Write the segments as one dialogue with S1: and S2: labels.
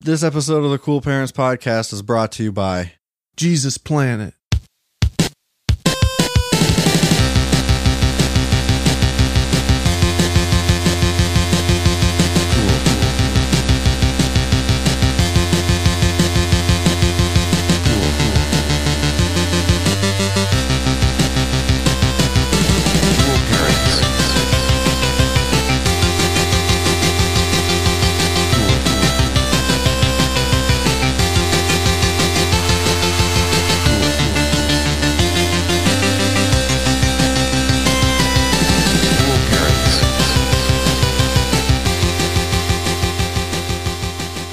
S1: This episode of the Cool Parents Podcast is brought to you by Jesus Planet.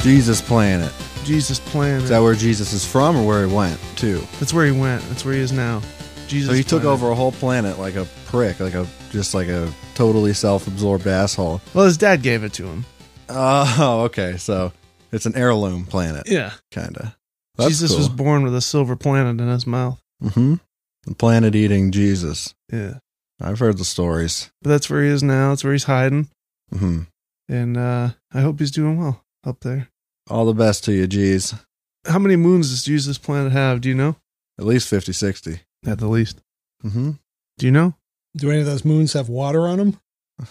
S1: Jesus Planet.
S2: Jesus Planet.
S1: Is that where Jesus is from or where he went to?
S2: That's where he went. That's where he is now. Jesus.
S1: So he took
S2: Planet.
S1: over a whole planet like a prick, like a just like a totally self-absorbed asshole.
S2: Well, his dad gave it to him.
S1: Oh, okay. So it's an heirloom planet,
S2: Yeah.
S1: kinda. That's
S2: Jesus
S1: cool.
S2: was born with a silver planet in his mouth.
S1: Mm-hmm. The planet-eating Jesus.
S2: Yeah.
S1: I've heard the stories.
S2: But that's where he is now. That's where he's hiding.
S1: hmm
S2: And uh, I hope he's doing well up there.
S1: All the best to you, G's.
S2: How many moons does Jesus Planet have? Do you know?
S1: At least 50, 60.
S2: At the least.
S1: Mm-hmm.
S2: Do you know?
S3: Do any of those moons have water on them?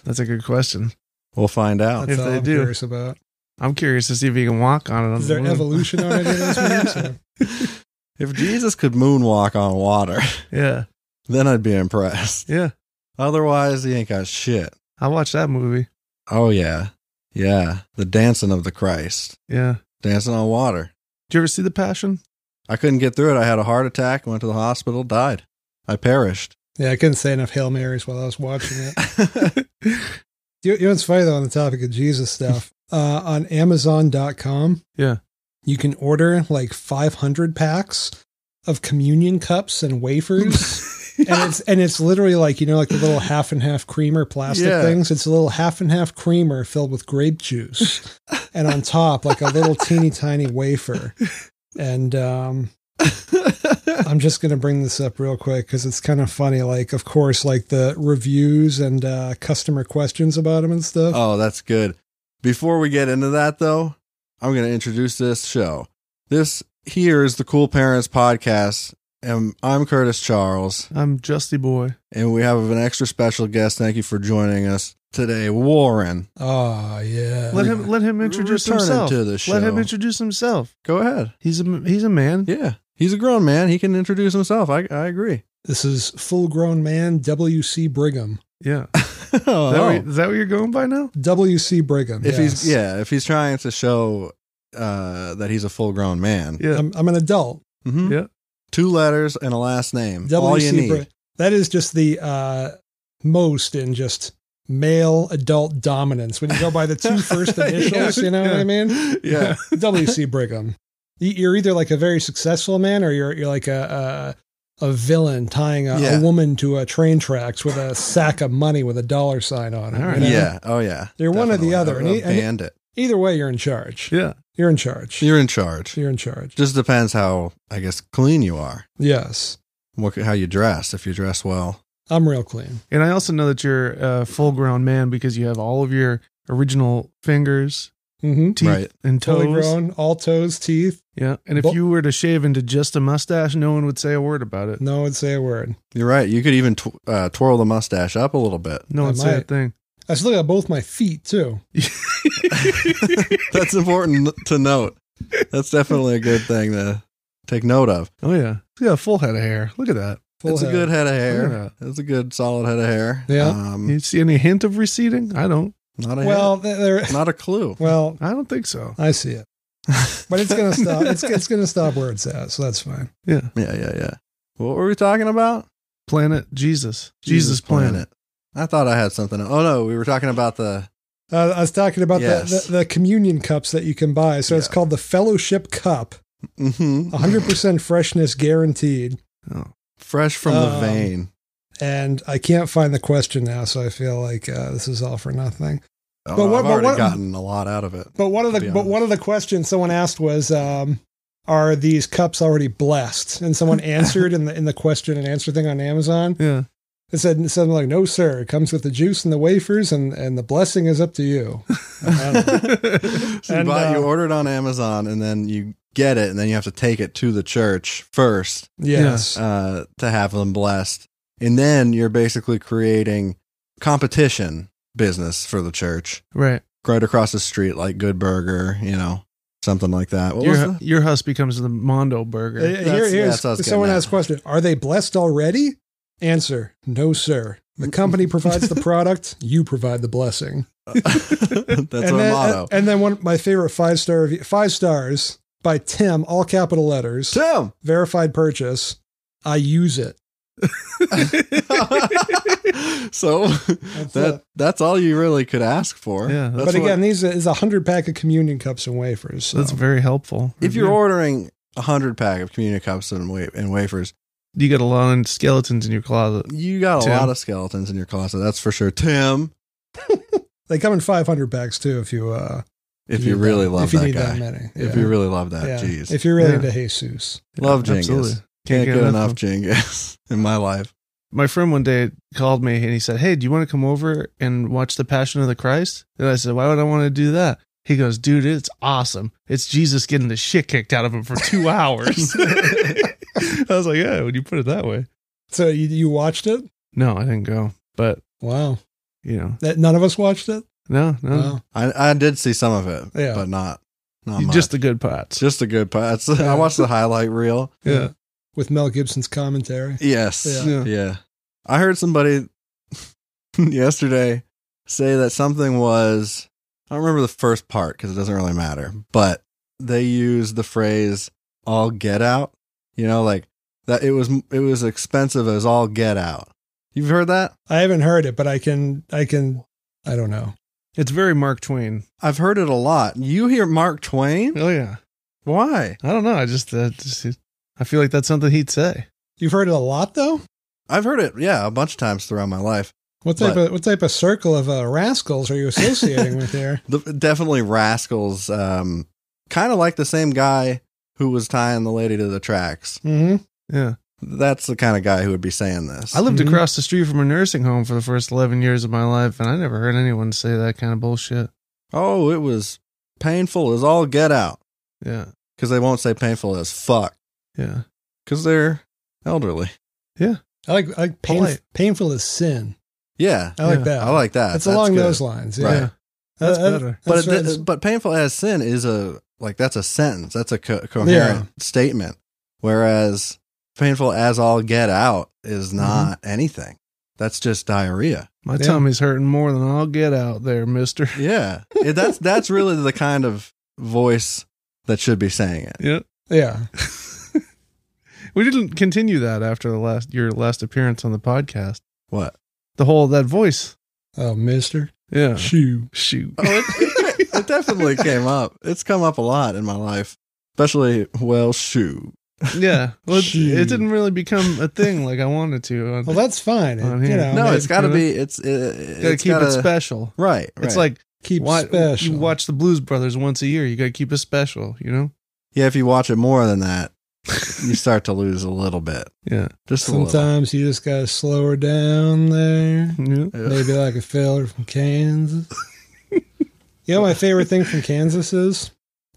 S2: That's a good question.
S1: We'll find out.
S3: That's
S2: If
S3: all
S2: they
S3: I'm
S2: do.
S3: curious about.
S2: I'm curious to see if he can walk on it. on
S3: Is
S2: the
S3: there
S2: moon.
S3: evolution on any of those moons? or-
S1: If Jesus could moonwalk on water,
S2: Yeah.
S1: then I'd be impressed.
S2: Yeah.
S1: Otherwise, he ain't got shit.
S2: I watched that movie.
S1: Oh, yeah. Yeah. The dancing of the Christ,
S2: Yeah.
S1: dancing on water.
S2: Do you ever see The Passion?
S1: I couldn't get through it. I had a heart attack, went to the hospital, died. I perished.
S3: Yeah, I couldn't say enough Hail Marys while I was watching it. you, you know what's funny though on the topic of Jesus stuff? Uh, on Amazon.com,
S2: Yeah.
S3: you can order like 500 packs of communion cups and wafers. and it's and it's literally like you know like the little half and half creamer plastic
S1: Yeah.
S3: things. It's a little half and half creamer filled with grape juice, and on top like a little teeny tiny wafer. And um, I'm just going to bring this up real quick because it's kind of funny. Like, of course, like the reviews and uh, customer questions about them and stuff.
S1: Oh, that's good. Before we get into that, though, I'm going to introduce this show. This here is the Cool Parents Podcast, and I'm Curtis Charles.
S2: I'm Justy Boy.
S1: And we have an extra special guest. Thank you for joining us today, Warren.
S3: Oh, yeah.
S2: Let him let him introduce
S1: Returning
S2: himself.
S1: Uh, to the
S2: Let
S1: show.
S2: him introduce himself.
S1: Go ahead.
S2: He's a he's a man.
S1: Yeah, he's a grown man. He can introduce himself. I I agree.
S3: this is full grown man W.C. Brigham.
S2: Yeah.
S1: Oh,
S2: Is that, what, is that what you're going by now?
S3: W.C. Brigham.
S1: if
S3: yes.
S1: he's yeah, if he's trying to show uh, that he's a full grown man.
S2: Yeah.
S3: I'm, I'm an adult.
S1: Mhm.
S2: Yeah.
S1: Two letters and a last name. All you
S3: W.C.
S1: need.
S3: Brigham. That is just the uh, most in just male adult dominance. When you go by the two first initials,
S2: Yeah.
S3: you know what I mean?
S1: Yeah.
S3: W.C. Brigham. You- You're either like a very successful man, or you're you're like a a, a villain tying a,
S1: Yeah.
S3: a woman to a train tracks with a sack of money with a dollar sign on it.
S2: All right.
S3: you know?
S1: Yeah. Oh yeah.
S3: You're one or the
S1: Definitely.
S3: other,
S1: A-
S3: and
S1: a
S3: he- and he-
S1: bandit.
S3: Either way, you're in charge.
S2: Yeah.
S3: You're in charge.
S1: You're in charge.
S3: You're in charge.
S1: Just depends how I guess clean you are.
S3: Yes,
S1: What how you dress. If you dress well.
S3: I'm real clean.
S2: And I also know that you're a full grown man because you have all of your original fingers,
S3: Mm-hmm.
S2: teeth,
S1: Right.
S2: and
S3: Totally
S2: toes.
S3: grown, all toes, teeth.
S2: Yeah. And if
S3: Bo-
S2: you were to shave into just a mustache, no one would say a word about it.
S3: No one would say a word.
S1: You're right. You could even tw- uh, twirl the mustache up a little bit.
S2: No
S3: I
S2: one would say a
S3: might.
S2: thing.
S3: I still got both my feet too.
S1: That's important to note. That's definitely a good thing to take note of.
S2: Oh yeah. He's got a full head of hair. Look at that.
S3: Full
S1: it's
S3: head.
S1: a good head of hair.
S2: Look
S1: It's a good solid head of hair.
S3: Yeah.
S1: Um,
S2: You see any hint of receding? I don't.
S1: not a
S3: Well, there.
S1: hint, not a clue.
S3: Well,
S2: I don't think so.
S3: I see it, but it's gonna stop. It's, it's gonna stop where it's at, so that's fine.
S2: Yeah.
S1: Yeah, yeah, yeah. What were we talking about?
S2: Planet Jesus. Jesus, planet.
S1: I thought I had something. Oh no, we were talking about the
S3: Uh, I was talking about
S1: Yes.
S3: the, the, the communion cups that you can buy. So it's
S1: Yeah.
S3: called the Fellowship Cup,
S1: hmm
S3: Mm-hmm. 100% freshness guaranteed.
S2: Oh.
S1: Fresh from the
S3: Um,
S1: vein.
S3: And I can't find the question now, so I feel like uh, this is all for nothing.
S1: Oh,
S3: but what-
S1: I've
S3: but
S1: already
S3: what-
S1: gotten a lot out of it.
S3: But one of
S1: To
S3: the
S1: be
S3: but
S1: honest.
S3: one of the questions someone asked was, um, "Are these cups already blessed?" And someone answered in the in the question and answer thing on Amazon.
S2: Yeah.
S3: It said something like, "No, sir. It comes with the juice and the wafers, and and the blessing is up to you." I don't know.
S1: So you,
S3: And,
S1: bought, you
S3: uh,
S1: order it on Amazon and then you get it and then you have to take it to the church first
S3: yes.
S1: uh, to have them blessed. And then you're basically creating competition business for the church
S2: Right.
S1: right across the street, like Good Burger, you know, something like that. What
S2: your,
S1: was the?
S2: your house becomes the Mondo
S3: Uh,
S2: burger.
S3: Here,
S1: That's- yeah,
S3: here's-
S1: that's what I was getting
S3: someone
S1: at.
S3: asked question: Are they blessed already? Answer: No, sir. The company provides the product. You provide the blessing.
S1: That's our
S3: then,
S1: motto.
S3: And, and then one, my favorite five star review, five stars by Tim, all capital letters,
S1: Tim!
S3: verified purchase. I use it.
S1: so
S3: That's
S1: that
S3: it.
S1: that's all you really could ask for.
S2: Yeah.
S1: That's
S3: but
S1: what-
S3: again, these is a hundred pack of communion cups and wafers. so-
S2: That's very helpful.
S1: if you're
S2: Yeah.
S1: ordering a hundred pack of communion cups and, wa- and wafers,
S2: you got a lot of skeletons in your closet.
S1: you got a
S2: Tim.
S1: lot of skeletons in your closet. That's for sure, Tim.
S3: they come in five hundred packs too. If you uh,
S1: If
S3: need
S1: you
S3: that-
S1: really love
S3: if you
S1: that
S3: need
S1: guy,
S3: that many,
S1: if
S3: Yeah.
S1: you really love that,
S3: Yeah.
S1: jeez,
S3: if you're really
S2: Yeah.
S3: into Jesus,
S1: love Genghis.
S2: Absolutely.
S1: can't get, enough
S2: of-
S1: Genghis in my life.
S2: My friend one day called me and he said, "Hey, do you want to come over and watch The Passion of the Christ?" And I said, "Why would I want to do that?" He goes, "Dude, it's awesome. It's Jesus getting the shit kicked out of him for two hours." I was like, "Yeah, when you put it that way."
S3: so you, you watched it.
S2: No, I didn't go, but
S3: Wow,
S2: you know,
S3: that none of us watched it.
S2: no,
S1: Uh-huh.
S2: no,
S3: Wow.
S1: I I did see some of it,
S3: Yeah.
S1: but not not
S2: You-
S1: much.
S2: just
S1: Just
S2: the good parts.
S1: just a good part. It's- I watched the highlight reel.
S2: yeah.
S3: with Mel Gibson's commentary.
S1: Yes.
S3: Yeah.
S1: Yeah. I heard somebody yesterday say that something was, I don't remember the first part because it doesn't really matter, but they used the phrase all get out, you know, like that it was, it was expensive as all get out. You've heard that?
S3: I haven't heard it, but I can, I can, I don't know.
S2: It's very Mark Twain.
S1: I've heard it a lot. You hear Mark Twain?
S2: Oh yeah.
S1: Why?
S2: I don't know. I just, uh, just I feel like that's something he'd say.
S3: You've heard it a lot though.
S1: I've heard it, yeah, a bunch of times throughout my life.
S3: What type
S1: What?
S3: of what type of circle of uh, rascals are you associating with here?
S1: The, definitely Rascals, um, kind of like the same guy who was tying the lady to the tracks.
S3: hmm
S2: Yeah.
S1: That's the kind of guy who would be saying this.
S2: Mm-hmm. I lived
S3: Mhm.
S2: across the street from a nursing home for the first 11 years of my life, and I never heard anyone say that kind of bullshit.
S1: oh, it was painful as all get out
S2: Yeah.
S1: because they won't say painful as fuck
S2: Yeah.
S1: because they're elderly.
S3: I like I like pain,
S2: Polite.
S3: painful as sin.
S1: Yeah,
S3: I like
S2: Yeah,
S3: that.
S1: I like that.
S3: That's, Oh, along
S1: good.
S3: those lines. Yeah.
S1: Right.
S2: Yeah. That's
S3: Uh, uh,
S2: better.
S1: But
S3: that's
S1: it,
S3: right.
S1: but painful as sin is a like that's a sentence. That's a co- coherent statement. Whereas painful as all get out
S3: Mm-hmm.
S1: is not anything. That's just diarrhea.
S2: My
S3: Yeah.
S2: tummy's hurting more than I'll get out there, mister.
S1: Yeah, It- that's that's really the kind of voice that should be saying it.
S2: Yeah.
S3: yeah.
S2: We didn't continue that after the last your last appearance on the podcast.
S1: What?
S2: The whole that voice.
S3: Oh, Mister
S2: Yeah.
S3: Shoe.
S2: Shoot.
S1: Oh, it, it definitely came up. It's come up a lot in my life, especially well, shoe.
S2: Yeah. Well, it,
S3: Shoot.
S2: it didn't really become a thing like I wanted to.
S3: Well, that's fine. It-
S2: On
S3: you
S2: here.
S3: know,
S1: No,
S2: maybe
S1: it's got to
S2: kinda.
S1: be. It's it, it's
S2: gotta keep it
S1: gotta-
S2: special.
S1: Right, right.
S2: It's like
S3: keep
S2: why,
S3: special.
S2: you watch the Blues Brothers once a year. You got to keep it special, you know?
S1: yeah, if you watch it more than that, you start to lose a little bit,
S2: Yeah.
S1: just a little.
S3: Sometimes you just gotta slow her down there.
S2: Yeah.
S1: Yeah.
S3: Maybe like a feller from Kansas. you know, my favorite thing from Kansas is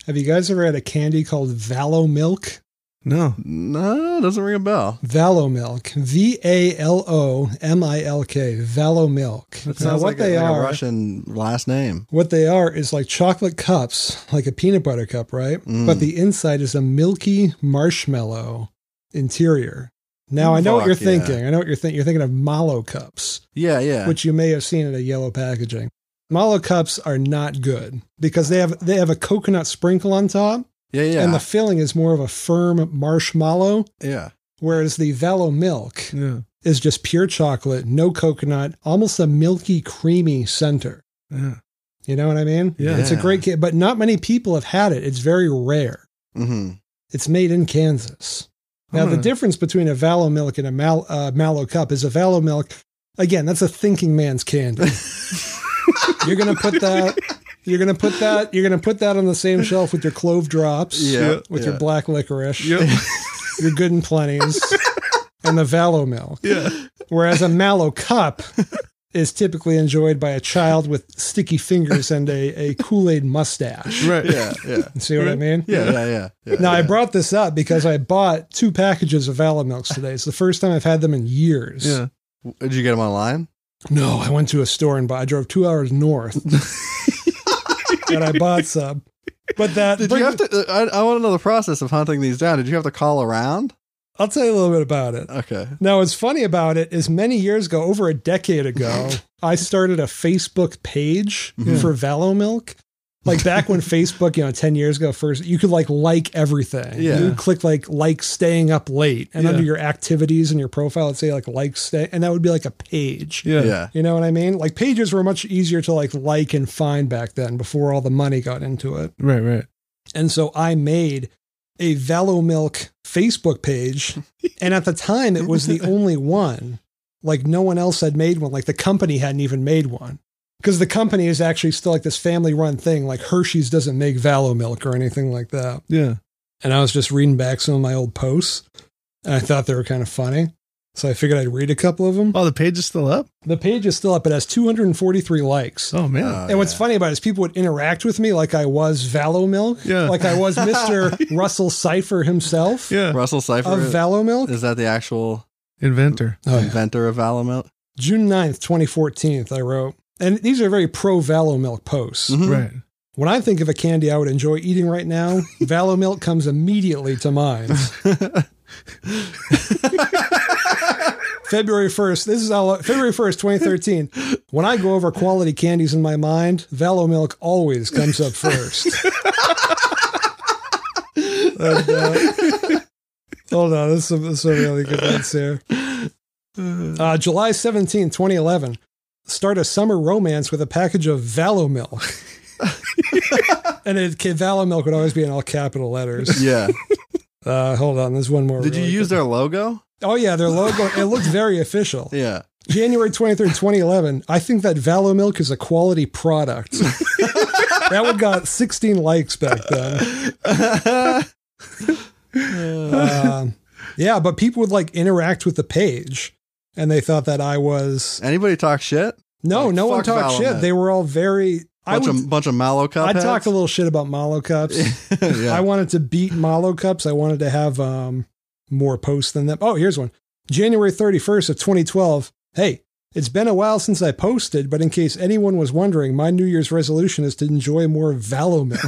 S3: have you guys ever had a candy called Valo Milk?
S2: No.
S1: No, it doesn't ring a bell.
S3: Valo Milk. V A L O M I L K. Valo Milk.
S1: That
S3: Now,
S1: sounds
S3: what
S1: like,
S3: they
S1: a, like a
S3: are,
S1: Russian last name.
S3: what they are is like chocolate cups, like a peanut butter cup, right?
S1: Mm.
S3: But the inside is a milky marshmallow interior. Now I know
S1: Fuck
S3: what you're
S1: yeah.
S3: thinking. I know what you're thinking. You're thinking of Malo cups.
S1: Yeah, yeah.
S3: which you may have seen in a yellow packaging. Malo cups are not good because they have they have a coconut sprinkle on top,
S1: yeah, yeah,
S3: and the filling is more of a firm marshmallow,
S1: yeah.
S3: whereas the Valo milk
S2: Yeah.
S3: is just pure chocolate, no coconut, almost a milky, creamy center.
S2: Yeah.
S3: You know what I mean?
S2: Yeah.
S3: It's a great kit, but not many people have had it. It's very rare.
S1: hmm
S3: It's made in Kansas. Now,
S2: I'm
S3: the
S2: gonna-
S3: difference between a Vallow Milk and a Mal- uh, Mallow Cup is a Vallow Milk, again, that's a thinking man's candy. you're going to put that. You're gonna put that. You're gonna put that on the same shelf with your clove drops,
S1: Yeah,
S3: with
S1: yeah.
S3: your black licorice,
S2: Yep.
S3: your good and plenties, and the Vallow milk.
S2: yeah.
S3: Whereas a mallow cup is typically enjoyed by a child with sticky fingers and a, a Kool Aid mustache.
S2: Right.
S1: Yeah, yeah,
S3: You see what I mean?
S1: yeah, yeah, yeah. yeah
S3: Now, I
S1: yeah.
S3: brought this up because I bought two packages of Valor Milks today. It's the first time I've had them in years.
S2: Yeah.
S1: Did you get them online?
S3: No, I went to a store and bought, I drove two hours north and I bought some. But that,
S1: Did you have to? uh, I, I want to know the process of hunting these down. Did you have to call around?
S3: I'll tell you a little bit about it.
S1: Okay.
S3: Now, what's funny about it is many years ago, over a decade ago, I started a Facebook page
S2: Mm-hmm.
S1: Mhm.
S3: for Valo Milk. Like back when Facebook, you know, 10 years ago, first, you could like like everything.
S1: Yeah.
S3: You would click like like staying up late and
S2: Yeah.
S3: under your activities and your profile, it'd say like like stay, and that would be like a page.
S2: Yeah.
S1: Yeah.
S3: You know what I mean? Like pages were much easier to like like and find back then before all the money got into it.
S2: Right. Right.
S3: And so I made a Velomilk Facebook page. And at the time, it was the only one. Like, no one else had made one. Like, the company hadn't even made one. Because the company is actually still like this family run thing. Like, Hershey's doesn't make Valomilk or anything like that.
S2: Yeah.
S3: And I was just reading back some of my old posts. And I thought they were kind of funny. So I figured I'd read a couple of them.
S2: Oh, the page is still up.
S3: The page is still up. It has 243 likes.
S2: Oh man.
S1: Oh,
S3: And what's
S1: yeah.
S3: funny about it is people would interact with me like I was Vallow Milk,
S2: Yeah.
S3: like I was Mr. Russell Cipher himself
S2: yeah.
S1: Russell Cipher
S3: of Vallow Milk.
S1: is that the actual
S2: Inventor.
S3: Oh, yeah.
S1: inventor of Alamilk?
S3: June 9th, 2014, I wrote. And these are very pro Vallow Milk posts.
S1: Mhm.
S2: Right.
S3: When I think of a candy I would enjoy eating right now, Vallow Milk comes immediately to mind. February 1st, this is all, February 1st, 2013. When I go over quality candies in my mind, Vallow Milk always comes up first. And, uh, hold on, this is, this is a really good ones here. Uh, July 17, 2011. Start a summer romance with a package of Vallow Milk. and it, Vallow Milk would always be in all capital letters.
S1: yeah.
S3: Uh, hold on, there's one more.
S1: Did you
S3: really
S1: use
S3: good.
S1: their logo?
S3: Oh, yeah, their logo. It looked very official.
S1: Yeah.
S3: January 23rd, 2011. I think that Vallow Milk is a quality product. that one got 16 likes back then. Um, yeah, but people would like interact with the page and they thought that I was.
S1: Anybody talk shit?
S3: No,
S1: Like,
S3: no one
S1: fuck
S3: talked
S1: Vallow
S3: shit.
S1: Milk.
S3: They were all very. I,
S1: Bunch
S3: would,
S1: of bunch of mallow cup.
S3: I talked a little shit about Malo Cups.
S1: little. yeah.
S3: I wanted to beat Malo Cups. I wanted to have um, more posts than them. Oh, here's one. January 31st of 2012. Hey, it's been a while since I posted, but in case anyone was wondering, my New Year's resolution is to enjoy more Vallow Milk.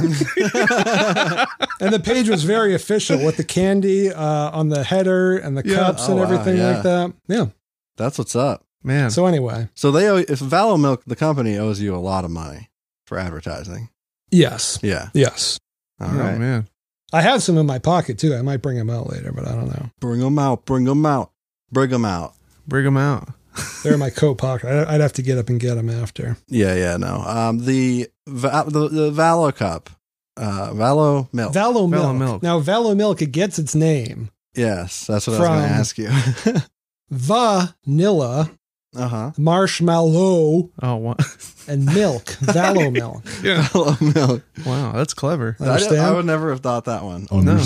S3: and the page was very official with the candy uh, on the header and the
S2: Yeah.
S3: cups
S1: Oh,
S3: and
S1: wow,
S3: everything
S1: yeah.
S3: like that. Yeah.
S1: That's what's up.
S2: Man.
S3: So anyway,
S1: So they owe if Vallow Milk, the company owes you a lot of money for advertising.
S3: yes,
S1: Yeah.
S3: yes.
S1: All
S2: oh
S1: right.
S2: man.
S3: I have some in my pocket too. I might bring them out later, but I don't know.
S1: Bring them out. Bring them out. Bring them out.
S2: Bring them out.
S3: They're in my coat pocket. I- I'd have to get up and get them after.
S1: Yeah, yeah, no. Um, the va- the the Valo Cup, uh, Valo Milk.
S3: Vallow milk.
S2: Vallow Milk.
S3: Now, Vallow milk, it gets its name.
S1: yes, that's what I
S3: From-
S1: was going to ask you.
S3: Vanilla,
S1: uh huh.
S3: marshmallow,
S2: Oh wow.
S3: and milk. Vallow milk.
S2: yeah.
S1: Valo Milk.
S2: Wow. That's clever.
S1: I,
S3: Understand?
S1: I would never have thought that one.
S2: No.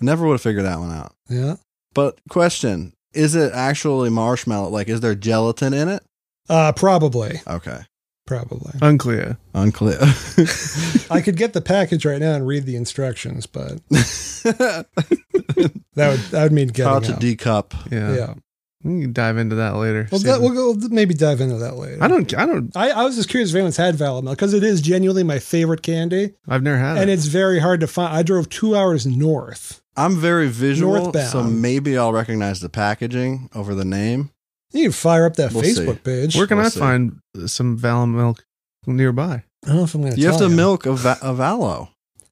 S1: Never would have figured that one out.
S3: Yeah.
S1: But question: Is it actually marshmallow? Like, is there gelatin in it?
S3: Uh, probably.
S1: Okay,
S3: Probably.
S2: Unclear.
S1: unclear.
S3: I could get the package right now and read the instructions, but that would that would mean getting
S1: How to
S3: up.
S1: decup?
S2: Yeah.
S3: yeah.
S2: We can dive into that later.
S3: Well,
S2: See
S3: that,
S2: if-
S3: we'll, go, we'll maybe dive into that later.
S2: I don't. I don't.
S3: I, I was just curious if anyone's had Vallow milk because it is genuinely my favorite candy,
S2: I've never had
S3: and
S2: it.
S3: it's very hard to find. I drove two hours north.
S1: I'm very visual,
S3: Northbound.
S1: so maybe I'll recognize the packaging over the name.
S3: You can fire up that
S1: We'll see.
S3: Facebook page.
S2: Where can
S1: We'll
S2: I
S1: see.
S2: find some Valley milk nearby?
S3: I don't know if I'm going
S1: you have
S3: tell
S1: to milk a, va- a Valo.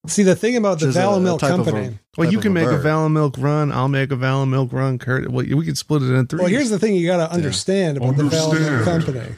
S3: See, the thing about the
S1: Which is a-
S3: Vallow
S1: a
S3: Milk
S1: type of a-
S3: Company.
S2: Well,
S1: type
S2: you
S1: of
S2: can make a
S1: bird.
S2: Valley milk run. I'll make a Valley milk run. Kurt, well, we can split it in three.
S3: Well, here's the thing you got to understand about the Vallow Milk
S2: Understand.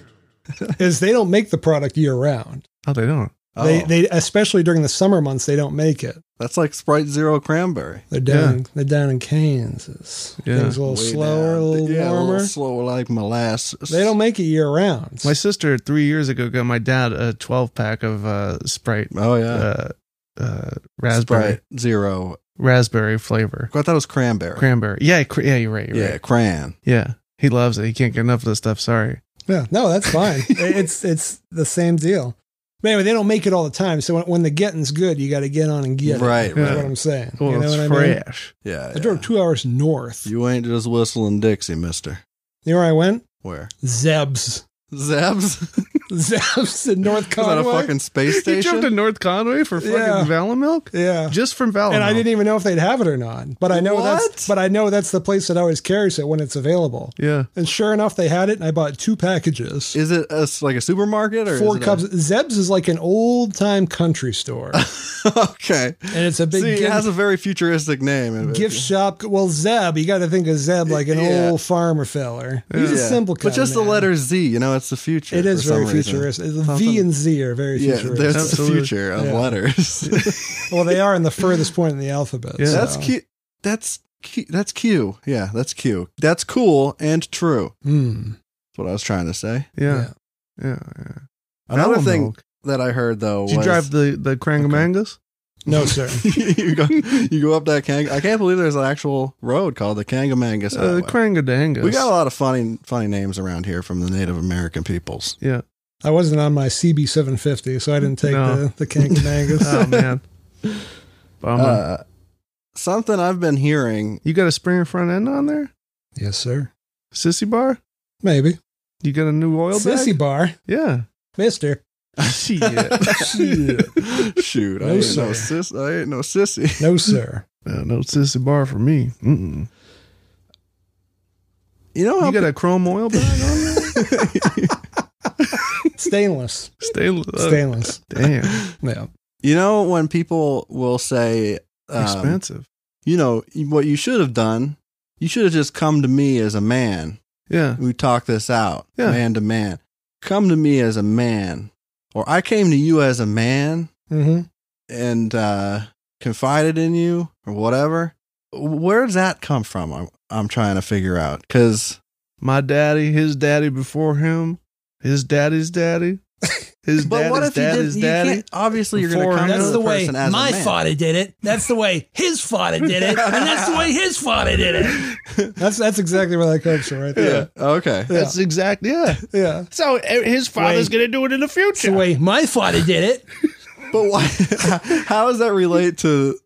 S3: Company. is they don't make the product year round.
S2: Oh, they don't.
S1: Oh,
S3: They they especially during the summer months they don't make it.
S1: that's like Sprite Zero Cranberry.
S3: They're down they're down in Kansas.
S2: Yeah.
S3: Things a little
S1: Way
S3: slower,
S1: down.
S3: a little
S1: yeah,
S3: warmer.
S1: A little slower, like molasses.
S3: they don't make it year round.
S2: My sister three years ago got my dad a 12 pack of uh, Sprite,
S1: Oh yeah,
S2: uh, uh, raspberry,
S1: Sprite Zero.
S2: raspberry flavor,
S1: I thought it was cranberry.
S2: cranberry. Yeah, cr- yeah, you're right. You're
S1: yeah,
S2: right.
S1: cran.
S2: Yeah, he loves it. He can't get enough of this stuff. Sorry.
S3: Yeah, no, that's fine. it's it's the same deal. But anyway, they don't make it all the time. So when, when the getting's good, you got to get on and get
S1: Right,
S3: it. Is
S1: right.
S3: what I'm saying.
S2: Well,
S3: you know
S2: it's
S3: what I mean?
S2: fresh.
S1: Yeah,
S3: I drove
S1: yeah.
S3: two hours north. You
S1: You ain't just whistling Dixie, Mister.
S3: know where I went?
S1: Where
S3: Zeb's.
S1: Zeb's? Is
S3: Zeb's in North
S1: that
S3: Conway.
S1: a fucking space
S2: You
S1: station?
S2: jumped to North Conway for fucking
S3: Yeah.
S2: Valor milk,
S3: yeah.
S2: just from Valor.
S3: and I
S2: milk.
S3: didn't even know if they'd have it or not. But I know
S1: What?
S3: that's but I know that's the place that always carries it when it's available.
S2: Yeah,
S3: And sure enough, they had it, and I bought two packages.
S1: Is it a s like a supermarket or
S3: Four
S1: is it
S3: cups. Zeb's is like an old time country store, and
S1: A- okay,
S3: it's a big
S1: see, it
S3: gift,
S1: has a very futuristic name.
S3: gift shop. Well, Zeb, you got to think of Zeb like an
S1: Yeah.
S3: old farmer feller. He's a
S1: Yeah.
S3: simple
S1: but just the
S3: man.
S1: letter Z. You know, it's the future.
S3: It is
S1: for some
S3: very
S1: reason.
S3: futuristic. The
S1: Something-
S3: V and Z are very
S1: Yeah,
S3: futuristic.
S1: there's
S2: Absolutely.
S1: the future of
S3: Yeah.
S1: letters.
S3: Well, they are in the furthest point in the alphabet.
S2: Yeah.
S3: so-
S1: that's cute. That's cu- that's Q. Yeah, that's Q. That's cool and true.
S3: Hmm.
S1: That's what I was trying to say.
S2: yeah, yeah. yeah.
S1: Another
S2: Valor
S1: thing
S2: milk.
S1: that I heard though
S2: Did you
S1: was
S2: drive the the Krangamangas?
S3: No, sir.
S1: you go you go up that Kang. I can't believe there's an actual road called the Kangamangas.
S2: Uh, the
S1: Highway.
S2: Krangadangas.
S1: we got a lot of funny funny names around here from the Native American peoples.
S2: yeah.
S3: I wasn't on my CB750, so I didn't take
S2: No.
S3: the, the Kangamangas.
S2: Oh man. Bummer.
S1: Uh, something I've been hearing.
S2: you got a Springer front end on there?
S3: yes, sir.
S2: Sissy bar?
S3: Maybe.
S2: You got a new oil
S3: Sissy
S2: bag?
S3: bar,
S2: Yeah.
S3: mister.
S2: Shit.
S3: Shit.
S1: Shoot, I
S3: No,
S1: ain't
S3: sir.
S1: no sis. I ain't no sissy.
S3: No, sir.
S2: Uh, no sissy bar for me. Mm-mm.
S1: You know how
S2: You got a chrome oil bag on there?
S3: Stainless.
S2: Stainless. uh,
S3: Stainless.
S2: damn.
S3: Yeah.
S1: You know when people will say, um,
S2: Expensive.
S1: you know, what you should have done, you should have just come to me as a man.
S2: Yeah.
S1: We talk this out,
S2: Yeah.
S1: man to man. Come to me as a man, or I came to you as a man
S3: Mm-hmm.
S1: and uh, confided in you, or whatever. Where does that come from? I'm, I'm trying to figure out because
S2: My daddy, his daddy before him, his daddy's daddy, his
S1: But what if
S2: daddy's
S1: you did?
S2: daddy's
S1: You
S2: daddy.
S1: can't, obviously, you're going
S2: Before
S1: to come
S2: him.
S1: to
S4: That's
S1: the,
S4: the way
S1: person as
S4: my
S1: a man.
S4: father did it. That's the way his father did it. And that's the way his father did it.
S3: That's that's exactly where that comes from, right
S1: Yeah.
S3: there.
S1: Okay.
S3: Yeah.
S2: That's exactly yeah.
S3: Yeah.
S2: So uh, his father's going to do it in the
S4: It's the
S2: future.
S4: way my father did it.
S1: But why? how does that relate to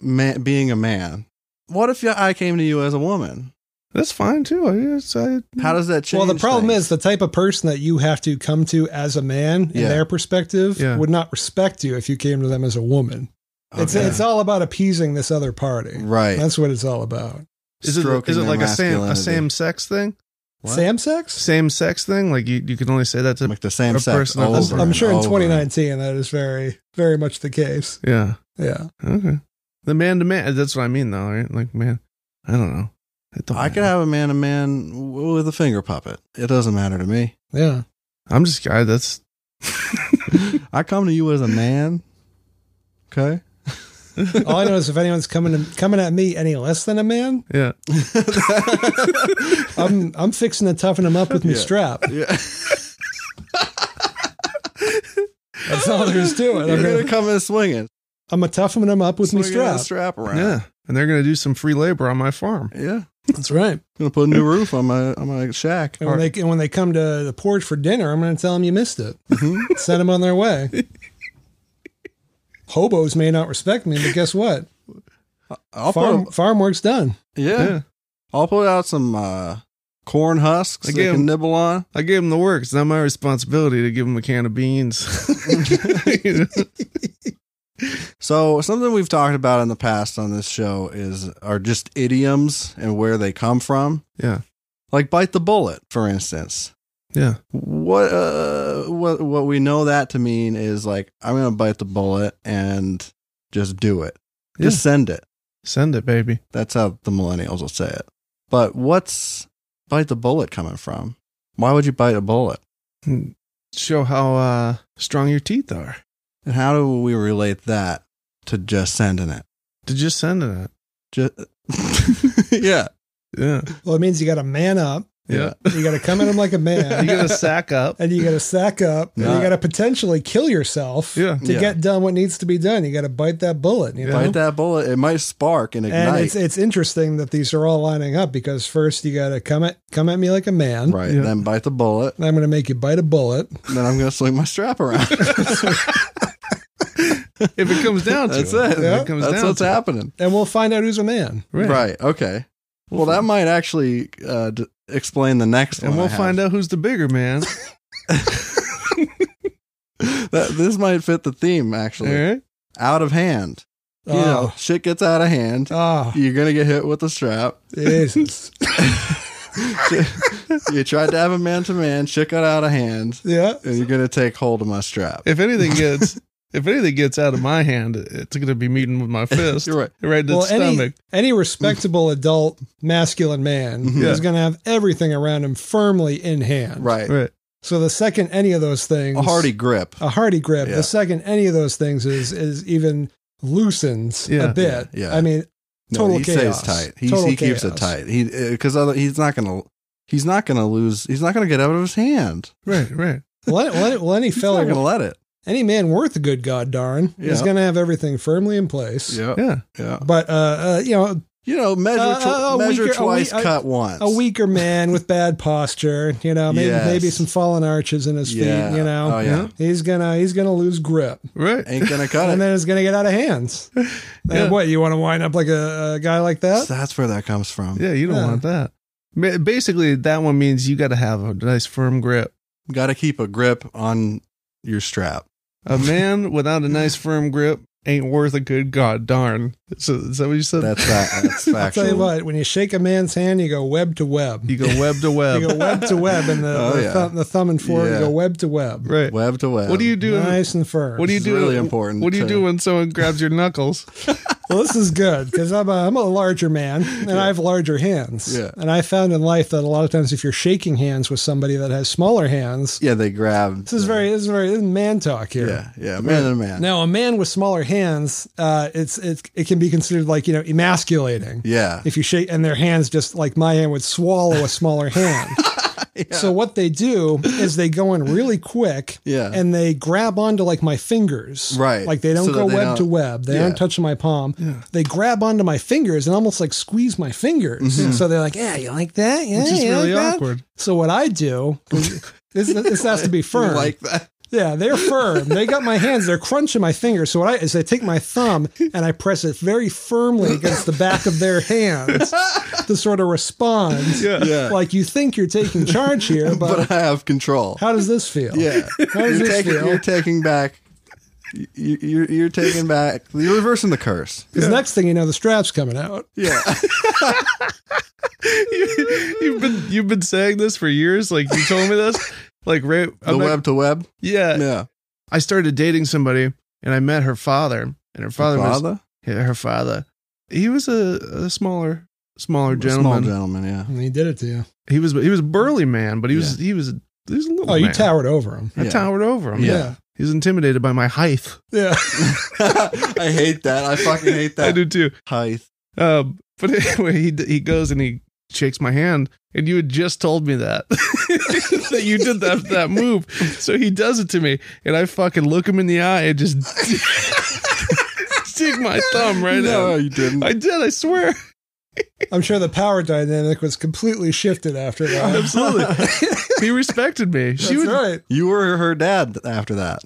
S1: man, being a man? What if I came to you as a woman?
S2: That's fine too. I guess I,
S1: How does that change?
S3: Well, the problem
S1: things?
S3: is the type of person that you have to come to as a man, in
S1: Yeah.
S3: their perspective,
S2: Yeah.
S3: would not respect you if you came to them as a woman. It's
S1: Okay.
S3: it's all about appeasing this other party.
S1: right.
S3: That's what it's all about.
S2: Is it,
S1: Stroking
S2: is it
S1: their
S2: like a same a
S1: masculinity.
S2: same sex thing?
S1: What?
S3: Sam sex?
S2: Same sex thing? Like you, you can only say that to
S1: like the same
S2: a
S1: sex.
S2: person of-
S1: Over
S2: I'm-
S3: I'm, I'm
S1: and
S3: sure in
S1: over.
S3: 2019 that is very, very much the case.
S2: yeah.
S3: Yeah.
S2: Okay. The man to man. That's what I mean though, right? Like man, I don't know. It don't
S1: I could
S2: matter.
S1: have a man, a man w- with a finger puppet. It doesn't matter to me.
S3: Yeah.
S2: I'm just guy. That's
S1: I come to you as a man. Okay.
S3: All I know is if anyone's coming to, coming at me any less than a man,
S2: yeah.
S3: I'm I'm fixing to toughen him up with my
S1: Yeah.
S3: strap.
S1: Yeah.
S3: That's all there is to it.
S1: You're
S3: I'm
S1: gonna
S3: gonna,
S1: come in swinging.
S3: I'm gonna toughen him up with my
S1: Swinging that
S3: strap.
S1: strap around.
S2: Yeah. And they're gonna do some free labor on my farm.
S1: Yeah.
S3: That's right.
S1: Gonna put a new roof on my on my shack.
S3: And when they and when they come to the porch for dinner, I'm gonna tell them you missed it.
S1: Mm-hmm.
S3: Send them on their way. Hobos may not respect me, but guess what?
S1: I'll
S3: Farm
S1: put
S3: farm work's done.
S1: yeah.
S2: Yeah.
S1: I'll put out some uh, corn husks
S2: Again.
S1: they can nibble on.
S2: I gave him the work. It's not my responsibility to give him a can of beans. You know?
S1: So something we've talked about in the past on this show is are just idioms and where they come from.
S2: Yeah.
S1: Like bite the bullet, for instance.
S2: Yeah.
S1: What uh, what what we know that to mean is like I'm gonna bite the bullet and just do it, just send it.
S2: Send it, baby.
S1: That's how the millennials will say it. But what's bite the bullet coming from? Why would you bite a bullet?
S2: show how uh, strong your teeth are
S1: And how do we relate that to just sending it?
S2: to just sending it.
S1: Just yeah,
S2: Yeah.
S3: Well, it means you got to man up.
S2: Yeah.
S3: You got to come at him like a
S2: you
S3: man,
S2: got to sack up.
S3: and you got to sack up, and
S1: Nah.
S3: you got to potentially kill yourself
S2: Yeah.
S3: to
S1: Yeah.
S3: get done what needs to be done. You got to bite that bullet. You know?
S1: bite that bullet. It might spark and ignite.
S3: And it's it's interesting that these are all lining up because first you got to come at come at me like a man.
S1: right.
S2: Yeah.
S1: Then bite the bullet.
S3: And I'm going to make you bite a bullet.
S1: Then I'm gonna swing my strap around.
S2: If it comes down to
S1: That's
S2: it.
S1: it.
S2: If
S3: Yeah.
S2: it comes
S1: That's
S2: down
S1: what's
S2: to it.
S1: happening.
S3: And we'll find out who's a man.
S1: Right. Okay. Well, that might actually uh, d- explain the next
S2: And
S1: one.
S2: we'll find out who's the bigger man.
S1: That, this might fit the theme
S2: All
S1: actually.
S2: right.
S1: Out of hand. You know,
S3: Oh,
S1: shit gets out of hand.
S3: oh
S1: You're gonna get hit with a strap.
S3: Jesus.
S1: you tried to have a man to man. Shit got out of hand.
S3: Yeah.
S1: And you're gonna take hold of my strap.
S2: If anything gets if anything gets out of my hand, it's going to be meeting with my fist.
S1: You're right.
S2: Right in the
S3: Well, any,
S2: stomach.
S3: any respectable adult masculine man
S1: Mhm.
S3: is going to have everything around him firmly in hand.
S1: Right.
S2: right.
S3: So the second any of those things,
S1: A hearty grip.
S3: a hearty grip.
S1: Yeah.
S3: The second any of those things is is even loosens
S2: Yeah.
S3: a bit.
S1: Yeah, yeah.
S3: I mean, total
S1: he
S3: chaos.
S1: stays tight. He,
S3: Total
S1: he keeps it
S3: chaos.
S1: tight. He because other he's not gonna he's not gonna lose. He's not gonna get out of his hand.
S2: Right, right.
S3: well, any- well, any- well, any
S1: He's not gonna
S3: fellow,
S1: let it.
S3: any man worth a good god darn is
S1: Yeah.
S3: going to have everything firmly in place.
S1: Oh.
S2: Yeah.
S1: yeah.
S3: But uh, uh, you know,
S1: You know, measure
S3: Uh,
S1: tw-
S3: uh, a
S1: measure
S3: weaker- a
S1: twice,
S3: wee- a-
S1: cut once.
S3: a weaker man with bad posture, you know, maybe
S1: Yes.
S3: maybe some fallen arches in his
S1: Yeah.
S3: feet, you know.
S1: Oh yeah.
S3: He's gonna he's gonna lose grip,
S2: Right.
S1: Ain't gonna cut
S3: and
S1: it.
S3: then it's gonna get out of hands. And
S2: Yeah.
S3: what you want to wind up like a, a guy like that?
S1: So that's where that comes from.
S2: Yeah, you don't
S3: Yeah.
S2: want that. Ma- Basically, that one means you got to have a nice firm grip.
S1: Got to keep a grip on your strap.
S2: A man without a nice firm grip ain't worth a good god darn. So is that what you said?
S1: That's that. That's
S3: I'll tell you
S1: factual.
S3: what, when you shake a man's hand, you go web to web.
S2: you go web to web.
S3: You go web to web, and the,
S1: Oh,
S3: the,
S1: yeah.
S3: thumb, the thumb and forearm
S1: Yeah.
S3: go web to web.
S2: right.
S1: Web to web.
S2: What do you do?
S3: Nice and firm.
S2: What do you
S1: This
S2: do?
S1: is really important
S2: What do you
S1: to-
S2: do when someone grabs your knuckles?
S3: Well, this is good because I'm a, I'm a larger man and I have larger hands.
S1: Yeah.
S3: And I found in life that a lot of times if you're shaking hands with somebody that has smaller hands,
S1: Yeah, they grab.
S3: this is very this is very this is man talk here.
S1: Yeah, yeah, man and man.
S3: Now, a man with smaller hands, uh, it's it's it can be considered like you know emasculating
S1: Yeah.
S3: if you shake and their hands just like my hand would swallow a smaller hand. So what they do is they go in really quick
S1: Yeah.
S3: and they grab onto like my fingers.
S1: Right.
S3: Like they don't
S1: So that
S3: go
S1: they
S3: web
S1: don't-
S3: to web. They
S1: Yeah.
S3: aren't touching my palm. They grab onto my fingers and almost like squeeze my fingers.
S1: Mm-hmm.
S3: So they're like, yeah, you like that? Yeah,
S2: It's just
S3: you
S2: really
S3: like that?"
S2: awkward.
S3: So what I do, 'cause this, this has to be firm.
S1: You like that.
S3: Yeah, they're firm. They got my hands. They're crunching my fingers. So what I is I take my thumb and I press it very firmly against the back of their hands to sort of respond.
S1: Yeah.
S3: Like you think you're taking charge here, but,
S1: but I have control.
S3: how does this feel?
S1: Yeah,
S3: does
S1: you're
S3: this
S1: taking,
S3: feel?
S1: you're taking back. You, you're you're taking back. You're reversing the curse.
S3: Because next thing you know, the strap's coming out.
S1: Yeah,
S2: you've been you've been saying this for years. Like you told me this. Like right.
S1: the
S2: I'm not-
S1: web to web.
S2: yeah.
S1: Yeah,
S2: I started dating somebody, and I met her father, and her father, was yeah, her father. He was a, a smaller smaller
S1: A
S2: gentleman.
S1: small gentleman. Yeah,
S3: And he did it to you.
S2: He was he was a burly man, but he was he was he was a little.
S3: Oh, you
S2: man.
S3: towered over him.
S2: I
S1: Yeah.
S2: towered over him.
S1: Yeah.
S2: He was intimidated by my height.
S3: Yeah.
S1: I hate that. I fucking hate that.
S2: I do too.
S1: Height.
S2: Um, but anyway, he he goes and he shakes my hand, and you had just told me that that you did that that move. So he does it to me, and I fucking look him in the eye and just stick my thumb right
S1: no,
S2: out.
S1: you didn't.
S2: I did. I swear.
S3: I'm sure the power dynamic was completely shifted after that.
S2: Absolutely. he respected me. She
S3: That's
S2: would.
S3: right.
S1: you were her dad th- after that.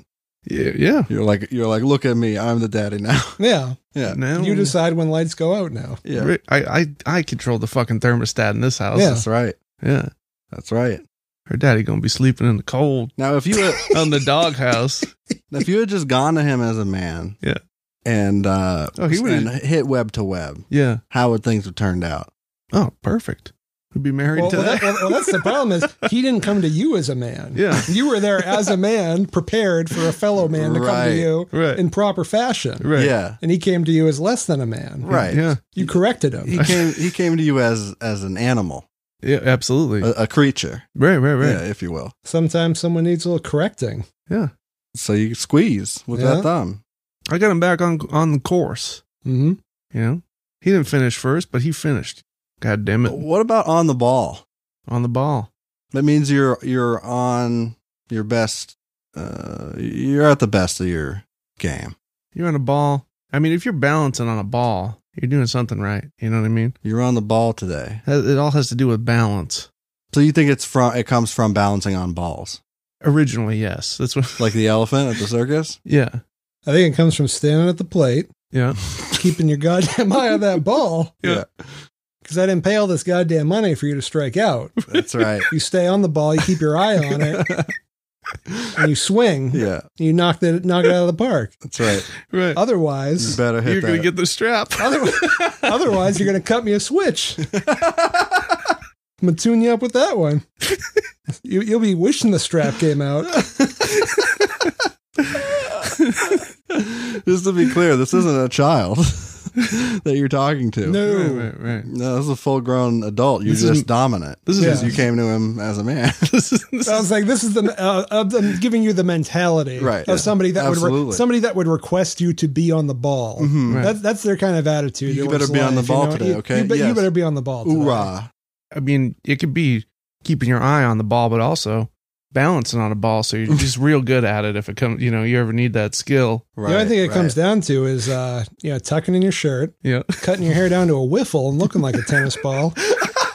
S2: Yeah. Yeah.
S1: You're like you're like look at me. I'm the daddy now.
S3: Yeah.
S1: Oh, Yeah,
S2: No.
S3: You decide when lights go out now.
S1: yeah.
S2: Ri- I, I I control the fucking thermostat in this house.
S3: Yeah.
S1: That's right.
S2: Yeah.
S1: That's right.
S2: Her daddy gonna be sleeping in the cold
S1: Now if you had,
S2: on the doghouse.
S1: if you had just gone to him as a man,
S2: Yeah.
S1: and uh,
S2: Oh, he would've-
S1: and hit web to web,
S2: Yeah.
S1: how would things have turned out?
S2: Oh, perfect. We'd be married
S3: Well, well,
S2: today.
S3: that, well, well, that's the problem is he didn't come to you as a man.
S2: Yeah.
S3: You were there as a man, prepared for a fellow man to come
S1: Right.
S3: to you
S2: Right.
S3: in proper fashion.
S2: right.
S1: Yeah,
S3: And he came to you as less than a man.
S1: right.
S2: Yeah.
S3: You corrected him.
S1: He came. He came to you as as an animal.
S2: Yeah, absolutely.
S1: a, a creature,
S2: right, right, right.
S1: Uh, yeah, if you will.
S3: Sometimes someone needs a little correcting.
S1: So you squeeze with
S3: Yeah.
S1: that thumb.
S2: I got him back on on the course.
S3: Mm-hmm.
S2: You know, he didn't finish first, but he finished. God damn
S1: But
S2: it,
S1: what about on the ball?
S2: on the ball.
S1: That means you're you're on your best. Uh, you're at the best of your game.
S2: You're on a ball. I mean, if you're balancing on a ball, you're doing something right. You know what I mean?
S1: You're on the ball today.
S2: It it all has to do with balance.
S1: So you think it's from? It comes from balancing on balls,
S2: Originally, yes. That's what.
S1: like the elephant at the circus.
S2: yeah,
S3: I think it comes from standing at the plate,
S2: yeah.
S3: keeping your goddamn eye on that ball,
S2: Yeah.
S3: because I didn't pay all this goddamn money for you to strike out.
S1: that's right.
S3: You stay on the ball, you keep your eye on it, and you swing.
S1: Yeah,
S3: and You knock it, knock it out of the park.
S1: that's right.
S2: Right.
S1: You
S3: Otherwise,
S1: better hit
S2: You're gonna
S1: that.
S2: get the strap.
S3: otherwise you're going to cut me a switch. I'm gonna tune you up with that one. You, you'll be wishing the strap came out.
S1: Just to be clear, this isn't a child that you're talking to.
S3: No.
S2: Right, right, right.
S1: No, this is a full grown adult. You're
S2: This
S1: just
S2: is-
S1: dominant.
S2: This is
S1: Because
S3: Yeah.
S1: you came to him as a man.
S2: this is this
S3: I
S2: is
S3: was like, "This is the uh, uh, I'm giving you the mentality
S1: Right,
S3: of
S1: yeah.
S3: somebody that would re-
S1: Absolutely.
S3: somebody that would request you to be on the ball.
S1: Mhm.
S2: Right.
S3: That's that's their kind of attitude.
S1: You
S3: that
S1: better
S3: works
S1: be on the
S3: life, you
S1: ball
S3: know?
S1: today,
S3: You-
S1: okay?
S3: You, bet- you
S1: Yes.
S3: better be on the ball. today.
S1: Hoorah.
S2: I mean, it could be keeping your eye on the ball, but also balancing on a ball. So you're just real good at it. If it comes, you know, you ever need that skill.
S1: Right.
S3: the only thing it
S1: right.
S3: comes down to is uh, you know tucking in your shirt,
S2: Yeah.
S3: cutting your hair down to a wiffle, and looking like a tennis ball.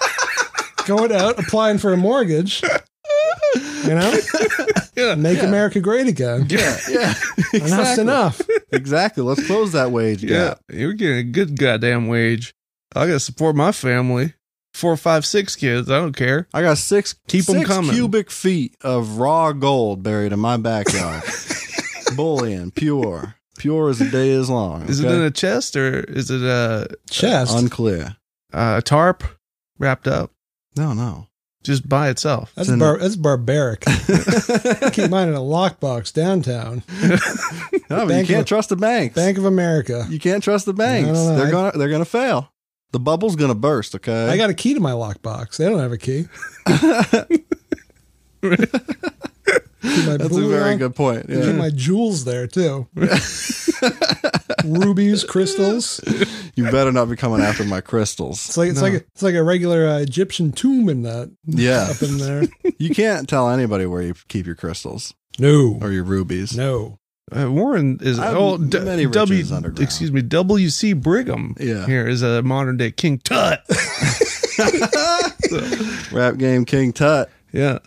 S3: Going out, applying for a mortgage. You know,
S2: Yeah.
S3: make America great again.
S2: Yeah.
S1: Yeah.
S3: Enough's
S1: Exactly.
S3: enough.
S1: exactly. Let's close that wage
S2: Yeah.
S1: gap.
S2: You're getting a good goddamn wage. I got to support my family. Four, five, six kids. I don't care.
S1: I got six,
S2: Keep 'em
S1: six
S2: coming.
S1: cubic feet of raw gold buried in my backyard. Bullion, pure. Pure as the day is long.
S2: Is it
S1: okay?
S2: in a chest or is it a,
S3: Chest.
S1: Unclear.
S2: a tarp wrapped up
S1: No, no.
S2: just by itself?
S3: That's
S1: It's in-
S3: bar- that's barbaric. Keep mine in a lockbox downtown.
S1: No, but you
S3: Bank
S1: can't
S3: of-
S1: trust the banks.
S3: Bank of America.
S1: You can't trust the banks.
S3: No, no,
S1: they're
S3: I-
S1: gonna they're gonna fail. The bubble's gonna burst. Okay.
S3: I got a key to my lockbox. They don't have a key. Keep my
S1: That's a
S3: blue
S1: very
S3: lock-
S1: good point.
S3: keep
S1: Yeah.
S3: my jewels there too. Rubies, crystals.
S1: You better not be coming after my
S3: It's
S1: crystals.
S3: like it's
S2: No.
S3: like a, it's like a regular uh, Egyptian tomb in that
S1: Yeah.
S3: up in there.
S1: You can't tell anybody where you keep your crystals
S3: No,
S1: or your rubies.
S3: no.
S2: Uh, Warren is
S1: I have
S2: oh d-
S1: many
S2: W
S1: riches underground.
S2: excuse me W C Brigham.
S1: Yeah.
S2: here is a modern day King Tut.
S1: Rap game King Tut.
S2: yeah,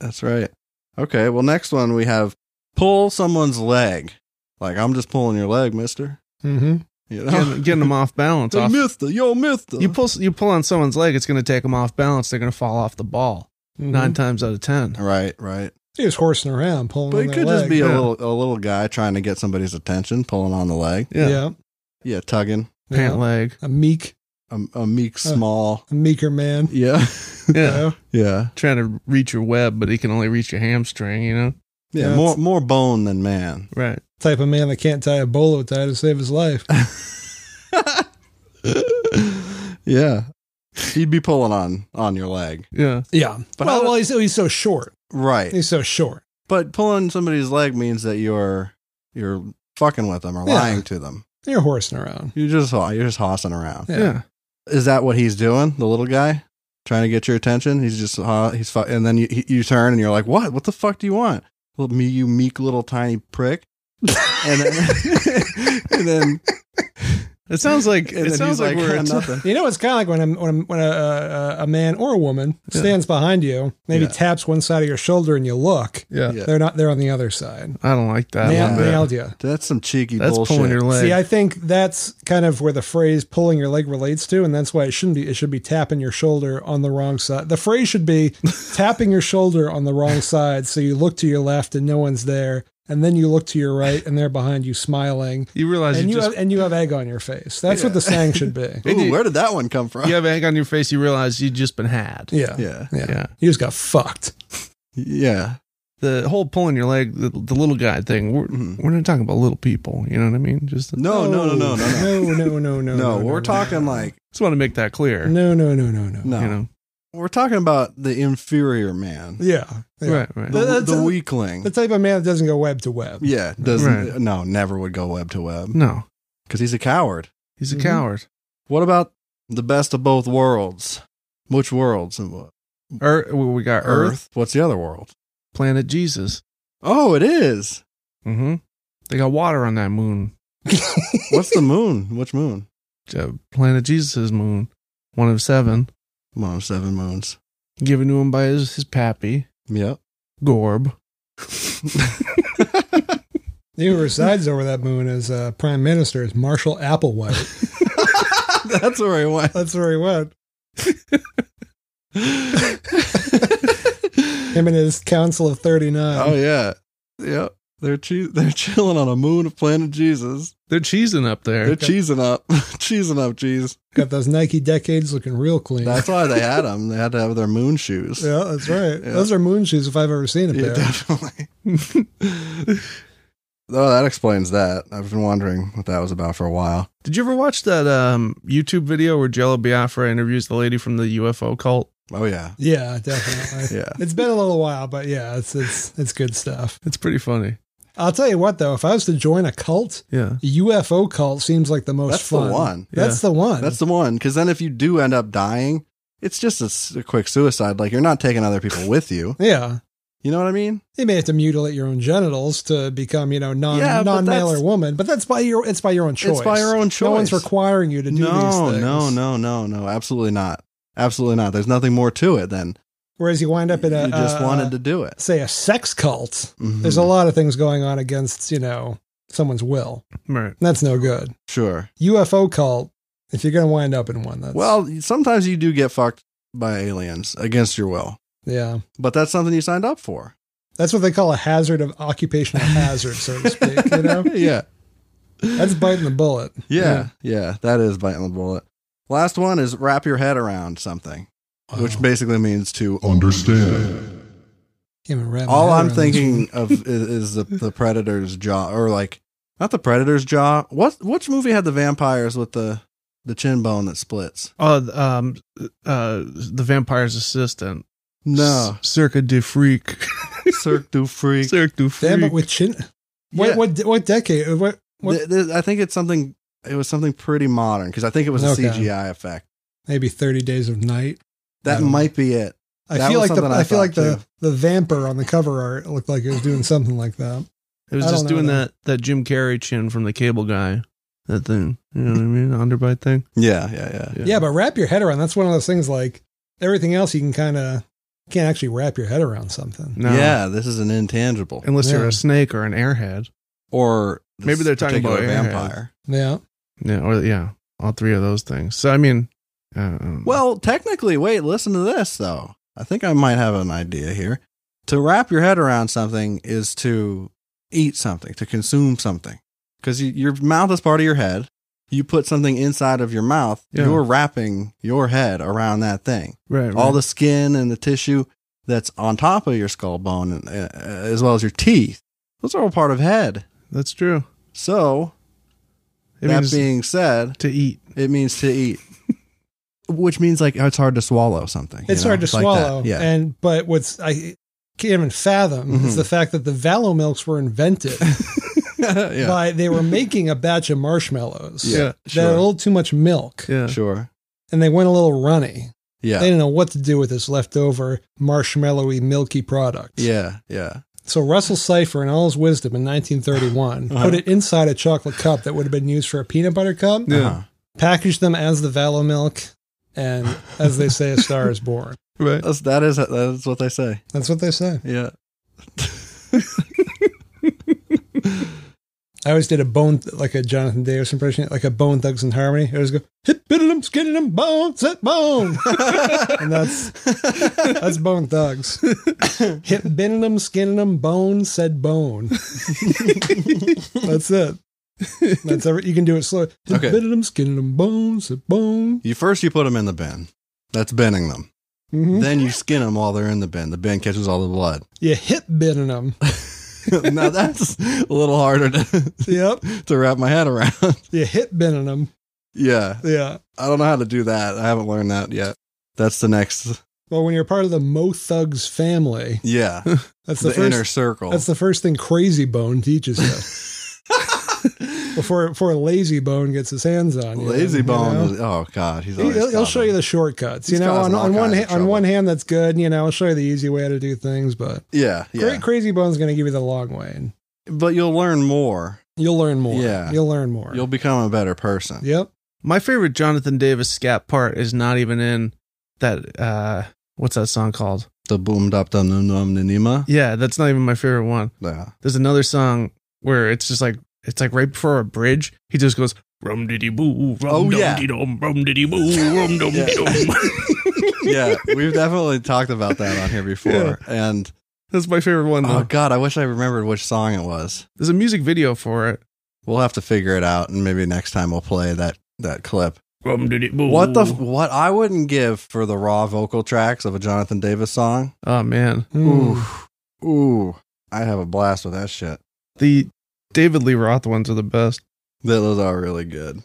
S1: That's right. Okay. Well, next one we have pull someone's leg. Like I'm just pulling your leg, Mister.
S3: Mm-hmm.
S1: You
S2: getting,
S1: know,
S2: getting them off balance.
S1: Hey,
S2: off.
S1: Mister, yo, Mister.
S2: You pull you pull on someone's leg, it's going to take them off balance. They're going to fall off the ball nine times out of ten.
S1: right, right.
S3: Mm-hmm. He was horsing around, pulling.
S1: But
S3: on
S1: it
S3: their
S1: could just
S3: leg.
S1: be a
S2: yeah.
S1: little a little guy trying to get somebody's attention, pulling on the leg.
S3: yeah,
S2: Yeah,
S1: Yeah, tugging.
S2: pant
S3: Yeah.
S2: leg.
S3: a meek,
S1: A, a meek,
S3: Uh.
S1: small.
S3: a meeker man.
S1: Yeah.
S2: Yeah,
S3: Yeah.
S1: yeah.
S2: trying to reach your web, but he can only reach your hamstring. You know,
S1: Yeah.
S3: Yeah,
S1: more more bone than man.
S2: right?
S3: type of man that can't tie a bolo tie to save his life.
S1: yeah. He'd be pulling on on your leg.
S2: Yeah,
S3: Yeah.
S1: But
S3: well,
S1: how-
S3: well, he's he's so short.
S1: Right.
S3: He's so short.
S1: But pulling somebody's leg means that you're you're fucking with them or
S3: Yeah.
S1: lying to them.
S3: You're horsing around.
S1: You're just ho- you're just hossing around.
S2: yeah.
S1: Is that what he's doing? The little guy trying to get your attention. He's just ho- he's fu- and then you he- you turn and you're like, "What? What the fuck do you want?" Well, me you meek little tiny prick. and then and then
S2: It sounds like
S1: and
S2: it
S1: then
S2: sounds
S1: he's
S2: like, we're
S1: "Ah,
S2: at-
S1: nothing.
S3: You know, it's kind of like when a when a, when a, a, a man or a woman
S2: Yeah.
S3: stands behind you, maybe
S1: Yeah.
S3: taps one side of your shoulder, and you look.
S2: yeah.
S1: Yeah.
S3: They're not. They're on the other side.
S2: I don't like that.
S3: Nail-
S1: love
S2: one bit.
S3: nailed you.
S1: That's some cheeky
S2: That's
S1: bullshit.
S2: pulling your leg.
S3: See, I think that's kind of where the phrase "pulling your leg" relates to, and that's why it shouldn't be. It should be tapping your shoulder on the wrong side. The phrase should be tapping your shoulder on the wrong side, so you look to your left and no one's there, and then you look to your right and they're behind you smiling,
S2: you realize
S3: and
S2: you
S3: you
S2: just
S3: have, and you have egg on your face. That's what the saying should be.
S1: Ooh, where did that one come from?
S2: you have egg on your face, you realize you've just been had.
S3: Yeah.
S1: Yeah.
S2: Yeah.
S3: You just got fucked.
S1: Yeah.
S2: The whole pulling your leg, the, the little guy thing, we're,
S1: Mhm.
S2: we're not talking about little people. You know what I mean? Just,
S1: No, no, no, no, no, no.
S3: no, no, no, no.
S1: No, we're talking like
S2: just want to make that clear.
S3: No, no, no, no, no.
S1: no.
S2: You know?
S1: we're talking about the inferior man,
S3: Yeah. yeah.
S2: Right, right.
S1: the,
S3: That's-
S1: the weakling.
S3: The type of man that doesn't go web to web.
S1: Yeah, doesn't
S2: Right.
S1: no, never would go web to web
S2: No,
S1: because he's a coward.
S2: he's a
S3: Mhm.
S2: coward.
S1: What about the best of both worlds? Which worlds? And what-
S2: Earth, we got Er, Earth,
S1: What's the other world?
S2: planet Jesus.
S1: Oh, it is.
S2: Mm-hmm. They got water on that moon.
S1: What's the moon? Which moon?
S2: Uh, Planet Jesus' moon, one of seven,
S1: One of seven moons.
S2: given to him by his, his pappy
S1: Yep.
S2: Gorb.
S3: He who resides over that moon as uh, prime minister is Marshall Applewhite.
S1: That's where I went.
S3: That's where he went. Him and his council of 39.
S1: oh yeah. Yep. They're che- they're chilling on a moon of planet Jesus.
S2: They're cheesing up
S1: They're
S2: there.
S1: cheesing up, cheesing up, cheese.
S3: Got those Nike decades looking real clean.
S1: That's why they had them. They had to have their moon shoes.
S3: yeah, that's right.
S1: Yeah.
S3: Those are moon shoes if I've ever seen a
S1: Yeah,
S3: pair.
S1: definitely. oh, that explains that. I've been wondering what that was about for a while.
S2: Did you ever watch that um, YouTube video where Jello Biafra interviews the lady from the UFO cult?
S1: Oh yeah,
S3: yeah, definitely.
S1: yeah.
S3: It's been a little while, but yeah, it's it's it's good stuff.
S2: It's pretty funny.
S3: I'll tell you what though, if I was to join a cult,
S2: Yeah.
S3: a UFO cult seems like the most
S1: That's
S3: fun.
S1: the one.
S3: That's the one.
S1: That's the one. Because then if you do end up dying, it's just a s- a, quick suicide. Like you're not taking other people with you.
S3: yeah.
S1: You know what I mean?
S3: You may have to mutilate your own genitals to become, you know, non
S1: Yeah, but
S3: non male or
S1: that's-
S3: woman, but that's by your it's by your own choice.
S1: It's by your own choice.
S3: No one's requiring you to do
S1: no,
S3: these things.
S1: no, no, no, no. Absolutely not. Absolutely not. There's nothing more to it than
S3: Whereas you wind up in a
S1: you just
S3: uh,
S1: wanted to do it.
S3: say a sex cult.
S1: Mhm.
S3: There's a lot of things going on against, you know, someone's will.
S2: Right.
S3: That's no good.
S1: sure.
S3: UFO cult, if you're gonna wind up in one, that's
S1: Well, sometimes you do get fucked by aliens against your will,
S3: yeah.
S1: but that's something you signed up for.
S3: That's what they call a hazard of occupational hazard, so to speak. You know,
S1: yeah.
S3: that's biting the bullet.
S1: Yeah, yeah, that is biting the bullet. Last one is wrap your head around something, which basically means to.
S5: Understand.
S3: Can't even wrap my
S1: All
S3: head
S1: I'm
S3: around
S1: thinking of is, is the, the predator's jaw, or like not the predator's jaw. What which movie had the vampires with the the chin bone that splits?
S2: Oh, th- um, uh, the vampire's assistant.
S1: No,
S2: C- Cirque du Freak.
S1: Cirque du Freak.
S2: Cirque du
S3: this. Damn
S2: Freak.
S3: it, with chin. What,
S1: Yeah.
S3: what de- what decade? uh, What what?
S1: Th- th- I think it's something. It was something pretty modern because I think it was a
S3: Okay.
S1: CGI effect.
S3: Maybe Thirty Days of Night.
S1: That
S3: Yeah.
S1: might be it.
S3: I
S1: That
S3: feel
S1: was
S3: like the
S1: something
S3: I,
S1: I
S3: feel like
S1: thought,
S3: the
S1: too.
S3: the vamper on the cover art looked like it was doing something like that.
S2: It was
S3: I
S2: just
S3: don't know
S2: doing
S3: though.
S2: that that Jim Carrey chin from the Cable Guy, that thing. You know what I mean? Underbite thing.
S1: Yeah, yeah, yeah.
S3: Yeah. but wrap your head around. That's one of those things. Like everything else, you can kind of can't actually wrap your head around something.
S2: No.
S1: Yeah, this is an intangible.
S2: Unless you're
S3: Yeah.
S2: a snake or an airhead.
S1: Or this
S2: Maybe they're talking about
S1: particular
S2: Airheads.
S3: Yeah,
S2: Yeah. Or yeah, all three of those things. So I mean, uh, I don't know.
S1: Well, technically, wait, listen to this though. I think I might have an idea here. To wrap your head around something is to eat something, to consume something. Because you, your mouth is part of your head. You put something inside of your mouth,
S2: Yeah.
S1: you're wrapping your head around that thing.
S2: right, right.
S1: All the skin and the tissue that's on top of your skull bone, and, uh, as well as your teeth, those are all part of head.
S2: That's true.
S1: So,
S2: It
S1: that
S2: means
S1: being said,
S2: to eat.
S1: It means to eat, which means like it's hard to swallow something. you
S3: it's
S1: know?
S3: hard to
S1: like that.
S3: swallow.
S1: Yeah.
S3: and but what's I can't even fathom
S1: Mhm.
S3: is the fact that the Valo milks were invented.
S1: yeah.
S3: by they were making a batch of marshmallows
S1: Yeah,
S3: that had
S1: sure.
S3: a little too much milk
S2: Yeah.
S1: Sure.
S3: and they went a little runny.
S1: Yeah.
S3: They didn't know what to do with this leftover marshmallowy milky product.
S1: yeah. Yeah.
S3: So Russell Cipher, in all his wisdom in 1931,
S1: Uh-huh.
S3: put it inside a chocolate cup that would have been used for a peanut butter cup,
S1: Uh-huh.
S3: packaged them as the Valo milk, and as they say, a star is born.
S2: Right.
S1: That's, that is that is what they say.
S3: That's what they say.
S1: Yeah.
S3: I always did a bone like a Jonathan Davis impression, like a Bone Thugs and Harmony. I always go hip, bit them, skinning them, bone, set bone, and that's that's Bone Thugs. hip, bending them, skinning them, bone, said bone. that's it. That's every, you can do it slow. Hip,
S1: Okay.
S3: bending them, skinning them, bone, said bone.
S1: You first you put them in the bin. That's binning them.
S3: Mhm.
S1: Then you skin them while they're in the bin. The bin catches all the blood.
S3: You hip bending them.
S1: now that's a little harder to,
S3: yep.
S1: to wrap my head around.
S3: You hip bending them.
S1: Yeah.
S3: Yeah.
S1: I don't know how to do that. I haven't learned that yet. That's the next
S3: Well, when you're part of the Mo Thugs family,
S1: Yeah.
S3: that's the,
S1: the
S3: first.
S1: inner circle.
S3: That's the first thing Crazy Bone teaches you before before Lazy Bone gets his hands on you.
S1: Lazy
S3: you
S1: Bone.
S3: know?
S1: is- oh God, he's
S3: He-
S1: always
S3: He'll, he'll show you
S1: stopping.
S3: the shortcuts.
S1: He's
S3: you know, on,
S1: causing all
S3: on one
S1: kinds of
S3: hand, on
S1: trouble.
S3: one hand, that's good. You know, I'll show you the easy way to do things, but
S1: yeah, yeah.
S3: Cra- Crazy Bone's going to give you the long way, and
S1: But you'll learn more.
S3: you'll learn more.
S1: Yeah.
S3: you'll learn more.
S1: You'll become a better person.
S3: yep.
S2: My favorite Jonathan Davis scat part is not even in that. uh What's that song called?
S1: The boom dop dum dum dum ninima.
S2: Yeah, that's not even my favorite one.
S1: Yeah.
S2: There's another song where it's just like it's like right before a bridge. He just goes rum diddy boo, rum
S1: Oh,
S2: dum
S1: yeah.
S2: dee dum, rum diddy boo, rum dum dee dum.
S1: yeah, we've definitely talked about that on here before. And
S2: That's my favorite one.
S1: oh
S2: Though.
S1: God, I wish I remembered which song it was.
S2: There's a music video for it.
S1: We'll have to figure it out, and maybe next time we'll play that that clip.
S4: Rum diddy boo.
S1: What the f- what I wouldn't give for the raw vocal tracks of a Jonathan Davis song.
S2: Oh man,
S3: Mm.
S1: Ooh, ooh, I'd have a blast with that shit.
S2: the David Lee Roth ones are the best.
S1: Th- Those are really good.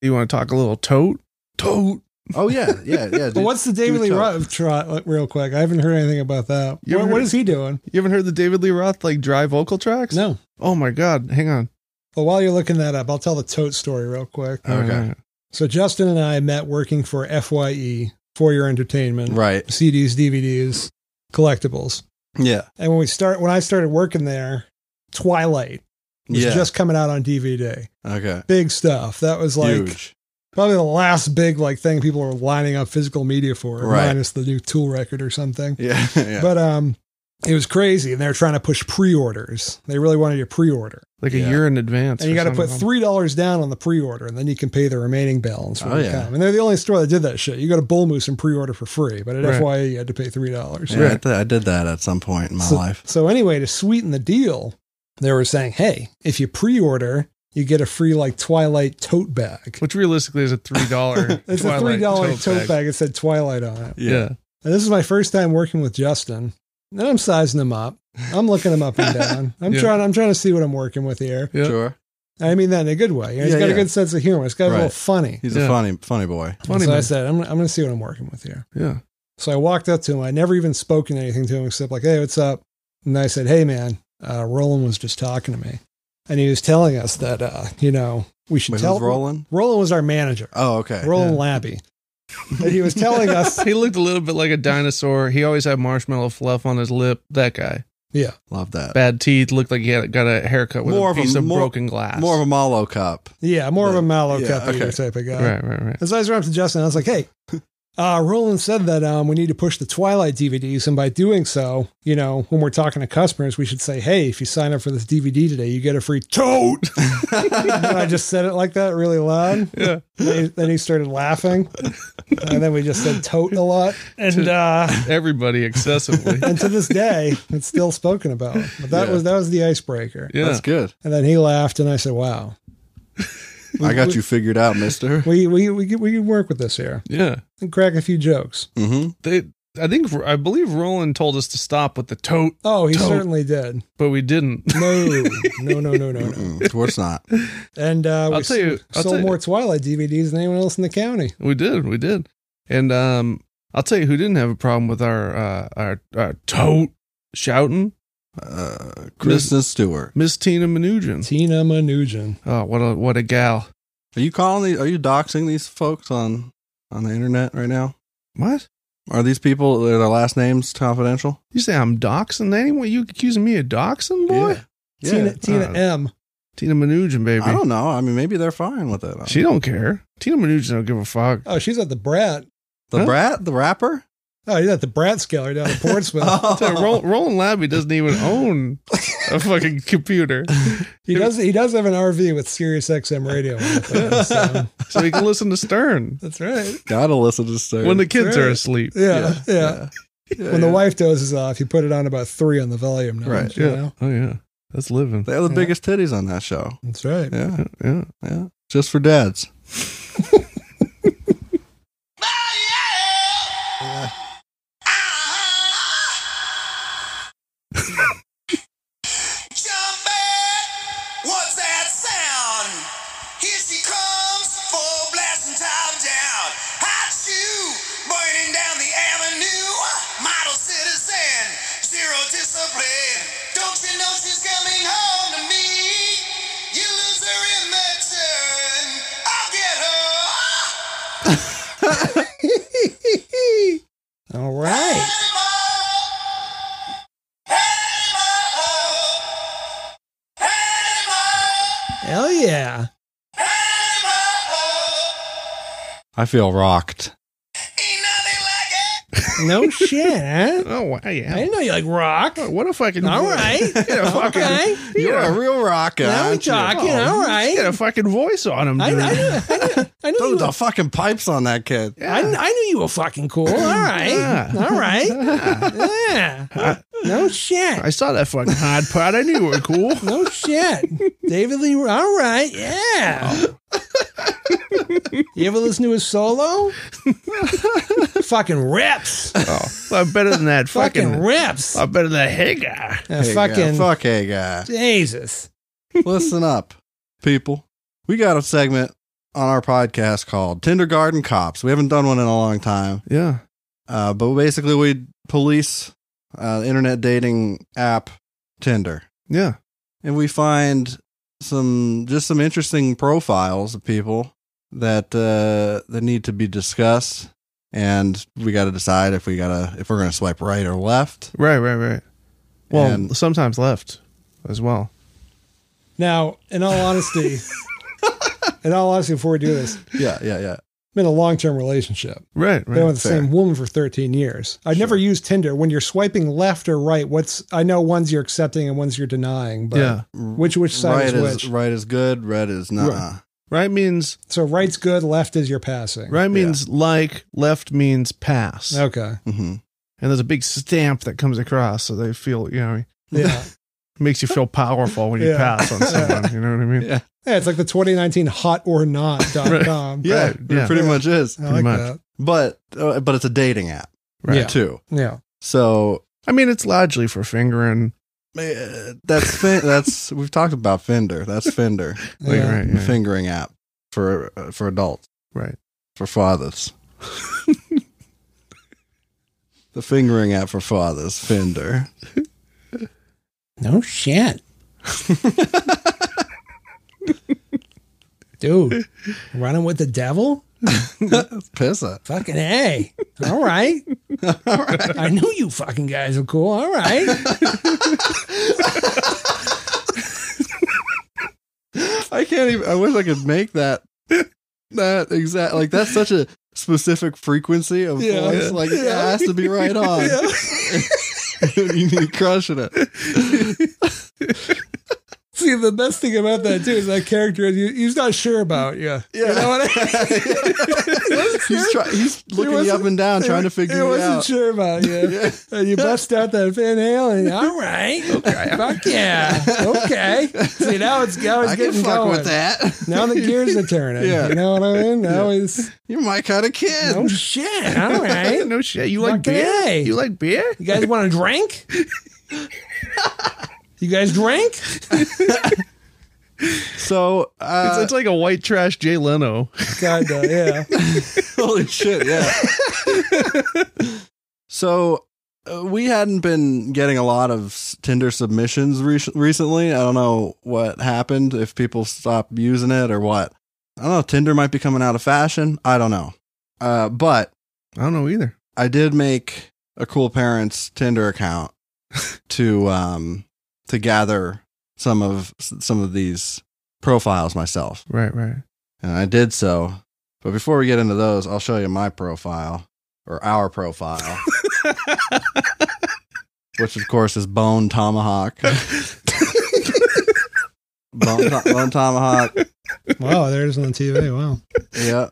S2: You want to talk a little tote? Tote.
S1: Oh yeah, yeah, yeah.
S3: But
S1: dude.
S3: what's the David
S1: do
S3: Lee
S1: tell.
S3: Roth trot? like, Real quick, I haven't heard anything about that.
S2: You
S3: What,
S2: haven't
S3: what
S2: heard-
S3: is he doing?
S2: You haven't heard the David Lee Roth like dry vocal tracks?
S3: No.
S2: Oh my god, hang on.
S3: Well, while you're looking that up, I'll tell the tote story real quick.
S1: Okay.
S3: So Justin and I met working for FYE for your entertainment,
S1: right?
S3: CDs, DVDs, collectibles.
S1: Yeah,
S3: And when we start, when I started working there, Twilight was
S1: yeah.
S3: just coming out on DVD.
S1: okay,
S3: Big stuff. That was like
S1: huge.
S3: probably the last big like thing people were lining up physical media for,
S1: Right.
S3: minus the new Tool record or something.
S1: Yeah, yeah.
S3: But um, it was crazy, and they were trying to push pre-orders. They really wanted you to pre-order,
S2: Like
S1: Yeah.
S2: a year in advance.
S3: and you
S2: for
S3: got to
S2: some
S3: put
S2: of them.
S3: three dollars down on the pre-order, and then you can pay the remaining balance. When
S1: Oh,
S3: you
S1: yeah.
S3: come. and they're the only store that did that shit. You go to Bull Moose and pre-order for free, but at
S2: Right.
S3: FYE you had to pay three dollars.
S1: Yeah, I, th- I did that at some point in my life.
S3: So anyway, to sweeten the deal, they were saying, "Hey, if you pre-order, you get a free like Twilight tote bag."
S2: Which realistically is a three dollar.
S3: It's a three dollar tote, bag. It said Twilight on it.
S2: Yeah.
S3: And this is my first time working with Justin. And I'm sizing him up. I'm looking him up and down. I'm
S2: Yeah.
S3: trying. I'm trying to see what I'm working with here.
S2: Yeah.
S1: Sure,
S3: I mean that in a good way. You know, he's
S1: Yeah,
S3: got
S1: yeah.
S3: a good sense of humor. This guy's a little
S1: Right.
S3: funny.
S1: he's a
S2: Yeah.
S1: funny, funny boy.
S2: Funny
S3: so I
S2: man.
S3: said, I'm, I'm going to see what I'm working with here.
S2: Yeah.
S3: So I walked up to him. I never even spoken anything to him except like, hey, what's up? And I said, hey, man, uh, Roland was just talking to me, and he was telling us that uh, you know we should
S1: Wait,
S3: tell
S1: who's rolling?
S3: Roland was our manager,
S1: Oh, okay.
S3: Roland Labby, and he was telling us
S2: He looked a little bit like a dinosaur. He always had marshmallow fluff on his lip. That guy.
S1: Love that.
S2: Bad teeth. Looked like he had got a haircut with
S1: More
S2: a
S1: of a-
S2: piece of,
S1: more-
S2: broken glass.
S1: More of a Malo cup.
S3: Yeah, more of
S1: But-
S3: a mallow
S1: yeah,
S3: cup eater
S1: okay.
S3: type of guy.
S2: Right, right, right.
S3: As I was running up to Justin, I was like, hey, uh, Roland said that um, we need to push the Twilight DVDs. And by doing so, you know, when we're talking to customers, we should say, hey, if you sign up for this DVD today, you get a free tote. and I just said it like that really loud.
S2: Yeah.
S3: Then he, then he started laughing. and then we just said tote a lot. And, uh,
S2: Everybody excessively.
S3: and to this day, it's still spoken about. But that
S1: Yeah.
S3: was that was the icebreaker.
S2: Yeah.
S1: That's good.
S3: And then he laughed, and I said, "Wow,
S1: I got you figured out, Mister.
S3: we we we can, we can work with this here."
S2: yeah.
S3: and crack a few jokes.
S1: Mm-hmm.
S2: They I think I believe Roland told us to stop with the tote,
S3: Oh, he
S2: Tote.
S3: certainly did.
S2: but we didn't.
S3: No, no, no, no, no, no.
S1: Mm-mm, of course not.
S3: And uh, we
S2: I'll tell you- I'll
S3: sold
S2: tell you-
S3: more Twilight DVDs than anyone else in the county.
S2: We did, we did. And um I'll tell you who didn't have a problem with our uh our, our tote shouting.
S1: Uh, Kristen Stewart.
S2: Miss Tina Mnuchin.
S3: Tina Manujan.
S2: Oh, what a what a gal.
S1: Are you calling these? Are you doxing these folks on on the internet right now?
S2: What?
S1: Are these people are their last names confidential?
S2: You say I'm doxing anyone? You accusing me of doxing, boy?
S1: Yeah.
S3: Tina
S1: Yeah.
S3: Tina
S2: Uh,
S3: M.
S2: Tina Mnuchin, baby.
S1: I don't know. I mean, maybe they're fine with it.
S2: she don't care. Tina Mnuchin don't give a fuck.
S3: Oh, she's at the Brat.
S1: the
S2: Huh?
S1: brat, the rapper. Oh,
S3: Oh, she's at the Brat Scaler down in Portsmouth.
S2: I'll tell you, Roland, Roland Labby doesn't even own a fucking computer.
S3: he does. He does have an RV with Sirius XM radio. on it, though, so-
S2: So he can listen to Stern
S3: That's right.
S1: Gotta listen to Stern.
S2: when the kids are
S3: Right.
S2: asleep.
S3: Yeah, yeah.
S1: Yeah,
S3: when the
S1: yeah.
S3: wife dozes off, you put it on about three on the volume. Notch,
S1: Right.
S3: You
S2: Yeah.
S3: know?
S2: Oh yeah. That's living.
S1: they are the
S3: Yeah.
S1: biggest titties on that show.
S3: That's right.
S1: Yeah,
S2: Yeah.
S1: yeah. Just for dads.
S5: Jumping, what's that sound? Here she comes, full blasting top down. Hot shoe, burning down the avenue. discipline. Don't you know she's coming home to me? You lose her in return. I'll get her.
S3: All right. Hell yeah.
S1: I feel rocked.
S5: Ain't nothing like it.
S3: No shit, huh?
S2: Oh wow, yeah.
S3: I didn't know you like rock.
S2: Oh, What a fucking
S3: All right.
S2: Get a fucking,
S3: Okay.
S1: You're a real rocker.
S3: Now we
S1: aren't you?
S3: talking. All right.
S2: get a fucking voice on him,
S3: I, I
S2: dude.
S3: knew, I knew, I knew
S1: Throw
S3: you.
S1: the
S3: Were,
S1: fucking pipes on that kid.
S3: I, kn- I knew you were fucking cool. All right. All right. Yeah. No shit.
S2: I saw that fucking hard part. I knew you were cool.
S3: No shit. David Lee. All right. Yeah. You ever listen to his solo? fucking rips.
S2: Oh, I'm better than that.
S3: Fucking
S2: fucking.
S3: rips.
S2: I'm better than that. Hey guy.
S3: Uh,
S1: Hey, guy.
S3: fucking
S1: fuck, hey guy.
S3: Jesus.
S1: Listen up, people. We got a segment on our podcast called Kindergarten Cops. We haven't done one in a long time,
S2: Yeah.
S1: uh, but basically we police uh, the internet dating app Tinder,
S2: Yeah.
S1: and we find some just some interesting profiles of people that uh, that need to be discussed, and we got to decide if we gotta if we're gonna swipe right or left.
S2: Right. Right. Right. Well,
S1: And-
S2: sometimes left as well.
S3: Now, in all honesty, in all honesty, before we do this,
S1: Yeah, yeah, yeah.
S3: I'm in a long term relationship.
S2: Right.
S3: Been
S2: Right.
S3: with the
S1: fair.
S3: same woman for 13 years. I never used Tinder. When you're swiping left or right, what's I know ones you're accepting and ones you're denying, but
S2: Yeah.
S3: which which side
S1: right
S3: is which?
S1: is right is good, red is nah.
S2: Right means
S3: So right's good, left is you're passing.
S2: right means like. Left means pass.
S3: Okay.
S1: hmm
S2: And there's a big stamp that comes across, so they feel you know.
S3: Yeah.
S2: makes you feel powerful when you
S3: Yeah.
S2: pass on someone. You know what I mean?
S1: Yeah,
S3: yeah, it's like the 2019 hot or
S2: Right.
S3: not.com.
S1: yeah,
S2: Right, yeah.
S1: it pretty much is.
S3: I like
S2: much.
S3: that.
S1: But uh, but it's a dating app
S2: Right.
S3: Yeah.
S1: too.
S3: Yeah.
S1: So
S2: I mean, it's largely for fingering.
S1: uh, that's fin- that's we've talked about Fender. That's Fender,
S2: Like,
S3: yeah.
S2: Right.
S1: the
S2: Yeah.
S1: fingering app for uh, for adults,
S2: Right.
S1: for fathers. the fingering app for fathers, Fender.
S3: No shit. Dude, running with the devil?
S1: Pissa.
S3: Fucking A. All right. I knew you fucking guys were cool. All right.
S1: I can't even. I wish I could make that that exact. Like that's such a specific frequency of
S3: Yeah.
S1: voice. Like it has to be right on. you need crushing it.
S3: See, the best thing about that, too, is that character you, he's not sure about you.
S1: Yeah.
S3: You know what I
S1: he's try, he's looking you up
S3: wasn't-
S1: and down, trying to figure
S3: He
S1: you
S3: wasn't
S1: out.
S3: sure about you.
S1: Yeah.
S3: And you bust out that finale, and all right, okay, fuck yeah, okay. See now it's now it's
S1: I can
S3: getting
S1: fuck
S3: going.
S1: with that.
S3: Now the gears are turning.
S1: Yeah.
S3: You know what I mean? Now it's
S1: You're my kind of kid.
S3: oh shit. All right,
S2: No shit. You
S3: Fucking
S2: like beer?
S3: A.
S2: You like beer?
S3: you guys want a drink? You guys drink?
S1: So
S2: It's,
S1: uh,
S2: it's like a white trash Jay Leno.
S3: God, uh, yeah.
S1: holy shit, yeah. so uh, we hadn't been getting a lot of s- Tinder submissions re- recently. I don't know what happened. If people stopped using it or what. I don't know. Tinder might be coming out of fashion. I don't know. Uh, but
S2: I don't know either.
S1: I did make a cool parents Tinder account to um to gather some of some of these profiles myself,
S2: Right. Right.
S1: and I did so. But before we get into those, I'll show you my profile or our profile, which of course is Bone Tomahawk. Bone, to- Bone Tomahawk,
S3: Wow, there it is on TV. Wow.
S1: yeah,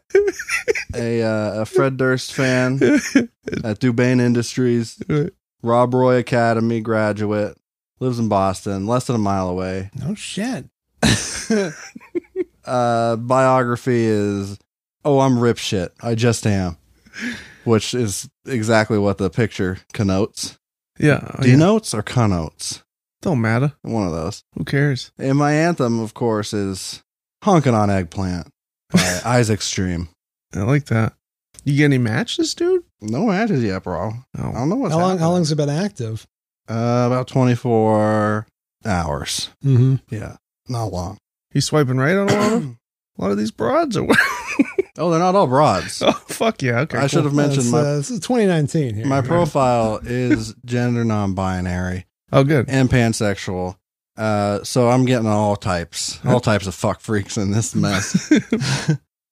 S1: a uh, a Fred Durst fan at Dubane Industries. Rob Roy Academy graduate, lives in Boston, less than a mile away.
S3: No shit.
S1: Uh, biography is, oh, I'm rip shit. I just am, which is exactly what the picture connotes.
S2: yeah.
S3: Oh,
S2: yeah.
S1: Denotes or connotes?
S2: Don't matter.
S1: One of those.
S2: Who cares?
S1: And my anthem, of course, is Honking on Eggplant by Isaac Stream.
S2: I like that. You get any matches, dude?
S1: No matches yet, bro. I
S2: Oh,
S1: don't know what's
S3: How long? How
S1: happening.
S3: long's it been active?
S1: Uh, about 24 hours.
S3: Mm-hmm.
S1: Yeah. Not long.
S2: He's swiping right on a lot of a lot of these broads. Or what?
S1: Oh, they're not all broads.
S2: oh fuck yeah! Okay,
S1: I should have mentioned
S3: That's,
S1: my
S3: uh, this is 2019 here.
S1: my profile is gender non-binary
S2: Oh good.
S1: and pansexual. Uh, so I'm getting all types, all types of fuck freaks in this mess.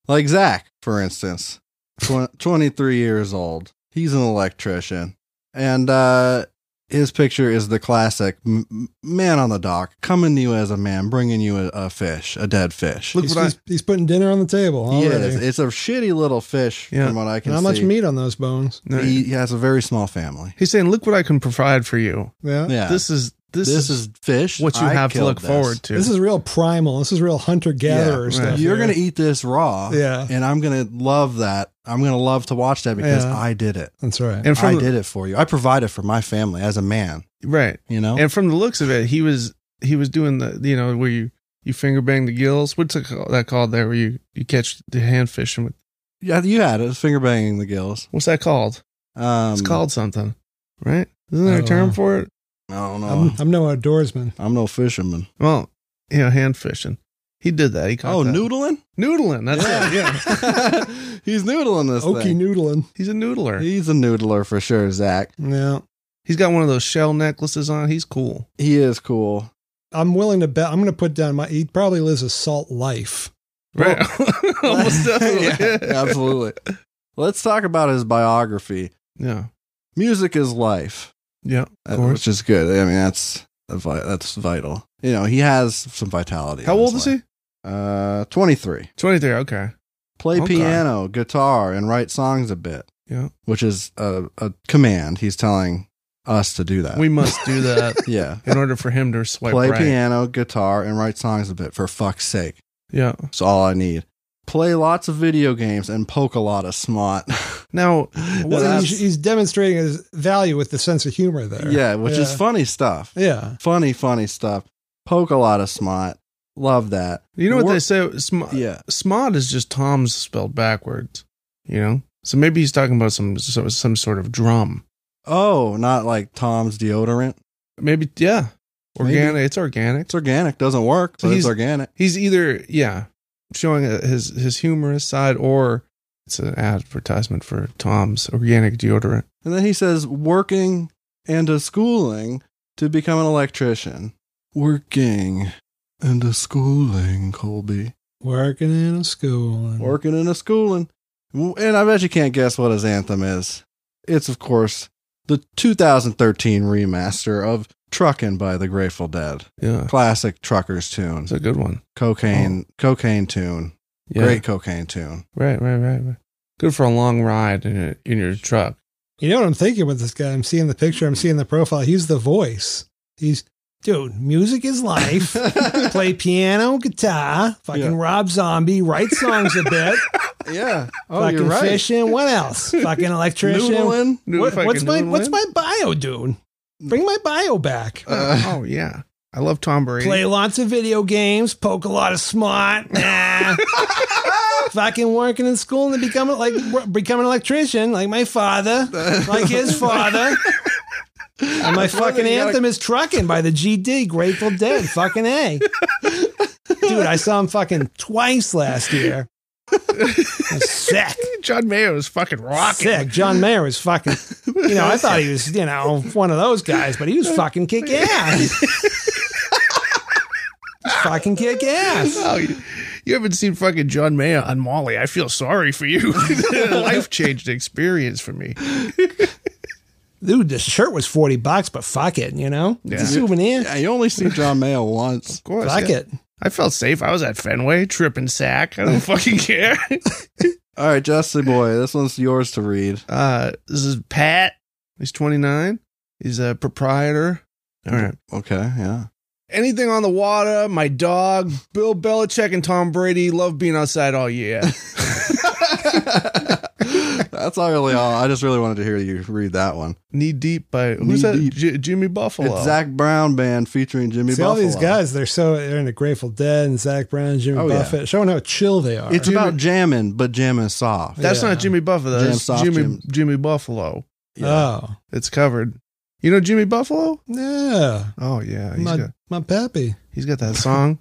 S1: like Zach, for instance, tw- 23 years old. He's an electrician. And uh, his picture is the classic m- m- man on the dock, coming to you as a man, bringing you a, a fish, a dead fish.
S2: Look
S3: he's,
S2: what I-
S3: he's- he's putting dinner on the table already.
S1: Yes, it's a shitty little fish
S2: Yeah.
S1: from what I can
S3: Not
S1: see.
S3: much meat on those bones.
S2: No,
S1: He, he has a very small family.
S2: he's saying, "Look what I can provide for you.
S3: Yeah.
S1: Yeah. This,
S2: This is this, is,
S1: is, fish.
S2: what you
S1: I
S2: have to
S1: killed
S2: look
S1: this.
S2: forward to."
S3: This is real primal. This is real hunter gatherer
S2: Yeah,
S3: stuff.
S2: right.
S1: You're
S3: here.
S1: going to eat this raw.
S3: Yeah.
S1: And I'm going to love that. I'm going to love to watch that because
S3: Yeah.
S1: I did it.
S3: That's right.
S2: and
S1: I
S2: from
S1: did it for you. I provided for my family as a man,
S2: right,
S1: you know?
S2: and from the looks of it, he was he was doing the you know where you you finger bang the gills. What's it called, that called there where you you catch the hand fishing with?
S1: yeah, you had it. Finger banging the gills.
S2: What's that called?
S1: Um, uh,
S2: it's called something, right? Isn't there
S3: I
S2: a
S3: don't
S2: term
S3: know.
S2: for it?
S1: I don't know.
S3: I'm, I'm no outdoorsman.
S1: I'm, no fisherman.
S2: Well, you know, hand fishing. He did that. He caught
S1: Oh,
S2: that.
S1: noodling?
S2: noodling. That's it. Yeah,
S1: He's noodling this
S3: Okie
S1: thing.
S3: noodling.
S2: he's a noodler.
S1: He's a noodler for sure, Zach.
S3: Yeah.
S2: He's got one of those shell necklaces on. He's cool.
S1: He is cool.
S3: I'm willing to bet. I'm going to put down my. He probably lives a salt life.
S2: Right. Almost definitely.
S1: Yeah, absolutely. Let's talk about his biography.
S2: Yeah.
S1: Music is life.
S2: Yeah.
S1: Uh,
S2: Of course.
S1: which is good. I mean, that's a vi- that's vital. You know, he has some vitality.
S2: How old is he?
S1: he? Uh, twenty three.
S2: 23. Okay.
S1: Play
S2: Okay.
S1: piano, guitar, and write songs a bit.
S2: Yeah.
S1: which is a, a command. He's telling us to do that.
S2: We must do that
S1: yeah,
S2: in order for him to swipe
S1: play
S2: right.
S1: piano, guitar, and write songs a bit. For fuck's sake,
S2: Yeah.
S1: that's all I need. Play lots of video games and poke a lot of smut.
S2: Now,
S1: Well,
S2: what
S3: Well,
S1: that's-
S3: he's, he's demonstrating his value with the sense of humor there.
S1: yeah, which is funny stuff.
S3: Yeah.
S1: Funny, funny stuff. Poke a lot of smut. Love that.
S2: you know what they
S1: Work-
S2: say? Smod,
S1: Yeah.
S2: smod is just Tom's spelled backwards, you know? So maybe he's talking about some so, some sort of drum.
S1: Oh, not like Tom's deodorant.
S2: Maybe, yeah. Organic. It's organic.
S1: It's organic. Doesn't work, but
S2: So
S1: it's
S2: he's-
S1: organic.
S2: He's either, yeah, showing uh, his, his humorous side or it's an advertisement for Tom's organic deodorant.
S1: And then he says, working and a schooling to become an electrician. Working and a schooling, Colby.
S3: Working in a school. and-
S1: Working and a schooling. And I bet you can't guess what his anthem is. It's, of course, the 2013 remaster of Truckin' by the Grateful Dead.
S2: Yeah.
S1: Classic truckers tune.
S2: It's a good one.
S1: Cocaine, cocaine tune.
S2: Oh. Yeah.
S1: Great cocaine tune.
S2: Right, right, right, right. Good for a long ride in, a, in your truck.
S3: You know what I'm thinking with this guy? I'm seeing the picture. I'm seeing the profile. He's the voice. He's dude. Music is life. Play piano, guitar. Fucking
S1: Yeah.
S3: Rob Zombie. Write songs a bit.
S1: Yeah. Oh,
S3: fucking
S1: you're right.
S3: fishing. What else? Fucking electrician.
S1: Noodling.
S3: What-
S2: Fucking
S3: what's my
S2: doodling.
S3: What's my bio, dude? Bring my bio back.
S1: Uh,
S2: oh yeah, I love Tom Brady.
S3: Play lots of video games, poke a lot of smart. Nah. Fucking working in school and become like wor- become an electrician, like my father, like his father. And my fucking
S1: You gotta-
S3: anthem is "Trucking" by the GD, Grateful Dead. Fucking a, dude, I saw him fucking twice last year. That's sick,
S2: John Mayo is fucking rocking.
S3: sick. John Mayer was fucking. You know, I thought he was, you know, one of those guys, but he was fucking kick ass. He's fucking kick ass.
S2: Oh, you, you haven't seen fucking John Mayo on Molly. I feel sorry for you. Life changed experience for me.
S3: dude, this shirt was 40 bucks, but fuck it, you know?
S2: Yeah.
S3: It's a souvenir.
S1: Yeah, you only see John Mayo once.
S2: Of course,
S3: fuck
S2: yeah.
S3: it.
S2: I felt safe. I was at Fenway tripping sack. I don't fucking care.
S1: All right, Justin boy, this one's yours to read.
S2: Uh, this is Pat. He's twenty nine. He's a proprietor. All right.
S1: Okay, yeah.
S2: Anything on the water, my dog, Bill Belichick and Tom Brady love being outside all year.
S1: That's not really all. I just really wanted to hear you read that one.
S2: Knee deep by
S1: Knee
S2: who's that?
S1: Deep.
S2: J- Jimmy Buffalo.
S1: It's Zach Brown band featuring Jimmy
S3: See,
S1: Buffalo.
S3: all these guys, they're so, they're into Grateful Dead and Zach Brown, Jimmy
S1: Oh, yeah.
S3: Buffett, showing how chill they are.
S1: It's about jamming, but jamming soft.
S2: That's
S3: Yeah.
S2: not Jimmy Buffalo.
S1: Jam
S2: That's
S1: soft
S2: Jimmy
S1: Jim.
S2: Jimmy Buffalo.
S1: Yeah.
S3: Oh.
S2: It's covered. You know Jimmy Buffalo?
S3: Yeah.
S2: Oh yeah, he's
S3: My,
S2: got
S3: my pappy.
S2: he's got that song.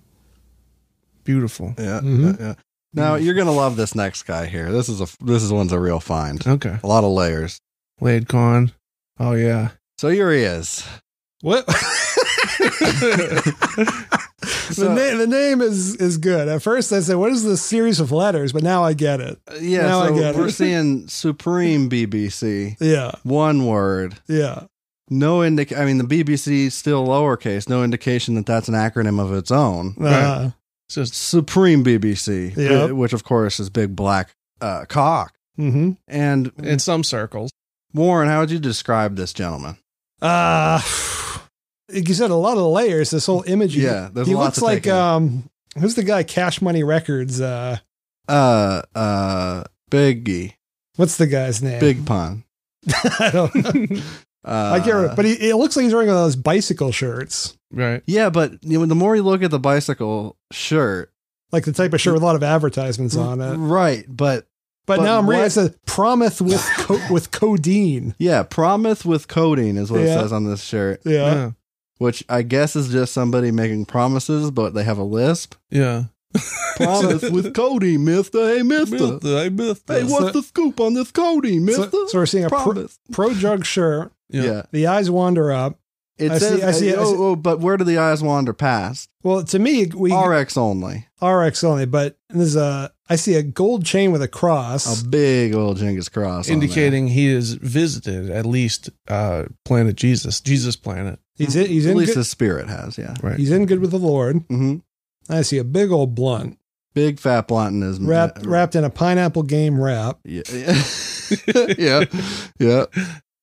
S2: Beautiful.
S1: Yeah,
S3: Mhm.
S1: yeah, yeah. Now you're gonna love this next guy here. This is a this is one's a real find.
S2: Okay,
S1: A lot of layers.
S2: Laid Con. Oh yeah,
S1: So here he is.
S3: What? the,
S1: So-
S3: name, the name is is good. At first, I said, "What is this series of letters?" But now I get it.
S1: Yeah,
S3: Now I
S1: so
S3: get it.
S1: we're seeing Supreme BBC,
S3: Yeah,
S1: one word.
S3: yeah.
S1: No indic. I mean, the BBC still lowercase. No indication that that's an acronym of its own.
S3: Uh,
S2: it's just
S1: Supreme BBC,
S3: Yep.
S1: uh, which of course is big black uh, cock.
S3: mm-hmm.
S1: And
S2: in some circles.
S1: Warren, how would you describe this gentleman?
S3: Uh, like you said, a lot of layers. This whole image. you-
S1: Yeah, there's
S3: he
S1: a lot
S3: looks
S1: to
S3: like
S1: take in.
S3: um, who's the guy? Cash Money Records. Uh,
S1: Uh, uh, Biggie,
S3: what's the guy's name?
S1: Big Pun.
S3: I don't know.
S1: Uh,
S3: I can't remember. But he, it looks like he's wearing one of those bicycle shirts,
S2: Right.
S1: yeah, but you know, the more you look at the bicycle shirt,
S3: like the type of shirt with a lot of advertisements on it.
S1: right? But
S3: But,
S1: But
S3: now I'm reading it
S1: what-
S3: says Prometh with co- with codeine.
S1: yeah, Prometh with codeine is what it
S3: Yeah.
S1: says on this shirt.
S3: Yeah.
S2: yeah.
S1: which I guess is just somebody making promises, but they have a lisp.
S2: Yeah.
S1: Promise with Cody, mister. Hey, mister.
S2: I missed
S1: Hey,
S2: this.
S1: what's the scoop on this Cody, mister?
S3: So, so we're seeing a pro,
S1: Promise.
S3: pro drug shirt.
S1: Yeah.
S3: The eyes wander up.
S1: It
S3: I see-
S1: says,
S3: I see- I
S1: oh,
S3: see-
S1: oh, but where do the eyes wander past?
S3: Well, to me, we
S1: RX only.
S3: RX only, but there's a I see a gold chain with a cross.
S1: A big old Genghis cross. on there.
S2: indicating he has visited at least uh planet Jesus, Jesus planet.
S3: he's in, he's
S1: At
S3: in
S1: least
S3: good,
S1: his spirit has, yeah.
S2: Right.
S3: he's in good with the Lord.
S1: hmm
S3: I see a big old blunt
S1: Big fat blunt in his
S3: wrapped wrapped in a pineapple game wrap.
S1: Yeah. yeah. yeah.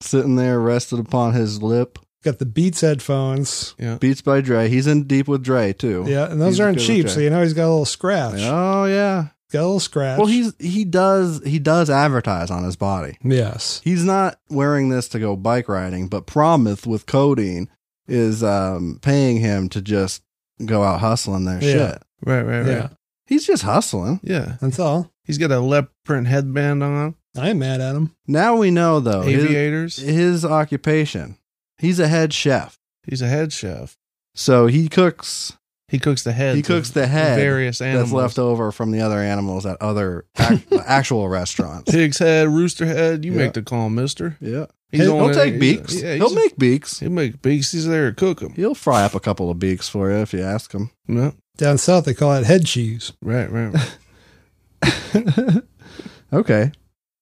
S1: Sitting there, rested upon his lip.
S3: Got the Beats headphones.
S2: yeah.
S1: Beats by Dre. He's in deep with Dre, too.
S3: Yeah, and those
S1: He's
S3: aren't
S1: good with
S3: cheap,
S1: Dre.
S3: so you know he's got a little scratch.
S1: Oh, yeah.
S3: Got a little scratch.
S1: Well, he's he does he does advertise on his body.
S3: yes.
S1: He's not wearing this to go bike riding, but Prometh with codeine is um, paying him to just go out hustling their
S3: Yeah.
S1: shit.
S2: Right, right, right.
S3: Yeah,
S2: Yeah.
S1: He's just hustling.
S3: that's all.
S2: He's got a leopard print headband on.
S3: I am mad at him.
S1: Now we know though his,
S2: Aviators.
S1: his occupation. He's a head chef,
S2: He's a head chef.
S1: so he cooks
S2: He cooks the head.
S1: he cooks the head
S2: various animals.
S1: that's left over from the other animals at other ac- actual restaurants.
S2: Pig's head, rooster head. You
S1: Yeah.
S2: make the call, Mister.
S1: Yeah,
S2: He's the
S1: he'll
S2: one that-
S1: take
S2: he's-
S1: beaks.
S2: yeah, he's-
S1: he'll make beaks.
S2: he'll make beaks. He's there to cook them.
S1: He'll fry up a couple of beaks for you if you ask him.
S2: No,
S3: Down south, they call it head cheese.
S2: right, right.
S1: Okay.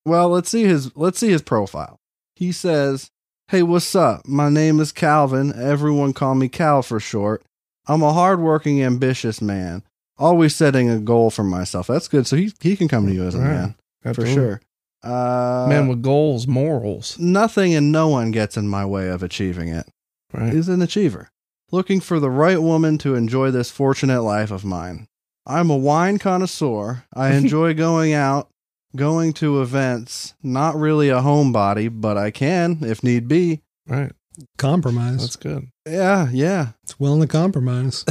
S1: Well, let's see his let's see his profile. He says, "Hey, what's up? My name is Calvin. Everyone call me Cal for short. I'm a hardworking, ambitious man, always setting a goal for myself. That's good. So he he can come to you as a
S2: Right.
S1: man for
S2: Absolutely.
S1: sure. Uh,
S2: Man with goals, morals.
S1: nothing and no one gets in my way of achieving it.
S2: Right.
S1: He's an achiever, looking for the right woman to enjoy this fortunate life of mine. I'm a wine connoisseur. I enjoy going out, going to events, not really a homebody, but I can if need be.
S2: Right.
S3: Compromise.
S2: That's good.
S1: Yeah, yeah.
S3: it's willing to compromise.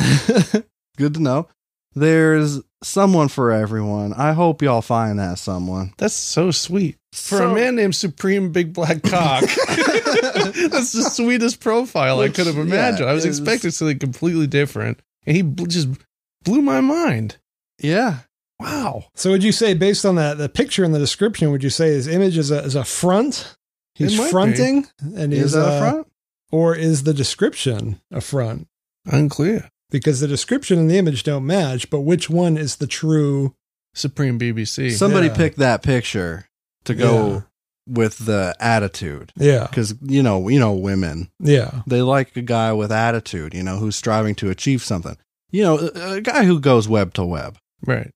S1: Good to know. There's someone for everyone. I hope y'all find that someone.
S2: That's so sweet. For
S1: So-
S2: a man named Supreme Big Black Cock, that's the sweetest profile I
S1: Which,
S2: could have imagined. I was
S1: yeah, is-
S2: expecting something completely different, and he bl- just blew my mind.
S1: Yeah.
S2: Wow.
S3: So would you say, based on that, the picture and the description, would you say his image is a, is a front? He's
S2: It might be.
S3: fronting, and he's
S1: Is that
S3: uh,
S1: a front?
S3: or is the description a front?
S2: Unclear.
S3: Because the description and the image don't match, but which one is the true?
S2: Supreme BBC.
S1: Somebody
S3: yeah.
S1: picked that picture to go with the attitude.
S3: Yeah,
S1: Because you know, you know women.
S3: yeah,
S1: They like a guy with attitude, you know, who's striving to achieve something. You know, a, a guy who goes web to web,
S2: right.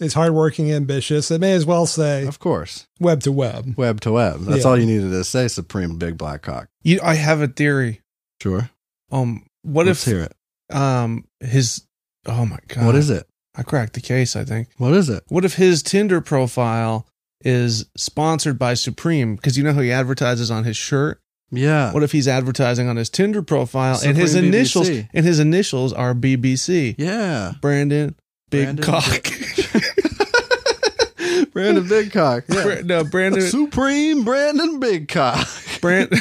S3: He's hardworking, ambitious. It may as well say
S1: of course,
S3: web to web.
S1: web to web. That's
S3: Yeah.
S1: all you needed to say, Supreme Big Black Cock.
S2: You, I have a theory.
S1: Sure.
S2: Um, what
S1: Let's
S2: if
S1: hear it.
S2: um his? Oh my god.
S1: what is it?
S2: I cracked the case. I think.
S1: What is it?
S2: What if his Tinder profile is sponsored by Supreme? Because you know how he advertises on his shirt.
S1: Yeah.
S2: What if he's advertising on his Tinder profile and his
S1: Supreme
S2: initials
S1: BBC.
S2: and his initials are BBC?
S1: yeah.
S2: Brandon Big
S1: Brandon
S2: Cock.
S1: Brandon Big Cock. Yeah.
S2: Bra- no, Brandon
S1: Supreme Brandon Big Cock.
S2: Brand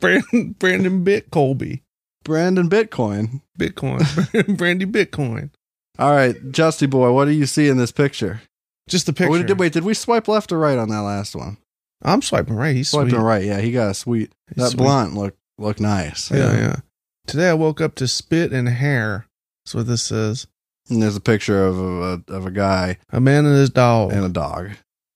S2: Brandon, Brandon Bit Colby.
S1: Brandon Bitcoin.
S2: Bitcoin. Brandy Bitcoin.
S1: All right, Justy boy, what do you see in this picture?
S2: Just the picture.
S1: Oh, we did- wait, did we swipe left or right on that last one?
S2: I'm swiping right. He's
S1: Swiping
S2: swiping right.
S1: right. Yeah, he got a sweet. that
S2: sweet.
S1: blunt looked looked nice.
S2: Yeah, yeah. Today I woke up to spit and hair. That's what this says.
S1: And there's a picture of a, of a guy
S2: A man and his dog.
S1: and a dog.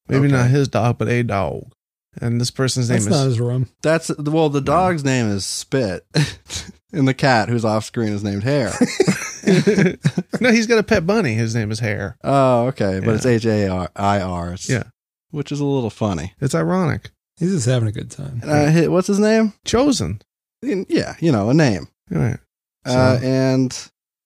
S2: Maybe
S1: okay.
S2: not his dog, but a dog. And this person's name
S3: That's not
S2: is
S3: his room.
S1: That's well, the dog's name is Spit, and the cat who's off screen is named Hair.
S2: no, he's got a pet bunny. His name is Hair.
S1: oh, okay, but it's
S2: Yeah.
S1: H A R I R. It's-
S2: Yeah.
S1: which is a little funny.
S2: It's ironic.
S3: He's just having a good time.
S1: And I hit what's his name?
S2: Chosen.
S1: In- Yeah, you know a name.
S2: Right.
S1: Uh,
S2: So-
S1: and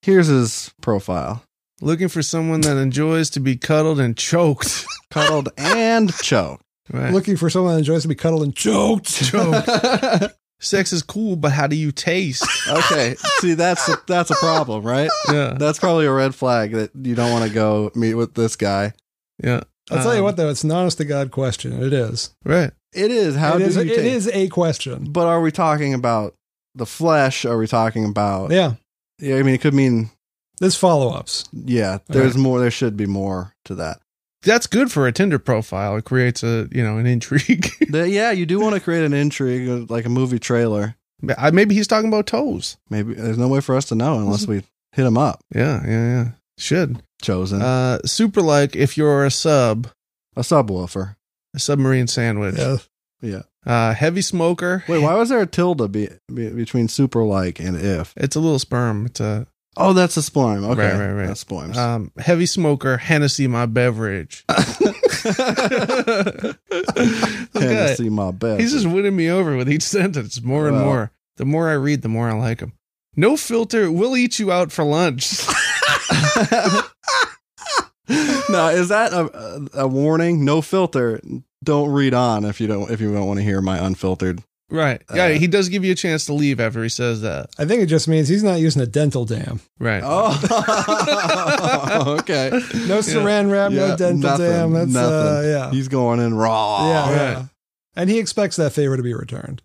S1: here's his profile:
S2: Looking for someone that enjoys to be cuddled and choked.
S1: cuddled and choked.
S2: Right.
S3: Looking for someone that enjoys to be cuddled and choked.
S1: okay,
S2: Sex is cool, but how do you taste?
S1: see that's a, that's a problem, right?
S2: yeah.
S1: That's probably a red flag that you don't want to go meet with this guy.
S2: Yeah.
S3: I'll tell you
S2: Um,
S3: what, though, it's an honest to God question. It is.
S2: Right.
S1: It is how
S3: It
S1: do
S3: is-
S1: you
S3: it
S1: taste?
S3: is a question.
S1: But are we talking about the flesh? Are we talking about?
S3: Yeah.
S1: Yeah, I mean, it could mean
S3: There's follow ups.
S1: yeah. There's more. There should be more to that.
S2: That's good for a Tinder profile. It creates a, you know, an intrigue.
S1: The- yeah, you do want to create an intrigue, uh, like a movie trailer.
S2: I- Maybe he's talking about toes.
S1: Maybe there's no way for us to know unless we hit him up.
S2: Yeah, yeah, yeah. Should.
S1: Chosen
S2: Uh, super like if you're a sub,
S1: a subwoofer.
S2: a submarine sandwich.
S3: Yeah.
S2: Uh, heavy smoker.
S1: Wait, why was there a tilde be, be, between super like and if?
S2: It's a little sperm. It's a
S1: Oh, that's a splime. Okay,
S2: Right, right, right.
S1: That's splimes.
S2: um, heavy smoker. Hennessy, my beverage.
S1: Can't
S2: okay.
S1: see my bed.
S2: He's just winning me over with each sentence more and
S1: Well.
S2: more. The more I read, the more I like him. No filter. We'll eat you out for lunch.
S1: now is that a, a warning no filter don't read on if you don't if you don't want to hear my unfiltered
S2: right. Yeah.
S1: Uh,
S2: he does give you a chance to leave after he says that.
S3: I think it just means he's not using a dental dam.
S2: Right.
S1: oh okay
S3: No saran wrap,
S1: Yeah,
S3: no dental
S1: nothing,
S3: dam. That's, uh,
S1: nothing.
S3: yeah.
S1: he's going in raw
S3: yeah,
S2: right.
S3: yeah. And he expects that favor to be returned.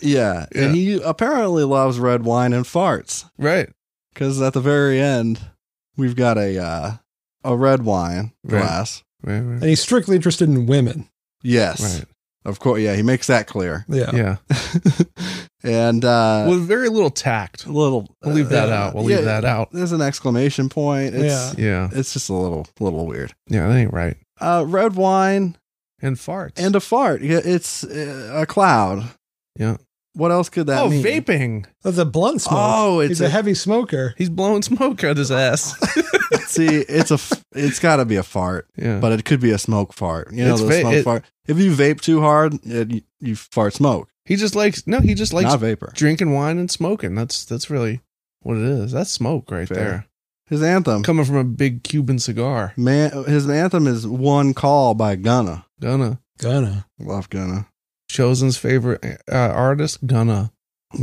S1: yeah and he apparently loves red wine and farts
S2: right.
S1: because at the very end we've got a uh a red wine
S2: Right.
S1: glass
S2: Right. Right.
S3: And he's strictly interested in women.
S1: yes
S2: right.
S1: of course yeah he makes that clear
S3: Yeah.
S2: Yeah.
S1: and uh
S2: With very little tact.
S1: little
S2: We'll leave that
S1: uh,
S2: out. We'll
S1: yeah,
S2: leave that out.
S1: there's an exclamation point. It's
S3: Yeah.
S2: Yeah.
S1: it's just a little little weird.
S2: Yeah, that ain't right.
S1: Uh, red wine
S2: And farts.
S1: and a fart. Yeah, It's uh, a cloud.
S2: yeah.
S1: What else could that
S2: Oh,
S1: mean?
S2: vaping.
S3: Oh, The blunt smoke.
S1: Oh, it's
S3: he's a,
S1: a-
S3: heavy smoker.
S2: He's blowing smoke out his ass.
S1: See, it's a f- it's got to be a fart,
S2: yeah.
S1: but it could be a smoke fart. You know,
S2: It's
S1: the
S2: va-
S1: smoke
S2: it-
S1: fart. If you vape too hard, it, you, you fart smoke,
S2: he just likes no, he just likes
S1: not vapor.
S2: drinking wine and smoking. That's that's really what it is. That's smoke right
S1: Fair.
S2: there.
S1: His anthem.
S2: Coming from a big Cuban cigar.
S1: Man, his anthem is "One Call" by Gunna.
S2: Gunna.
S3: Gonna.
S1: Love Gunna.
S2: Chosen's favorite uh, artist, Gunna.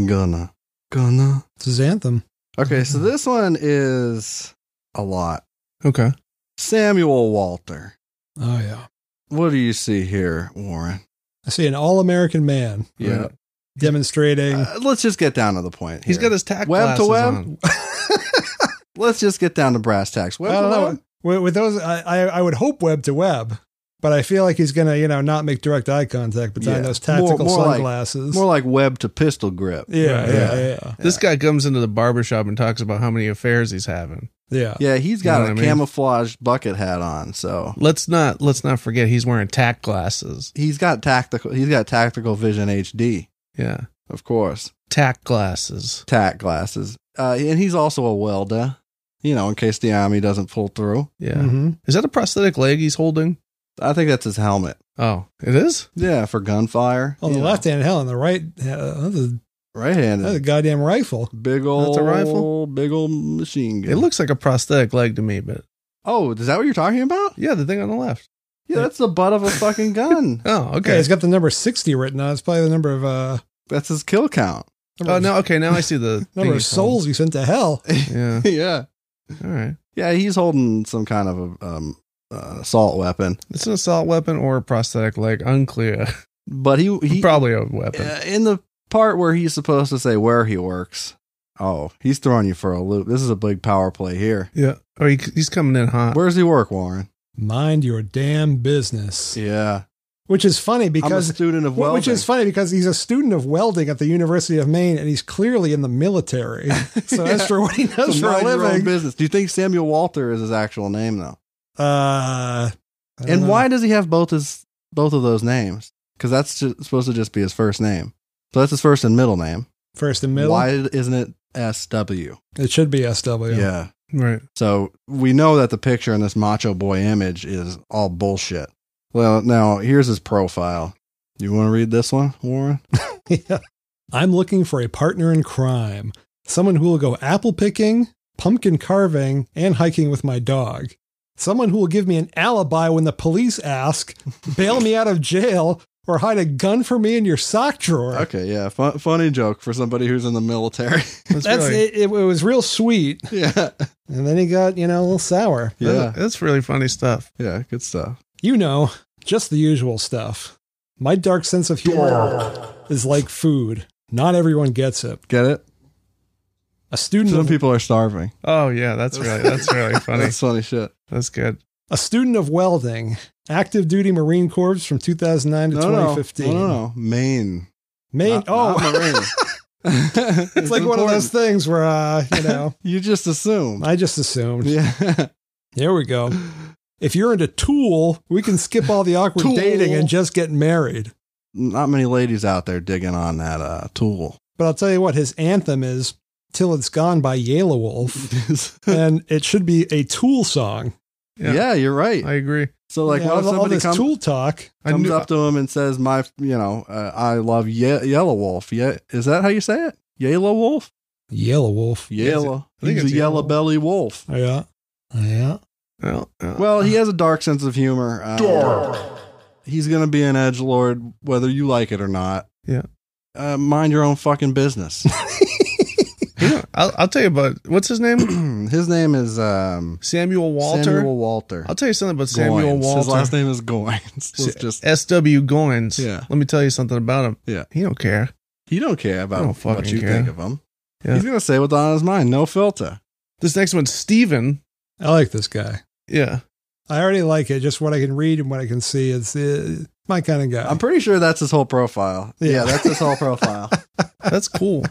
S1: Gunna. Gunna.
S3: It's his anthem.
S1: Okay, so this one is a lot.
S2: Okay.
S1: Samuel Walter.
S3: Oh, yeah.
S1: What do you see here, Warren?
S3: I see an all American man
S1: Yeah.
S3: demonstrating.
S1: Uh, let's just get down to the point.
S2: He's
S1: here.
S2: got his tack
S1: web to
S2: glasses
S1: web.
S2: on.
S1: let's just get down to brass tacks. Web
S3: I
S1: to
S3: don't know.
S1: web?
S3: With, with those, I, I, I would hope web to web, but I feel like he's going to, you know, not make direct eye contact behind
S1: Yeah.
S3: those tactical
S1: More- more like-
S3: sunglasses.
S1: More like web to pistol grip.
S3: yeah,
S2: Yeah,
S3: yeah, yeah,
S2: This guy comes into the barbershop and talks about how many affairs he's having.
S3: yeah.
S1: Yeah, he's got
S2: You know what
S1: a
S2: I mean?
S1: camouflaged bucket hat on, so
S2: Let's not let's not forget he's wearing tack glasses.
S1: he's got tactical. He's got tactical vision HD,
S2: Yeah.
S1: of course.
S2: Tack glasses.
S1: Tack glasses, uh, and he's also a welder. You know, in case the army doesn't pull through.
S2: Yeah.
S3: hmm
S2: Is that a prosthetic leg he's holding?
S1: I think that's his helmet.
S2: Oh, it is?
S1: Yeah, for gunfire.
S2: Oh,
S3: On the
S1: You know,
S3: left hand, hell, on the right, uh, that's, a,
S1: right-handed.
S3: that's a goddamn rifle.
S1: Big old
S2: That's a rifle?
S1: Big old machine gun.
S2: It looks like a prosthetic leg to me, but
S1: Oh, is that what you're talking about?
S2: yeah, the thing on the left.
S1: Yeah, that's the butt of a fucking gun.
S2: Oh,
S3: Okay,
S2: okay.
S3: it's got the number sixty written on. it. It's probably the number of uh,
S1: that's his kill count.
S3: number
S2: oh,
S3: of-
S2: no, okay. Now I see the thing
S3: number of
S2: he's holding.
S3: souls you sent to hell.
S2: Yeah.
S1: yeah,
S2: All right.
S1: yeah. He's holding some kind of a, um, uh, assault weapon,
S2: It's an assault weapon or a prosthetic leg. Unclear.
S1: but he he
S2: Probably a weapon.
S1: uh, in the part where he's supposed to say where he works, oh, he's throwing you for a loop. This is a big power play here.
S2: Yeah. Oh, he, he's coming in hot.
S1: Where does he work, Warren?
S3: Mind your damn business.
S1: Yeah.
S3: Which is funny
S1: I'm a
S3: because
S1: student of
S3: Well,
S1: welding.
S3: Which is funny because he's a student of welding at the University of Maine and he's clearly in the military. So as
S1: Yeah.
S3: for what he does
S1: It's a
S3: for a
S1: mind your own
S3: living,
S1: business. Do you think Samuel Walter is his actual name though?
S3: uh, I don't
S1: And
S3: know.
S1: why does he have both his both of those names? Because that's ju- supposed to just be his first name. So that's his first and middle name.
S3: first and middle? Oh,
S1: Why isn't it S W?
S3: It should be SW.
S1: yeah.
S2: Right.
S1: So we know that the picture in this macho boy image is all bullshit. Well, now here's his profile. You want to read this one, Warren?
S3: Yeah. I'm looking for a partner in crime, someone who will go apple picking, pumpkin carving, and hiking with my dog. Someone who will give me an alibi when the police ask, bail me out of jail, or hide a gun for me in your sock drawer.
S1: Okay, yeah, fun, funny joke for somebody who's in the military.
S2: That's,
S3: That's
S2: really,
S3: it, it. It was real sweet,
S1: yeah,
S3: and then he got you know a little sour.
S1: yeah,
S2: That's, that's really funny stuff.
S1: yeah, good stuff.
S3: You know, just the usual stuff. My dark sense of humor is like food. Not everyone gets it.
S1: Get it?
S3: A student
S1: Some
S3: of,
S1: people are starving.
S2: Oh yeah, that's really that's really funny.
S1: That's funny shit.
S2: That's good.
S3: a student of welding, active duty Marine Corps from 2009 to
S1: No, no, no,
S3: 2015.
S1: no, no, Maine.
S3: Maine.
S1: Not-
S3: oh,
S1: not Marine.
S3: it's, like one of those things where uh, you know,
S1: You just assume.
S3: I just assumed.
S1: Yeah.
S3: There we go. If you're into tool, we can skip all the awkward
S1: Tool.
S3: dating and just get married.
S1: Not many ladies out there digging on that uh, tool.
S3: But I'll tell you what, his anthem is "Till It's Gone" by Yelawolf, and it should be a Tool song.
S1: yeah. you're right.
S2: I agree.
S1: so, like,
S3: Yeah,
S1: what if
S3: all
S1: somebody
S3: this
S1: come,
S3: Tool talk?
S2: I
S1: comes
S2: knew-
S1: up to him and says, "My, you know, uh, I love Ye- Yellow Wolf. Yeah, is that how you say it? Yellow Wolf.
S3: Yellow Wolf.
S1: Yellow.
S2: I think
S1: He's
S2: it's
S1: a yellow
S2: yellow.
S1: belly wolf.
S3: Yeah, yeah.
S2: Well, uh,
S1: Well, he has a dark sense of humor. Uh, He's gonna be an edge lord, whether you like it or not.
S2: Yeah.
S1: Uh, mind your own fucking business.
S2: you know, I'll, I'll tell you about what's his name.
S1: His name is um,
S2: Samuel Walter.
S1: Samuel Walter.
S2: I'll tell you something about Samuel
S1: Goines.
S2: Walter.
S1: His last name is Goines. It's just
S2: S.W. Goins.
S1: Yeah.
S2: Let me tell you something about him.
S1: Yeah.
S2: He don't care.
S1: he don't care about
S2: I don't
S1: what
S2: fucking
S1: you
S2: care.
S1: think of him.
S2: Yeah.
S1: He's gonna say what's on his mind. No filter.
S2: This next one's Steven.
S3: I like this guy.
S2: Yeah.
S3: I already like it. Just what I can read and what I can see. It's uh, my kind of guy.
S1: I'm pretty sure that's his whole profile.
S3: Yeah.
S1: yeah that's his whole profile.
S2: That's cool.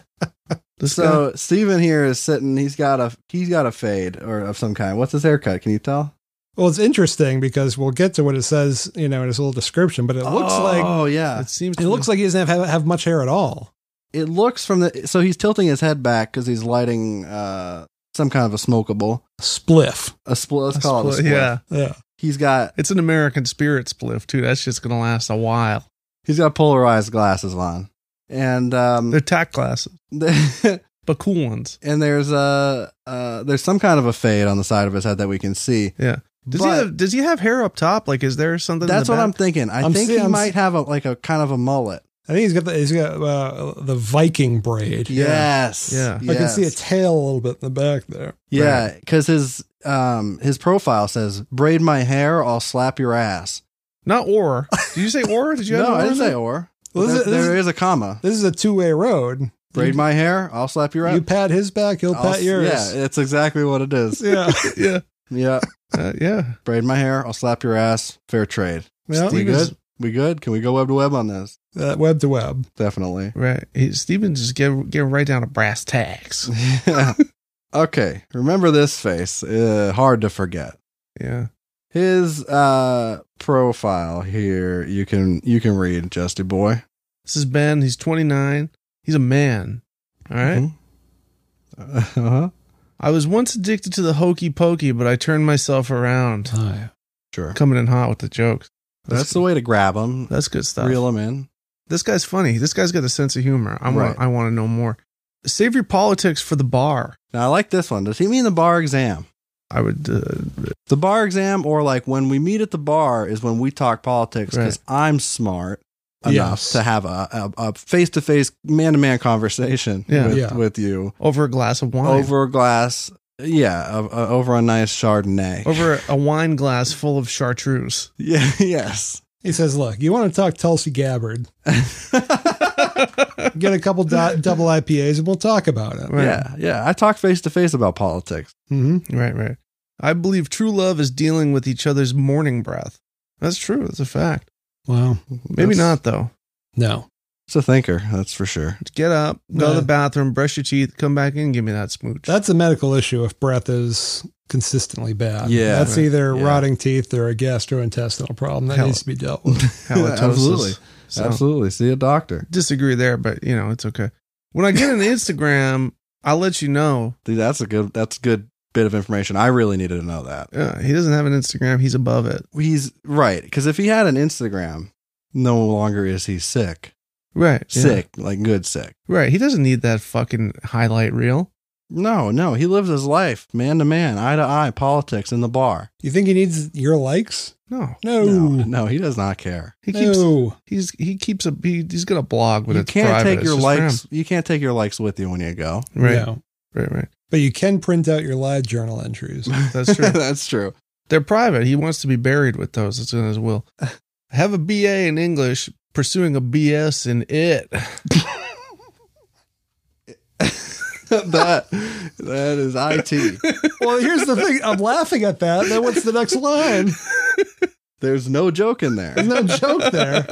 S2: This guy-
S1: So Steven here is sitting. He's got a he's got a fade or of some kind. What's his haircut? Can you tell?
S3: well, it's interesting because we'll get to what it says, you know, in his little description. But it looks like
S1: oh yeah,
S2: it seems
S3: it looks like he doesn't have have much hair at all.
S1: it looks from the so he's tilting his head back because he's lighting uh some kind of a smokable
S3: Spliff.
S1: a split. Let's call it a split.
S2: Yeah.
S3: Yeah.
S1: he's got
S2: It's an American spirit spliff, too. That's just going to last a while.
S1: he's got polarized glasses on, and um
S2: They're tack glasses, but cool ones.
S1: and there's a uh there's some kind of a fade on the side of his head that we can see.
S2: Yeah. Does
S1: But-
S2: he have does he have hair up top? Like is there something in
S1: That's
S2: the
S1: what I'm
S2: back?
S1: thinking. I
S3: I'm
S1: think
S3: see-
S1: he
S3: I'm
S1: might
S3: s-
S1: have a like a kind of a mullet.
S3: I think he's got the he's got uh, the Viking braid.
S1: Yes.
S2: Yeah.
S3: I can see a
S1: Yes.
S3: tail a little bit in the back there.
S1: Yeah, because his um his profile says braid my hair, I'll slap your ass.
S2: Not or. Did you say or? Did you have
S1: no,
S2: an
S1: I
S2: or
S1: didn't
S2: in
S1: say
S2: there?
S1: or.
S3: Well, this
S1: there,
S3: is- this
S1: there
S3: is-
S1: is a comma.
S3: This is a two way road.
S1: Braid my hair, I'll slap your ass.
S3: You pat his back, he'll
S1: I'll
S3: pat
S1: s-
S3: yours.
S1: Yeah, that's exactly what it is.
S3: Yeah.
S2: Yeah.
S1: yeah,
S2: Uh, yeah.
S1: braid my hair, I'll slap your ass. Fair trade.
S3: Yeah.
S1: We
S2: Steven's-
S1: good? We good? Can we go web to web on this?
S3: Uh, web to web.
S1: Definitely.
S2: Right. He, Steven just get get right down to brass tacks.
S1: okay, remember this face. Uh, hard to forget.
S2: Yeah.
S1: His uh profile here. You can you can read, Justy boy.
S2: This is Ben. He's 29. He's a man. All right?
S1: Mm-hmm. Uh
S2: Oh,
S1: huh.
S2: I was once addicted to the hokey pokey, but I turned myself around.
S1: Sure.
S2: Coming in hot with the jokes.
S1: That's, the way to grab them.
S2: That's good stuff.
S1: Reel them in.
S2: This guy's funny. This guy's got a sense of humor. I
S1: Right.
S2: want. I want to know more. Save your politics for the bar.
S1: Now I like this one. Does he mean the bar exam?
S2: I would. Uh,
S1: The bar exam, or like when we meet at the bar, is when we talk politics because I'm smart enough
S3: Yes.
S1: to have a a face to face, man to man conversation
S2: Yeah.
S1: With,
S3: Yeah.
S1: with you
S2: over a glass of wine.
S1: over a glass, yeah, of- uh, over a nice Chardonnay.
S2: Over a wine glass full of chartreuse.
S1: yeah, yes.
S3: He says, Look, you want to talk Tulsi Gabbard? Get a couple do- double IPAs and we'll talk about it.
S2: Right.
S1: Yeah, yeah. I talk face to face about politics.
S3: hmm
S1: Mm-hmm.
S2: Right, right. I believe true love is dealing with each other's morning breath. That's true. That's a fact.
S3: Wow.
S2: Maybe
S1: That's-
S2: not, though.
S3: No.
S1: It's a thinker, that's for sure.
S2: Get up, go to
S3: Yeah.
S2: the bathroom, brush your teeth, come back in, give me that smooch.
S3: That's a medical issue if breath is consistently bad.
S1: Yeah.
S3: That's either
S1: Yeah.
S3: rotting teeth or a gastrointestinal problem that
S2: Hell.
S3: needs to be dealt with.
S2: halitosis.
S1: Absolutely.
S2: So,
S1: Absolutely. See a doctor.
S2: Disagree there, but you know, it's okay. When I get an Instagram, I'll let you know.
S1: Dude, that's a good that's a good bit of information. I really needed to know that.
S2: Uh, he doesn't have an Instagram. He's above it.
S1: He's right, because if he had an Instagram, no longer is he sick.
S2: Right. yeah.
S1: Sick, like good sick.
S2: Right. He doesn't need that fucking highlight reel.
S1: No, no, he lives his life man to man, eye to eye, politics in the bar.
S3: You think he needs your likes?
S2: No.
S3: No.
S1: No, no, he does not care.
S2: He keeps
S3: No.
S2: he's he keeps a he, he's got a blog, but
S1: you
S2: it's
S1: can't
S2: private.
S1: take
S2: It's
S1: your
S2: just for him.
S1: likes. You can't take your likes with you when you go.
S2: Right.
S3: No.
S2: Right. Right.
S3: But you can print out your live journal entries.
S2: That's true.
S1: that's true.
S2: They're private. He wants to be buried with those. It's in his will. Have a BA in English, pursuing a BS in it.
S1: that that is it.
S3: well, here's the thing. I'm laughing at that. Then what's the next line?
S1: There's no joke in there.
S3: There's no joke there.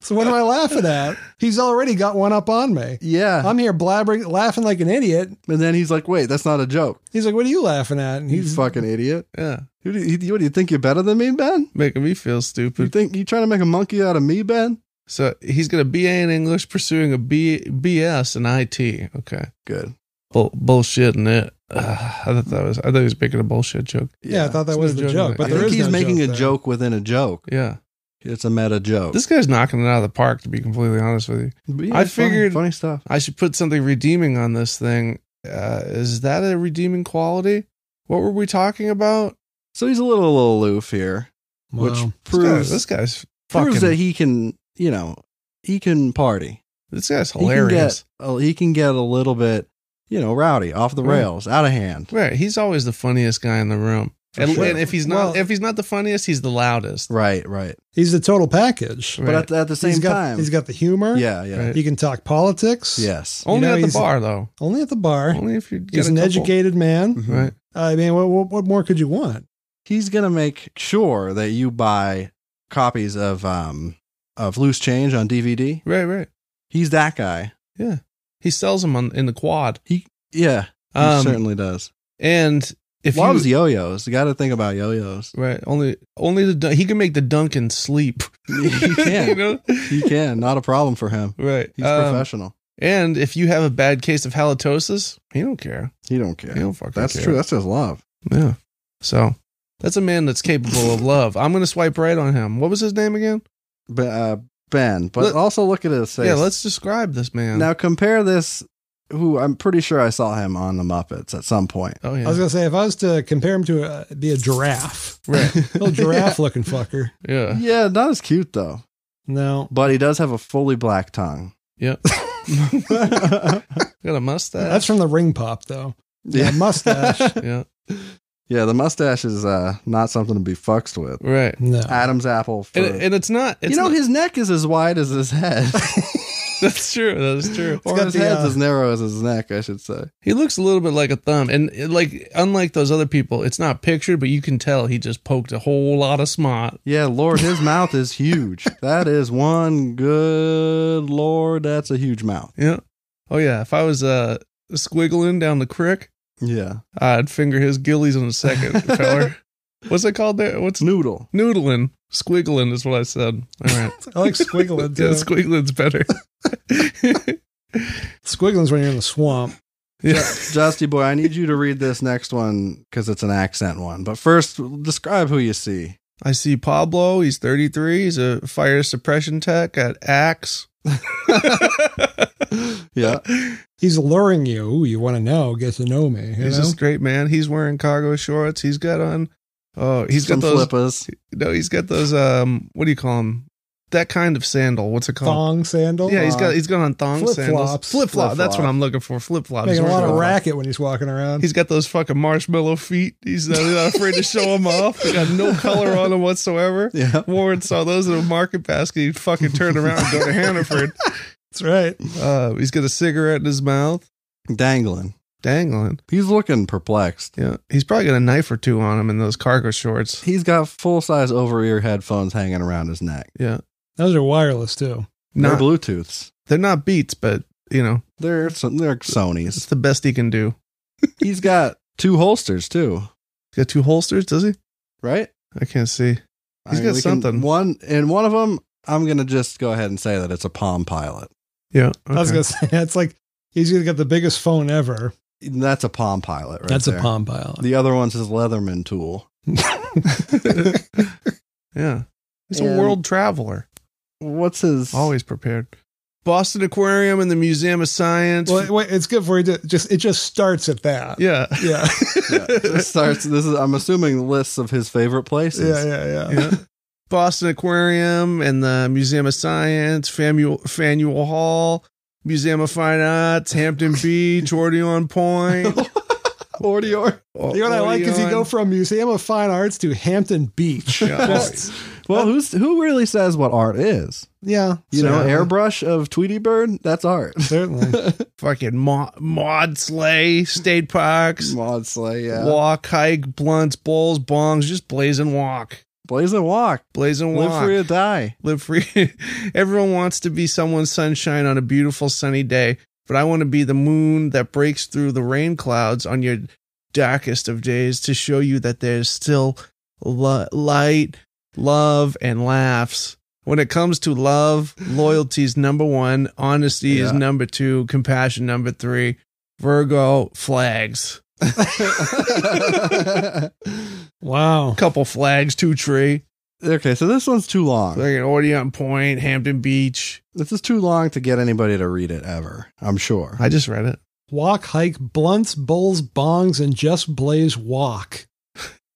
S3: So what am I laughing at? He's already got one up on me.
S1: Yeah,
S3: I'm here blabbering, laughing like an idiot.
S1: and then he's like, "Wait, that's not a joke.
S3: He's like, "What are you laughing at?" And
S1: You
S3: he's
S1: fucking idiot.
S2: Yeah,
S1: Who do you, what do you think you're better than me, Ben?
S2: making me feel
S1: You
S2: stupid.
S1: think you trying to make a monkey out of me, Ben?
S2: So he's got a BA in English, pursuing a B, BS in IT. Okay,
S1: Good.
S2: Bull, bullshit in it. Ugh, I thought that was. I thought he was making a bullshit joke.
S3: yeah, I thought that
S2: It's
S3: was
S2: no
S3: the
S2: joke,
S3: joke,
S2: right?
S3: but
S1: I
S3: there
S1: think
S3: is
S1: he's
S3: no
S1: making
S3: joke
S1: a
S3: there.
S1: joke within a joke.
S2: Yeah,
S1: It's a meta joke.
S2: this guy's knocking it out of the park. To be completely honest with you,
S1: But yeah,
S2: I
S1: it's funny-
S2: figured-
S1: funny stuff.
S2: I should put something redeeming on this thing. Uh, is that a redeeming quality? What were we talking about?
S1: So he's a little, aloof here,
S3: Wow.
S1: which
S2: This guy-
S1: proves
S2: this guy's
S1: proves
S2: fucking.
S1: that he can, you know, he can party.
S2: this guy's
S1: He can
S2: hilarious.
S1: get- oh, He can get, a little bit, you know, rowdy, off the
S2: Right.
S1: rails, out of hand.
S2: Right, he's always the funniest guy in the room.
S1: For
S2: And,
S1: sure.
S2: and if he's not,
S3: Well-
S2: if he's not the funniest, he's the loudest.
S1: Right, right.
S3: he's the total package.
S1: But
S2: Right.
S1: at, the- at the same
S3: he's got,
S1: time,
S3: he's got the humor.
S1: yeah, yeah,
S2: Right.
S3: he can talk politics.
S1: yes.
S2: Only
S3: You know,
S2: at the
S3: he's-
S2: bar, though.
S3: only at the bar.
S2: Only if you get
S3: he's
S2: a
S3: an
S2: couple. Mm-hmm.
S3: educated man. Uh,
S1: Mhm.
S2: right?
S3: I mean, what, what what more could you want?
S1: He's gonna make sure that you buy copies of um of Loose Change on DVD.
S2: Right, right.
S1: He's that guy.
S2: Yeah, he sells them on in the quad.
S1: Yeah, he
S2: Um,
S1: certainly does.
S2: and if
S1: Loves
S2: you,
S1: yo-yos. You got to think about yo-yos.
S2: right, only only the Dun- he can make the Duncan sleep.
S1: he can.
S2: you know,
S1: He can. Not a problem for him.
S2: right?
S1: He's
S2: Um,
S1: professional.
S2: And if you have a bad case of halitosis, he don't care.
S1: He don't
S2: He
S1: care.
S2: don't fucking
S1: That's
S2: care.
S1: true. That's his love.
S2: Yeah. So that's a man that's capable of love. I'm gonna swipe right on him. What was his name again?
S1: But uh, Ben, but
S2: Let-
S1: also look at his face.
S2: Yeah, let's describe this man.
S1: now compare this. Who I'm pretty sure I saw him on the Muppets at some point.
S2: oh
S3: I was
S2: yeah,
S3: gonna say if I was to compare him to a, be a giraffe,
S2: right.
S3: little giraffe looking fucker.
S2: Yeah,
S1: Yeah, not as cute though.
S3: No,
S1: But he does have a fully black tongue.
S2: yeah.
S1: yeah,
S2: Got a mustache.
S3: that's from the ring pop though. Yeah, mustache.
S2: yeah.
S1: yeah. The mustache is uh, not something to be fucked with.
S2: Right.
S3: No,
S1: Adam's apple. For,
S2: And, and it's not. Uh-huh. It's
S1: you know,
S2: not-
S1: his neck is as wide as his head,
S2: That's true. That's true.
S1: or
S3: got
S1: his
S3: the,
S1: head's
S3: uh,
S1: as narrow as his neck. I should say.
S2: He looks a little bit like a thumb, and it, like unlike those other people, it's not pictured, but you can tell he just poked a whole lot of snot.
S1: Yeah, Lord, his mouth is huge. That is one good Lord. That's a huge mouth.
S2: Yeah. Oh yeah. If I was uh squiggling down the crick,
S1: Yeah,
S2: I'd finger his gillies in a second, feller. What's it called there? What's
S1: it's noodle.
S2: noodling? Squiggling is what I said. All right.
S3: I like squiggling.
S2: yeah,
S3: too.
S2: squiggling's better.
S3: Squiggling's when you're in the swamp.
S2: yeah.
S1: Justy boy, I need you to read this next one because it's an accent one. But first, describe who you see.
S2: I see Pablo. He's 33. He's a fire suppression tech at Axe.
S1: Yeah,
S3: He's luring you. Ooh, you want to know? Get to know me. You
S2: He's
S3: know?
S2: a straight man. He's wearing cargo shorts. He's got on. Oh, he's
S1: some
S2: got those.
S1: flippers.
S2: No, he's got those. Um, what do you call them? That kind of sandal. What's it called?
S3: thong sandal.
S2: Yeah, he's got he's got on thong
S3: Flip
S2: sandals.
S3: flops.
S2: Flip flop. That's what
S1: Flip-flop.
S2: I'm looking for. Flip flop.
S3: making a lot of
S1: flip-flops.
S3: racket when he's walking around.
S2: He's got those fucking marshmallow feet. He's not, not afraid to show them off. They got no color on them whatsoever.
S1: Yeah,
S2: Warren saw those in a market basket. He'd fucking turn around and go to Hannaford.
S3: That's right.
S2: Uh, he's got a cigarette in his mouth,
S1: Dangling.
S2: dangling.
S1: He's looking perplexed.
S2: Yeah, he's probably got a knife or two on him in those cargo shorts.
S1: He's got full size over ear headphones hanging around his neck.
S2: Yeah,
S3: Those are wireless too.
S1: No
S2: not
S1: Bluetooths.
S2: they're not Beats, but you know
S1: They're some, they're
S2: it's
S1: Sony's.
S2: the best he can do.
S1: He's got two holsters too,
S2: He's got two holsters, does he?
S1: right?
S2: I can't see.
S1: I
S2: He's got
S1: we can-
S2: something.
S1: one and one of them. I'm gonna just go ahead and say that it's a Palm Pilot.
S2: Yeah,
S3: I was
S2: okay.
S3: gonna say that's like he's gonna get the biggest phone ever.
S1: That's a Palm Pilot, right?
S4: That's
S1: there.
S4: a palm pilot.
S1: The other one's his Leatherman tool.
S2: yeah, he's a
S1: And-
S2: world traveler.
S1: What's his?
S2: Always prepared. Boston Aquarium and the Museum of Science.
S3: Well, wait, it's good for you. To, just it just starts at that.
S2: yeah.
S3: yeah,
S1: Yeah, this starts. This is. I'm assuming lists of his favorite places.
S3: yeah, yeah. yeah.
S2: yeah. Boston Aquarium and the Museum of Science, Famuel, Faneuil Hall, Museum of Fine Arts, Hampton Beach, Ordeon Point.
S1: Ordeor.
S3: You know what I like is you go from Museum of Fine Arts to Hampton Beach.
S2: Yeah.
S3: Just-
S1: Well, who's who really says what art is?
S3: yeah,
S1: You know,
S3: certainly.
S1: airbrush of Tweety Bird. That's art.
S3: Certainly.
S2: fucking Mo- Maudsley, State Parks,
S1: Maud Slay, yeah.
S2: Walk, Hike, Blunts, Bowls, Bongs, just blaze and walk.
S1: Blaze and walk.
S2: Blaze and walk.
S1: Live free or die.
S2: live free. Everyone wants to be someone's sunshine on a beautiful sunny day, but I want to be the moon that breaks through the rain clouds on your darkest of days to show you that there's still lo- light, love, and laughs. When it comes to love, loyalty is number one, honesty is
S1: Yeah.
S2: number two, compassion number three, Virgo flags.
S3: wow.
S2: Couple flags, two tree,
S1: okay, so this one's too long.
S2: like an Odeon Point, Hampton Beach.
S1: This is too long to get anybody to read it ever. I'm sure.
S2: I just read it.
S3: Walk, hike, blunts, bowls, bongs, and just blaze walk.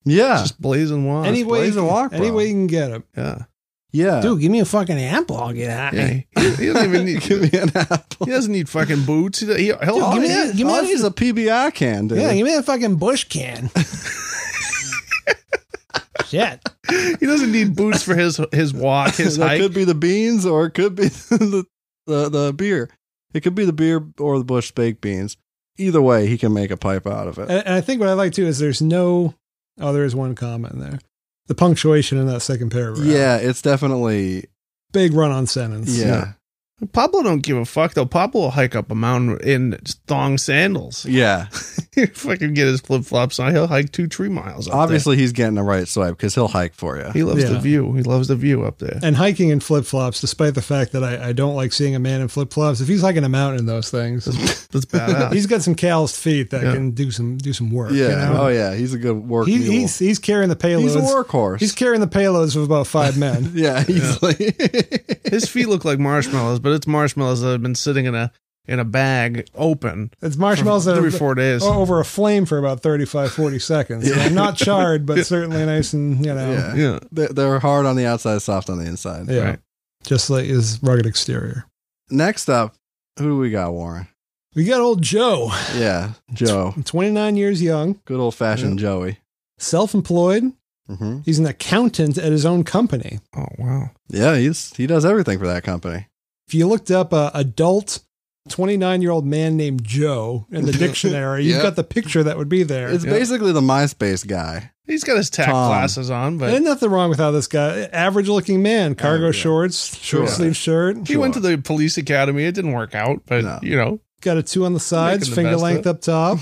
S1: Yeah,
S2: Just blazing wild.
S3: any way,
S1: blaze and walk,
S3: any
S1: bro.
S3: way you can get him.
S2: Yeah.
S1: yeah.
S4: Dude, give me a fucking apple. I'll get high.
S2: yeah. He, he doesn't even need.
S1: give me an apple.
S2: He doesn't need fucking boots. He, he, hell,
S4: Dude,
S1: All
S2: all
S4: give me
S1: he-
S4: that- give me
S1: all
S4: that-
S1: he's a PBI can, dude.
S4: Yeah, give me that fucking bush can. Shit.
S2: he, he doesn't need boots for his his walk, his
S1: that
S2: hike.
S1: could be the beans, or it could be the, the the beer. It could be the beer or the bush baked beans. Either way, he can make a pipe out of it.
S3: And, and I think what I like too is there's no. Oh, there is one comment in there. The punctuation in that second paragraph.
S1: Yeah, it's definitely
S3: Big run on sentence.
S1: yeah,
S2: Pablo don't give a fuck though. Pablo will hike up a mountain in thong sandals.
S1: yeah.
S2: He fucking get his flip flops on. He'll hike two tree miles. Up
S1: Obviously, he's getting the right swipe because he'll hike for you.
S2: there. he loves the
S3: Yeah.
S2: view. He loves the view up there.
S3: And hiking in flip flops, despite the fact that I, I don't like seeing a man in flip flops, if he's hiking a mountain in those things,
S2: That's badass.
S3: he's got some calloused feet that
S2: Yeah.
S3: can do some do some work.
S1: yeah.
S3: you know?
S1: Oh yeah, he's a good work.
S3: He-
S1: mule.
S3: he's he's carrying the payloads.
S1: He's a workhorse.
S3: He's carrying the payloads of about five men.
S1: yeah, he's like
S2: his feet look like marshmallows, but it's marshmallows that have been sitting in a in a bag open
S3: It's
S2: for
S3: marshmallows that
S2: three
S3: have- Oh,
S2: four days.
S3: o- over a flame for about 35, 40 seconds.
S1: Yeah.
S3: Yeah. not charred, but certainly nice and, you know,
S1: Yeah.
S2: Yeah.
S1: They- they're hard on the outside, soft on the inside.
S3: Yeah.
S2: Right.
S3: just like his rugged exterior.
S1: Next up, who do we got, Warren?
S3: We got old Joe,
S1: Yeah, Joe.
S3: 29 years young,
S1: Good old fashioned Joey.
S3: self employed.
S1: hmm
S3: He's an accountant at his own company.
S2: Oh wow.
S1: Yeah, he's he does everything for that company.
S3: If you looked up a adult 29 year old man named Joe in the dictionary, you've
S1: Yeah.
S3: got the picture that would be there.
S1: It's
S2: Yeah.
S1: basically the MySpace guy.
S2: He's got his tack
S1: Tom.
S2: glasses on, but
S3: and nothing wrong with how this guy, average looking man, cargo
S1: yeah.
S3: shorts,
S1: Sure.
S3: short sleeve shirt,
S2: He went to the police academy. It didn't work out, but
S1: No.
S2: you know,
S3: got a two on the sides,
S2: Making the
S3: finger
S2: best of it.
S3: length up top,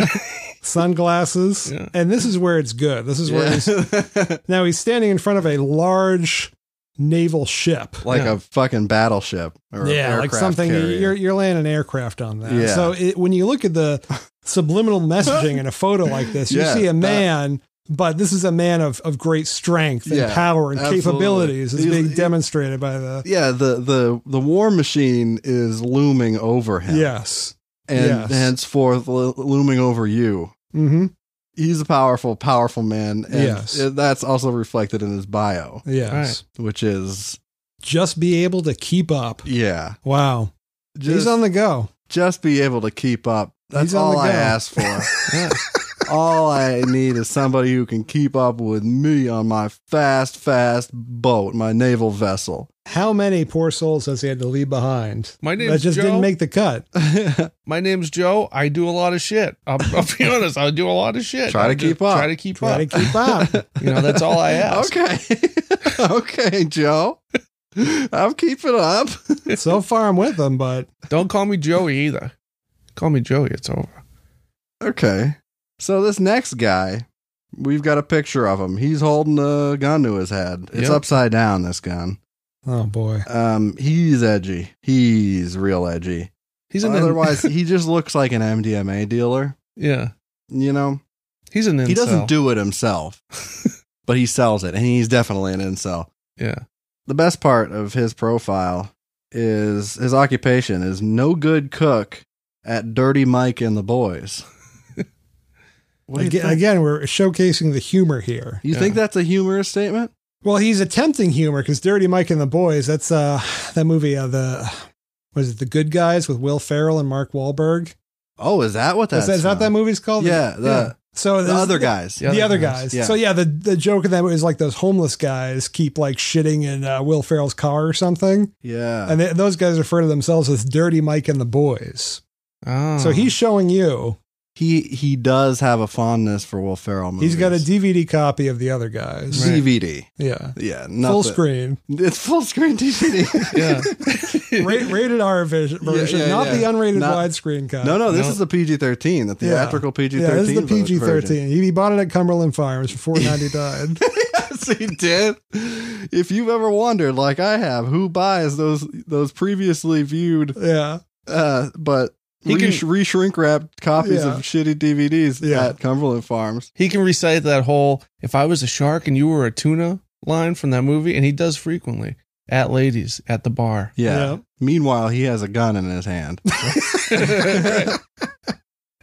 S2: yeah,
S3: sunglasses.
S2: Yeah.
S3: And this is where it's good. This is where he's
S1: Yeah.
S3: now he's standing in front of a large naval ship.
S1: like
S2: Yeah.
S1: a fucking battleship or
S3: yeah, like
S1: aircraft
S3: something
S1: carrier.
S3: you're you're landing aircraft on that.
S1: Yeah.
S3: So it, when you look at the subliminal messaging in a photo like this, you
S1: Yeah,
S3: see a
S1: that-
S3: man, but this is a man of of great strength and
S1: Yeah,
S3: power and
S1: absolutely.
S3: capabilities is
S1: He's-
S3: being
S1: he-
S3: demonstrated by the
S1: yeah, the the the war machine is looming over him.
S3: yes.
S1: and
S3: yes.
S1: henceforth lo- looming over you.
S3: Mm-hmm.
S1: He's a powerful, powerful man, and
S3: Yes.
S1: it- that's also reflected in his bio,
S3: Yes.
S2: Right.
S1: which is
S3: Just be able to keep up.
S1: yeah,
S3: Wow.
S1: just
S3: he's on the go.
S1: just be able to keep up. That's
S3: He's on
S1: all
S3: the
S1: I
S3: go.
S1: ask for.
S2: yeah.
S1: All I need is somebody who can keep up with me on my fast, fast boat, my naval vessel.
S3: How many poor souls has he had to leave behind?
S2: My name's
S3: That just
S2: Joe.
S3: didn't make the cut.
S2: My name's Joe. I do a lot of shit. I'll, I'll be honest. I do a lot of shit.
S1: Try to
S2: I just
S1: keep up.
S2: Try to keep
S3: Try to
S2: up.
S3: keep up.
S2: you know, that's all I ask.
S1: Okay. okay, Joe. I'm keeping up.
S3: so far, I'm with him, but
S2: Don't call me Joey either. Call me Joey. It's over.
S1: Okay. So this next guy, we've got a picture of him. He's holding a gun to his head. It's
S2: Yep.
S1: upside down, this gun.
S3: oh boy,
S1: Um, he's edgy. He's real edgy.
S2: He's an
S1: Otherwise, he just looks like an MDMA dealer.
S2: yeah.
S1: You know,
S2: He's an incel.
S1: he doesn't do it himself, but he sells it, and he's definitely an incel.
S2: Yeah.
S1: The best part of his profile is his occupation is no good cook at Dirty Mike and the Boys. What do you
S3: again,
S1: think?
S3: again, we're showcasing the humor here.
S1: You think that's a humorous statement?
S3: Well, he's attempting humor because Dirty Mike and the Boys. That's uh that movie. Uh, the was it the Good Guys with Will Ferrell and Mark Wahlberg?
S1: Oh, is that what that's uh,
S3: Is that, is that that movie's called?
S1: Yeah, the-
S3: So
S1: The
S3: this-
S1: other guys.
S3: The, other guys.
S1: yeah.
S3: So yeah, the the joke in that was like those homeless guys keep like shitting in uh, Will Ferrell's car or something,
S1: Yeah.
S3: and they, those guys refer to themselves as Dirty Mike and the Boys.
S2: Oh.
S3: So he's showing you
S1: he he does have a fondness for Will Ferrell movies.
S3: he's got a DVD copy of the other guys.
S2: Right.
S1: DVD.
S3: Yeah,
S1: Yeah, nothing.
S3: full screen.
S1: It's full screen DVD.
S2: Yeah.
S3: Ra- rated R vis- version,
S1: yeah,
S3: not
S1: yeah.
S3: the unrated
S1: Not-
S3: widescreen cut.
S1: No, no, this
S2: No.
S1: is the PG thirteen, the
S3: Yeah.
S1: theatrical PG
S3: Yeah,
S1: thirteen.
S3: this is the PG thirteen. He, he bought it at Cumberland Farms for four ninety nine.
S1: yes, he did. If you've ever wondered, like I have, who buys those those previously viewed,
S3: yeah,
S1: uh, but
S2: He
S1: re-
S2: can-
S1: shrink wrapped copies
S3: Yeah.
S1: of shitty DVDs
S3: Yeah.
S1: at Cumberland Farms?
S2: he can recite that whole "If I was a shark and you were a tuna" line from that movie, and he does frequently at ladies at the bar.
S1: Yeah.
S3: Yeah.
S1: Meanwhile, he has a gun in his hand.
S2: Right.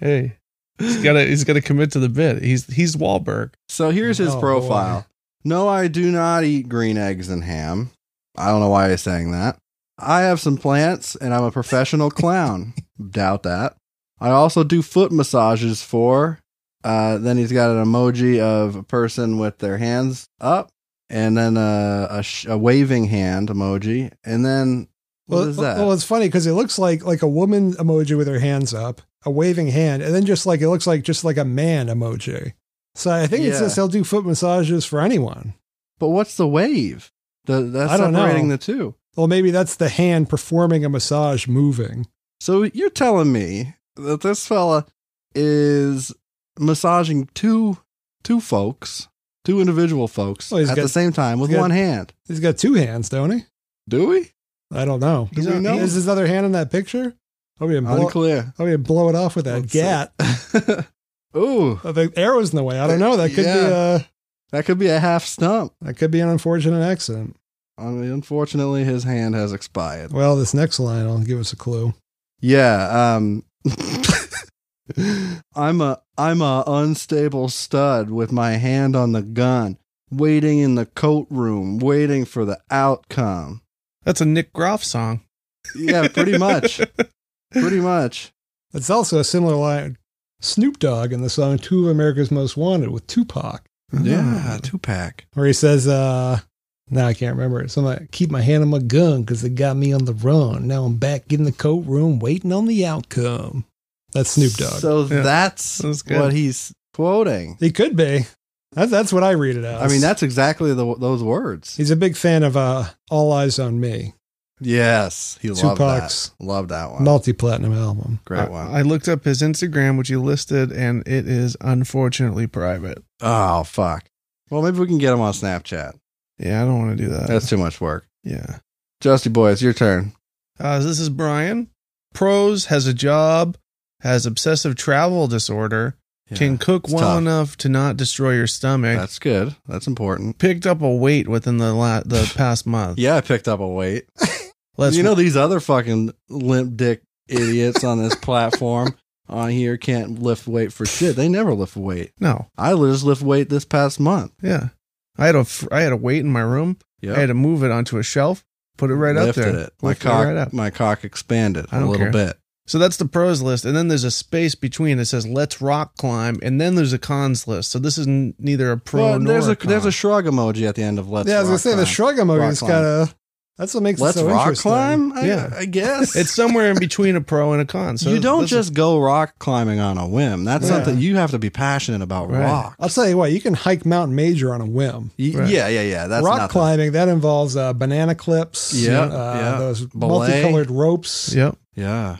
S2: Hey, he's gotta he's gotta commit to the bit. He's he's Wahlberg.
S1: So here's his
S3: Oh, boy.
S1: profile. No, I do not eat green eggs and ham. I don't know why he's saying that. I have some plants and I'm a professional clown. Doubt that. I also do foot massages for. Uh, then he's got an emoji of a person with their hands up and then a, a, sh- a waving hand emoji. And then what
S3: well,
S1: is that?
S3: well, it's funny because it looks like like a woman emoji with her hands up, a waving hand, and then just like it looks like just like a man emoji. So I think it
S1: Yeah.
S3: says he'll do foot massages for anyone.
S1: but what's the wave? The, that's
S3: I don't know.
S1: separating the two.
S3: Well, maybe that's the hand performing a massage moving.
S1: So you're telling me that this fella is massaging two two folks, two individual folks
S3: Oh, he's
S1: at
S3: got-
S1: the same time with
S3: he's got-
S1: one hand.
S3: He's got two hands, don't he?
S1: Do we?
S3: I don't know.
S2: He's on-
S3: Is his other hand in that picture? I'll be blow,
S1: Unclear.
S3: I'll be blow it off with that
S1: Let's see.
S3: gat.
S1: Ooh,
S3: Oh, the arrow's in the way. I don't know. That could be
S1: Yeah.
S3: a
S1: that could be a half stump.
S3: that could be an unfortunate accident.
S1: Un- Unfortunately, his hand has expired.
S3: Well, this next line will give us a clue.
S1: Yeah. Um, I'm a I'm a unstable stud with my hand on the gun, waiting in the coat room, waiting for the outcome.
S2: That's a Nick Groff song.
S1: Yeah, pretty much. pretty much.
S3: That's also a similar line. Snoop Dogg in the song Two of America's Most Wanted with Tupac,
S2: Yeah.
S1: two pack.
S3: where he says, uh, now I can't remember it. Something like, keep my hand on my gun because they got me on the run. Now I'm back in the coat room waiting on the outcome. That's Snoop Dogg.
S1: So
S2: Yeah.
S1: that's
S2: That's good.
S1: what he's quoting.
S3: he could be. That, that's what I read it as.
S1: I mean, that's exactly the, those words.
S3: He's a big fan of uh, All Eyes on Me,
S1: Yes, he loved that.
S3: Tupac's-
S1: Loved that one.
S3: multi platinum album.
S1: Great
S2: I-
S1: one.
S2: I looked up his Instagram, which he listed, and it is unfortunately private.
S1: oh fuck. Well, maybe we can get him on Snapchat.
S2: Yeah, I don't want to do that.
S1: That's too much work.
S2: yeah.
S1: Justy boy, it's your turn.
S2: Uh, this is Brian. Pros has a job, has obsessive travel disorder, can cook
S1: it's
S2: well
S1: tough.
S2: enough to not destroy your stomach.
S1: That's good. That's important.
S2: Picked up a weight within the la- the past month.
S1: Yeah, I picked up a weight.
S2: Let's
S1: you know these other fucking limp dick idiots on this platform on here can't lift weight for shit. They never lift weight.
S2: no.
S1: I just lift weight this past month.
S2: Yeah. I had a fr- I had a weight in my room.
S1: Yeah,
S2: I had to move it onto a shelf, put it right up
S1: lifted
S2: there.
S1: It. My
S2: Lifted it
S1: cock,
S2: right up.
S1: my cock expanded
S2: I
S1: a
S2: don't
S1: little
S2: care.
S1: bit.
S2: So that's the pros list, and then there's a space between that says "Let's rock climb," and then there's a cons list. So this is n- neither a pro
S1: Well,
S2: nor
S1: there's a
S2: con.
S1: there's a shrug emoji at the end of let's.
S3: yeah, I was gonna
S1: rock
S3: say the
S1: climb.
S3: shrug emoji
S1: Rock
S3: is
S1: climb.
S3: kind of that's what makes
S1: Let's
S3: it so
S1: rock
S3: interesting.
S1: climb. I,
S2: Yeah.
S1: I guess
S2: it's somewhere in between a pro and a con. So
S1: you don't
S2: this is-
S1: just go rock climbing on a whim. That's
S3: Yeah.
S1: something you have to be passionate about.
S2: Right. Oh,
S1: Rock.
S3: I'll tell you what, you can hike Mount Major on a whim.
S1: Y-
S2: Right.
S1: Yeah, yeah, yeah. That's
S3: rock
S1: nothing.
S3: climbing that involves uh, banana clips,
S1: Yeah,
S3: uh,
S1: yeah.
S3: those
S1: Belay.
S3: multicolored ropes.
S2: Yep.
S1: Yeah.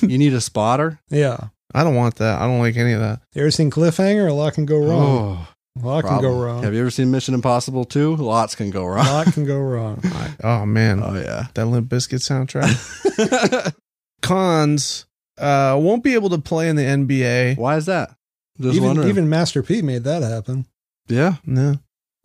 S1: you need a spotter.
S3: Yeah,
S2: I don't want that. I don't like any of that.
S3: you ever seen Cliffhanger? A lot can go wrong.
S1: Oh,
S3: a lot can
S1: problem.
S3: go wrong.
S1: Have you ever seen Mission Impossible 2? Lots can go
S3: a
S1: wrong.
S3: lot can go wrong.
S2: I- oh man,
S1: Oh yeah.
S2: that Limp Bizkit soundtrack. Cons uh, won't be able to play in the NBA.
S1: Why is that? Just
S3: even,
S1: wondering.
S3: even Master P made that happen.
S1: yeah.
S2: No,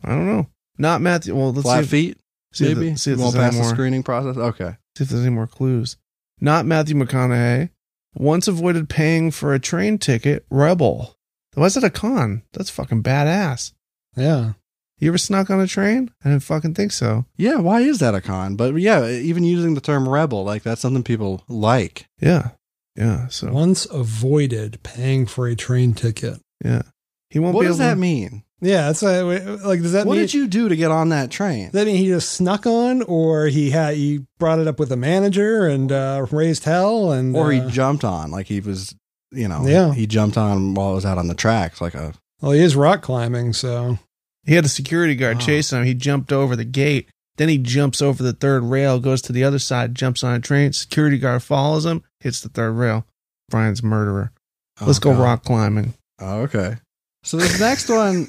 S2: I don't know. Not Matthew. Well, let's
S1: Flat
S2: see.
S1: feet.
S2: see if the-
S1: maybe.
S2: see if
S1: won't
S2: there's any
S1: pass the
S2: more.
S1: screening process. Okay.
S2: See if there's any more clues. Not Matthew McConaughey. Once avoided paying for a train ticket. Rebel. Why is that a con? That's fucking badass.
S3: Yeah,
S2: You ever snuck on a train? I didn't fucking think so.
S1: Yeah. Why is that a con? But yeah, even using the term rebel, like that's something people like.
S2: Yeah. Yeah. So
S3: once avoided paying for a train ticket.
S2: yeah. He won't
S1: What
S2: be
S1: does
S2: able
S1: that
S2: to-
S1: mean?
S3: Yeah, that's why- like does that
S1: What
S3: mean
S1: did you do to get on that train?
S3: Does that mean he just snuck on, or he had he brought it up with the manager and uh, raised hell, and
S1: Or he
S3: uh,
S1: jumped on, like he was, you know,
S3: Yeah.
S1: he jumped on while I was out on the tracks, like a
S3: well, he is rock climbing, so
S2: He had a security guard
S1: Oh.
S2: chasing him. He jumped over the gate. Then he jumps over the third rail, goes to the other side, jumps on a train. Security guard follows him, hits the third rail. Brian's murderer. Let's
S1: Oh,
S2: go
S1: God.
S2: rock climbing.
S1: Oh, okay. So this next one,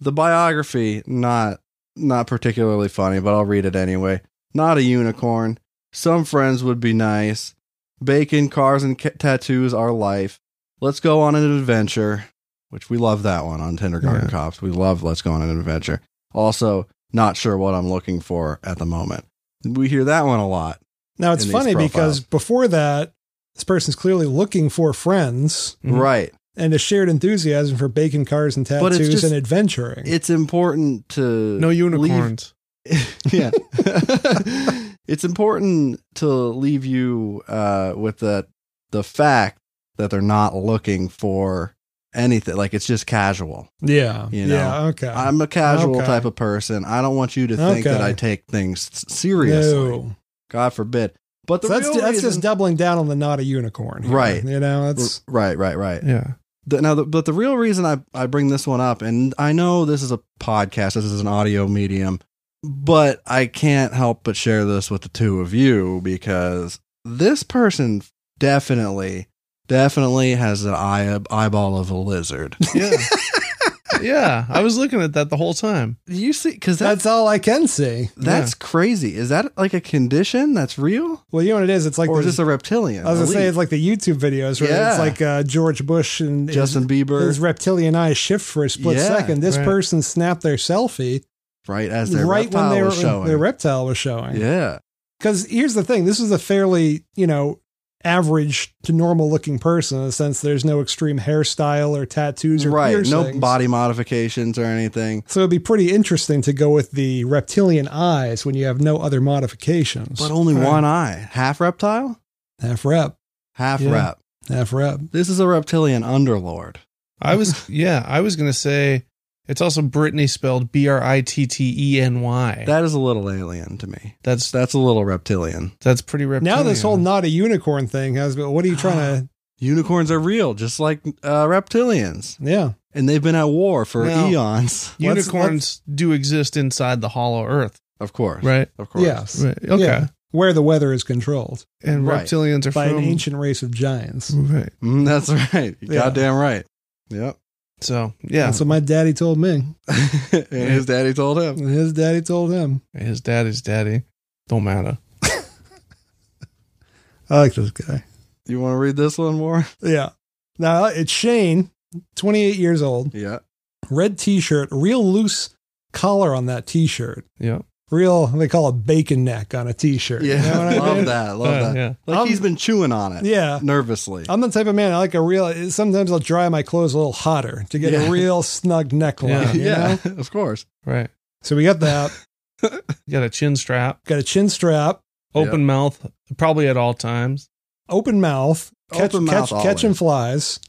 S1: the biography, not not particularly funny, but I'll read it anyway. Not a unicorn. Some friends would be nice. Bacon, cars, and ca- tattoos are life. Let's go on an adventure, which we love that one on Kindergarten
S2: Yeah.
S1: Cops. We love Let's Go on an Adventure. Also, not sure what I'm looking for at the moment. We hear that one a lot.
S3: now it's
S1: In these
S3: funny
S1: profiles.
S3: because before that, this person's clearly looking for friends
S2: Mhm.
S1: Right.
S3: and a shared enthusiasm for bacon cars and
S1: But it's
S3: tattoos
S1: just-
S3: and adventuring.
S1: It's important to
S2: No
S1: leave
S2: unicorns.
S1: yeah. it's important to leave you uh, with the the fact that they're not looking for anything. Like it's just casual.
S3: yeah,
S1: you know,
S3: yeah, okay,
S1: I'm a casual
S3: Uh, Okay.
S1: type of person. I don't want you to think that
S3: Okay.
S1: I take things s- seriously.
S3: No.
S1: God forbid. But the
S3: So that's
S1: real
S3: that's just
S1: reason-
S3: doubling down on the not a unicorn, here.
S1: Right.
S3: You know, it's
S1: right, right, right.
S2: Yeah.
S1: The, now, the, but the real reason I, I bring this one up, and I know this is a podcast, this is an audio medium, but I can't help but share this with the two of you because this person definitely, definitely has an eye, eyeball of a lizard.
S2: Yeah. yeah. I was looking at that the whole time.
S1: you see, because
S3: that's
S1: that's
S3: all I can see.
S1: that's crazy. Is that like a condition that's real,
S3: Well, you know what it is? It's like
S1: or is
S3: those-
S1: this a reptilian?
S3: I was
S1: A
S3: gonna say
S1: leaf?
S3: it's like the YouTube videos where
S1: Yeah.
S3: it's like uh, George Bush and his-
S1: Justin Bieber,
S3: his reptilian eyes shift for a split
S1: Yeah,
S3: second. This
S2: right.
S3: person snapped their selfie
S1: right as their
S3: right
S1: reptile
S3: when they were
S1: was showing.
S3: their reptile was showing.
S1: yeah,
S3: Because here's the thing: this is a fairly you know average to normal looking person in the sense there's no extreme hairstyle or tattoos or
S1: right. No
S3: piercings.
S1: body modifications or anything.
S3: So it'd be pretty interesting to go with the reptilian eyes when you have no other modifications.
S1: But only
S2: Right.
S1: one eye. Half reptile?
S3: half rep,
S1: Half
S2: Yeah.
S1: rep.
S3: half rep.
S1: This is a reptilian underlord.
S2: I was, yeah, I was going to say it's also Brittany spelled B R I T T E N Y.
S1: That is a little alien to me.
S2: That's,
S1: That's a little reptilian.
S2: that's pretty reptilian.
S3: Now this whole not a unicorn thing has. But what are you trying to?
S1: Unicorns are real, just like uh, reptilians.
S3: Yeah.
S1: And they've been at war for
S2: Now-
S1: eons.
S3: let's-
S2: unicorns do exist inside the hollow earth,
S1: Of course.
S2: right?
S1: Of course.
S3: Yes.
S2: Right. Okay.
S3: Yeah. Where the weather is controlled
S2: And
S1: Right.
S2: reptilians are
S3: by
S2: from
S3: an ancient race of giants.
S2: Right.
S1: Mm, that's right. You
S3: Yeah.
S1: Goddamn right. Yep.
S2: So yeah,
S3: That's what my daddy told me.
S1: and his daddy told him.
S3: And his daddy told him.
S2: his dad is daddy. Don't matter.
S3: I like this guy.
S1: You want to read this one more?
S3: Yeah. Now it's Shane, 28 years old,
S1: Yeah.
S3: red t shirt, real loose collar on that t shirt.
S2: Yeah.
S3: Real, they call it bacon neck on a t shirt.
S1: Yeah.
S3: You know what I
S1: love
S3: mean?
S1: that. Love
S2: Uh,
S1: that.
S2: yeah.
S1: Like
S3: I'm-
S1: he's been chewing on it
S3: Yeah. Oh,
S1: nervously.
S3: I'm the type of man I like a real, sometimes I'll dry my clothes a little hotter to get
S1: Yeah.
S3: a real snug
S2: Yeah.
S3: neckline. You
S1: yeah.
S3: Know?
S1: Of course.
S2: Right.
S3: So we got that.
S2: You got a chin strap,
S3: Got a chin strap.
S2: open mouth, probably at all times.
S3: open mouth, catch,
S1: Open mouth
S3: catch, catching
S1: always.
S3: flies,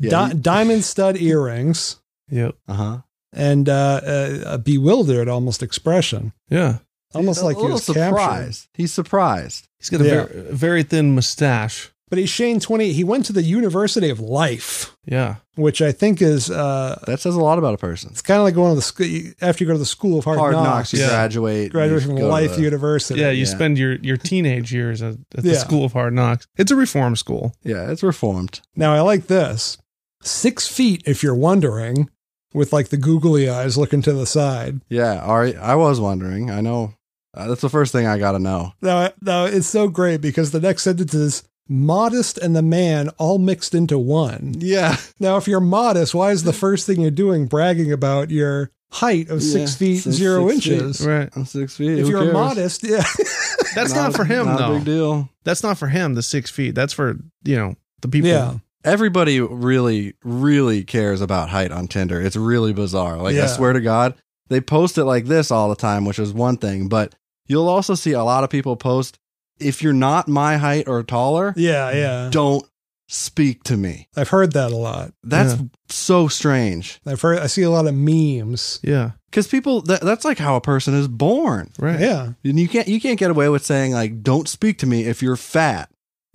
S1: Yeah,
S3: di-
S1: you-
S3: diamond stud earrings,
S2: Yep.
S1: Uh huh.
S3: and uh, uh, a bewildered almost expression,
S2: Yeah.
S3: almost like he was captured.
S1: surprised. He's surprised.
S2: He's got a
S3: Yeah.
S2: ver- very thin mustache.
S3: But he's Shane twenty. He went to the University of Life,
S2: Yeah.
S3: which I think is uh,
S1: That says a lot about a person.
S3: it's kind of like going to the school after you go to the School of Hard,
S1: Hard
S3: Knocks.
S1: knocks. You
S2: Yeah.
S1: graduate.
S3: Graduate from
S1: you go to
S3: Life
S1: the-
S3: University.
S2: Yeah. You
S1: Yeah.
S2: spend your, your teenage years at, at the
S3: Yeah.
S2: School of Hard Knocks. It's a reform school.
S1: Yeah, it's reformed.
S3: Now I like this. Six feet, if you're wondering, with like the googly eyes looking to the side.
S1: Yeah. All right. I was wondering. I know. Uh, that's the first thing I got to know.
S3: Now, now it's so great because the next sentence is modest and the man all mixed into one.
S1: Yeah.
S3: Now, if you're modest, why is the first thing you're doing bragging about your height of six
S1: Yeah,
S3: feet
S1: six-
S3: zero
S1: six feet.
S3: inches?
S2: Right.
S1: I'm six feet.
S3: If
S1: Who
S3: you're
S1: cares?
S3: modest, yeah,
S2: That's not, for him,
S1: not
S2: though.
S1: A big deal.
S2: That's not for him, the six feet. That's for, you know, the people.
S3: yeah,
S1: Everybody really, really cares about height on Tinder. It's really bizarre. Like I
S3: Yeah.
S1: swear to God, they post it like this all the time, which is one thing. But you'll also see a lot of people post if you're not my height or taller,
S3: yeah, yeah.
S1: don't speak to me.
S3: I've heard that a lot.
S1: That's so strange.
S3: I've heard. I see a lot of memes.
S2: Yeah.
S1: Because people, that, that's like how a person is born.
S2: Right.
S3: Yeah,
S1: And you can't you can't get away with saying like don't speak to me if you're fat.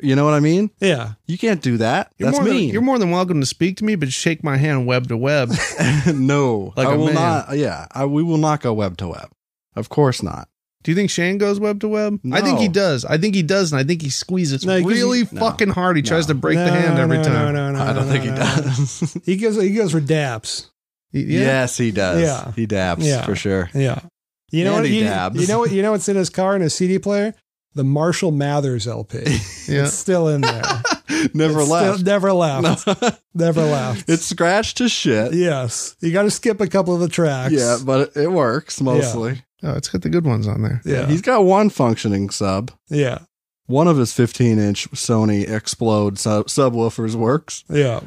S1: You know what I mean?
S3: yeah.
S1: You can't do that.
S2: You're
S1: That's
S2: more
S1: mean.
S2: Than, you're more than welcome to speak to me, but shake my hand web to web.
S1: no,
S2: Like
S1: I
S2: a
S1: will
S2: man.
S1: not. Yeah, I, we will not go web to web. Of course not.
S2: Do you think Shane goes web to web? I think he
S1: No.
S2: does. I think he does, and I think he squeezes
S3: No, 'cause
S2: really
S1: he- no.
S2: fucking hard. He tries
S1: No.
S2: to break the
S3: No,
S2: hand every
S3: no,
S2: time.
S3: No, no, no.
S1: I don't
S3: no,
S1: think he
S3: no.
S1: does.
S3: He goes. He goes for dabs.
S2: Y- Yeah.
S1: Yes, he does.
S3: Yeah.
S1: he dabs
S3: Yeah.
S1: for sure.
S3: Yeah. You know
S1: And
S3: what?
S1: he
S3: You,
S1: dabs.
S3: you know what? You know what's in his car in his CD player? The Marshall Mathers LP.
S2: Yeah.
S3: It's still in there.
S1: Never
S3: It's
S1: left.
S3: Still, never left.
S1: No.
S3: Never left.
S1: it's scratched to shit.
S3: yes. You got to skip a couple of the tracks.
S1: Yeah, but it, it works mostly.
S2: Oh, it's got the good ones on there.
S3: Yeah.
S1: He's got one functioning sub.
S3: yeah.
S1: One of his 15 inch Sony Explode sub- subwoofers works.
S3: Yeah.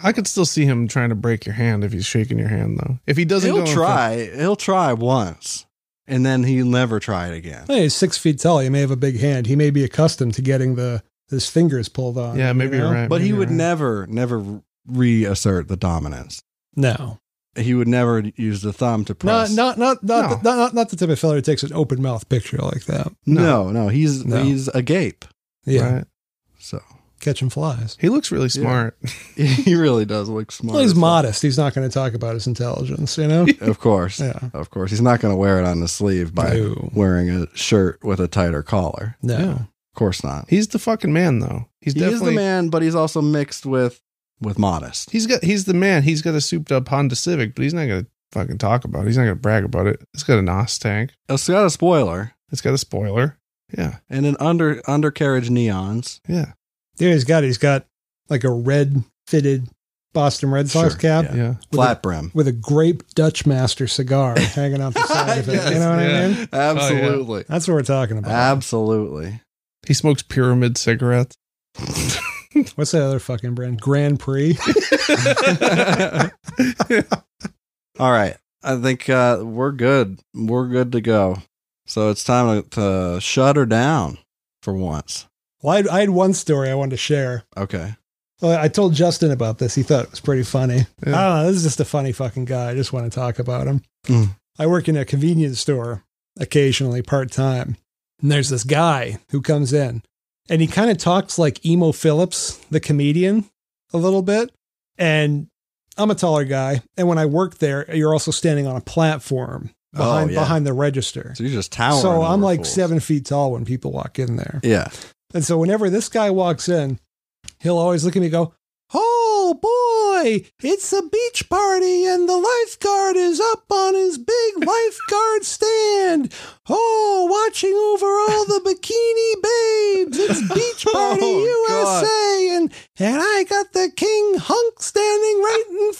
S2: I could still see him trying to break your hand if he's shaking your hand, though. If he doesn't, go
S1: he'll
S2: in front-
S1: try. He'll try once, and then he'll never try it again.
S3: Hey, he's six feet tall. He may have a big hand. He may be accustomed to getting the his fingers pulled on.
S2: Yeah, maybe
S3: you
S2: you're
S3: know?
S2: right.
S1: But he
S2: maybe
S1: would
S2: you're
S1: never,
S2: right.
S1: never reassert the dominance.
S3: No.
S1: He would never use the thumb to
S3: Not
S1: press.
S3: not not not,
S2: No.
S3: The, not not not the type of fella who takes an open mouth picture like that.
S1: no, no, he's
S3: No.
S1: he's agape.
S3: Yeah.
S2: Right.
S1: So
S3: Catching flies.
S2: He looks really smart.
S1: he really does look smart.
S3: Well, he's
S1: as fuck.
S3: modest. He's not going to talk about his intelligence, you know?
S1: of course,
S3: Yeah.
S1: of course. He's not going to wear it on the sleeve by
S3: No.
S1: wearing a shirt with a tighter collar.
S3: No.
S2: Yeah.
S1: Of course not.
S2: He's the fucking man, though. He's
S1: He is
S2: definitely
S1: the man, but he's also mixed with with modest.
S2: He's got he's the man. He's got a souped up Honda Civic, but he's not gonna fucking talk about it. He's not gonna brag about it. It's got a NOS tank.
S1: It's got a spoiler
S2: It's got a spoiler. Yeah,
S1: and an under undercarriage neons.
S2: yeah,
S3: Yeah, he's got he's got like a red fitted Boston Red Sox
S1: Sure,
S3: cap
S1: yeah.
S2: yeah.
S3: With
S1: Flat brim.
S3: with a grape Dutch Master cigar hanging out the side of it.
S1: Yes,
S3: you know what
S2: yeah.
S3: I mean?
S1: Absolutely.
S3: That's what we're talking about.
S1: Absolutely.
S2: He smokes pyramid cigarettes.
S3: What's that other fucking brand? Grand Prix.
S1: All right. I think uh, we're good. We're good to go. So it's time to, to shut her down for once.
S3: Well, I, I had one story I wanted to share.
S1: Okay.
S3: Well, I told Justin about this. He thought it was pretty funny.
S2: Yeah.
S3: I don't know. This is just a funny fucking guy. I just want to talk about him.
S1: Mm.
S3: I work in a convenience store occasionally, part time. And there's this guy who comes in and he kind of talks like Emo Phillips, the comedian, a little bit. And I'm a taller guy. And when I work there, you're also standing on a platform
S1: Oh,
S3: behind,
S1: yeah.
S3: behind the register.
S1: So you're just towering.
S3: so I'm
S1: over
S3: like
S1: fools.
S3: seven feet tall when people walk in there.
S1: Yeah.
S3: And so whenever this guy walks in, he'll always look at me and go, Oh boy, it's a beach party and the lifeguard is up on his big lifeguard stand. Oh, watching over all the bikini babes. It's beach party
S1: Oh, God.
S3: USA and and I got the king hunk standing right in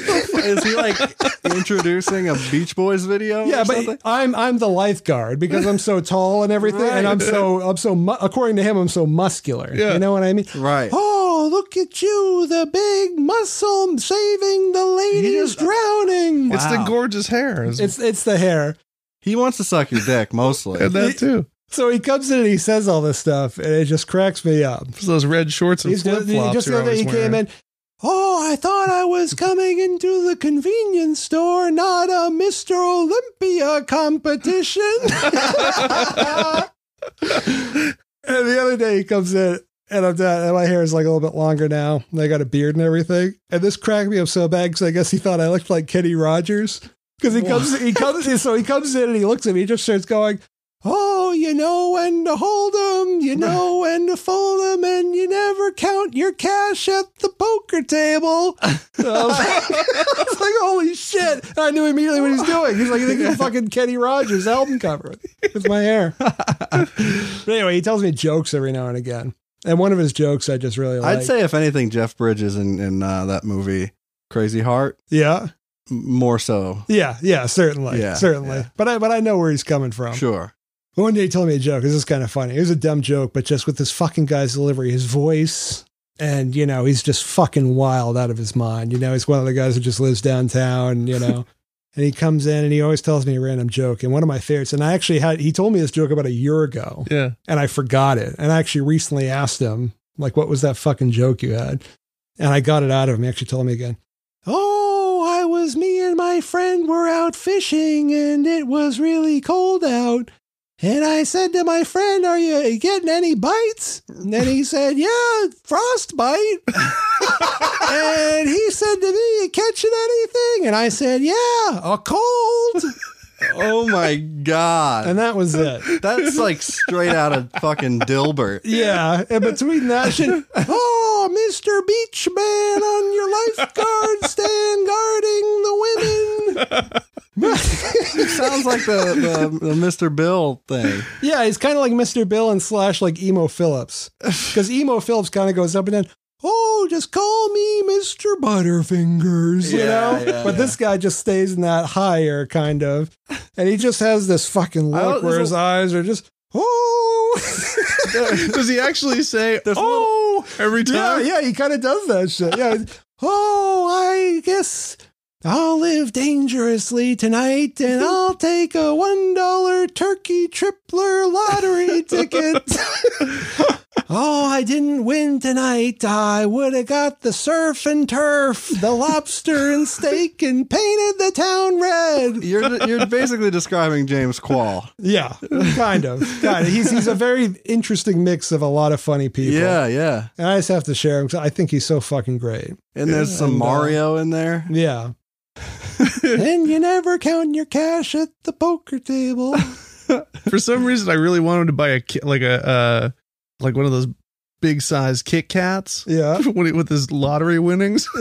S3: front of me.
S1: Is he like introducing a Beach Boys video?
S3: Yeah,
S1: or something?
S3: but I'm I'm the lifeguard because I'm so tall and everything, and I'm so I'm so mu- according to him I'm so muscular.
S2: Yeah.
S3: You know what I mean?
S1: Right.
S3: Oh, look at you, the big muscle saving the ladies
S1: just-
S3: drowning.
S2: It's the
S1: Wow.
S2: gorgeous hair. It's,
S3: It's it's the hair.
S1: He wants to suck your dick mostly.
S2: and that too.
S3: So he comes in and he says all this stuff, and it just cracks me up.
S2: It's those red shorts and
S3: He's
S2: flip
S3: doing- he
S2: flops.
S3: just the other day he came in. Oh, I thought I was coming into the convenience store, not a Mr. Olympia competition. and the other day he comes in, and I'm done. And my hair is like a little bit longer now. And I got a beard and everything. And this cracked me up so bad because I guess he thought I looked like Kenny Rogers. Because he comes, he comes, so he comes in and he looks at me. He just starts going, "Oh, you know when to hold 'em, you know when to fold 'em, and you never count your cash at the poker table."
S1: Um,
S3: So I, was like, I was like, "Holy shit!" And I knew immediately what he's doing. He's like, "I think it's fucking Kenny Rogers album cover with my hair." but anyway, he tells me jokes every now and again, and one of his jokes I just really like.
S1: I'd say, if anything, Jeff Bridges in, in uh, that movie, Crazy Heart,
S3: yeah,
S1: m- more so.
S3: yeah, yeah, certainly,
S1: Yeah,
S3: certainly.
S1: yeah.
S3: But I, but I know where he's coming from.
S1: Sure.
S3: One day he told me a joke. This is kind of funny. It was a dumb joke, but just with this fucking guy's delivery, his voice, and you know, he's just fucking wild out of his mind. You know, he's one of the guys who just lives downtown. You know, and he comes in and he always tells me a random joke. And one of my favorites. And I actually had he told me this joke about a year ago,
S2: Yeah.
S3: and I forgot it. And I actually recently asked him, like, what was that fucking joke you had? And I got it out of him. He actually told me again. Oh, I was me and my friend were out fishing and it was really cold out. And I said to my friend, Are you getting any bites? And then he said, Yeah, frostbite. and he said to me, You catching anything? And I said, Yeah, a cold.
S1: Oh my God.
S3: And that was it.
S1: That's like straight out of fucking Dilbert.
S3: Yeah, and between that shit, oh, Mr. Beachman on your lifeguard stand guarding the women.
S1: Sounds like the, the, the Mr. Bill thing.
S3: yeah, he's kind of like Mr. Bill and slash like Emo Phillips, because Emo Phillips kind of goes up and down. Oh, just call me Mr. Butterfingers, you
S1: Yeah,
S3: know.
S1: yeah,
S3: but
S1: yeah.
S3: this guy just stays in that higher kind of, and he just has this fucking
S1: I
S3: look
S1: don't-
S3: where
S1: there's a-
S3: his eyes are just oh.
S2: Does he actually say,
S1: There's a
S2: oh, every
S3: Yeah,
S2: time?
S3: yeah, he kind of does that shit. Yeah. he's, oh, I guess I'll live dangerously tonight, and I'll take a one dollar turkey tripler lottery ticket. oh, I didn't win tonight. I would have got the surf and turf, the lobster and steak, and painted the town red.
S1: You're, you're basically describing James Quall.
S3: Yeah, kind of. Kind of. He's he's a very interesting mix of a lot of funny people.
S1: Yeah, yeah.
S3: And I just have to share him because I think he's so fucking great.
S1: And there's some
S3: And, uh,
S1: Mario in there.
S3: Yeah. and you never count your cash at the poker table.
S2: For some reason, I really wanted to buy a ki- like a uh, like one of those big size Kit Kats
S3: Yeah.
S2: when it- with his lottery winnings.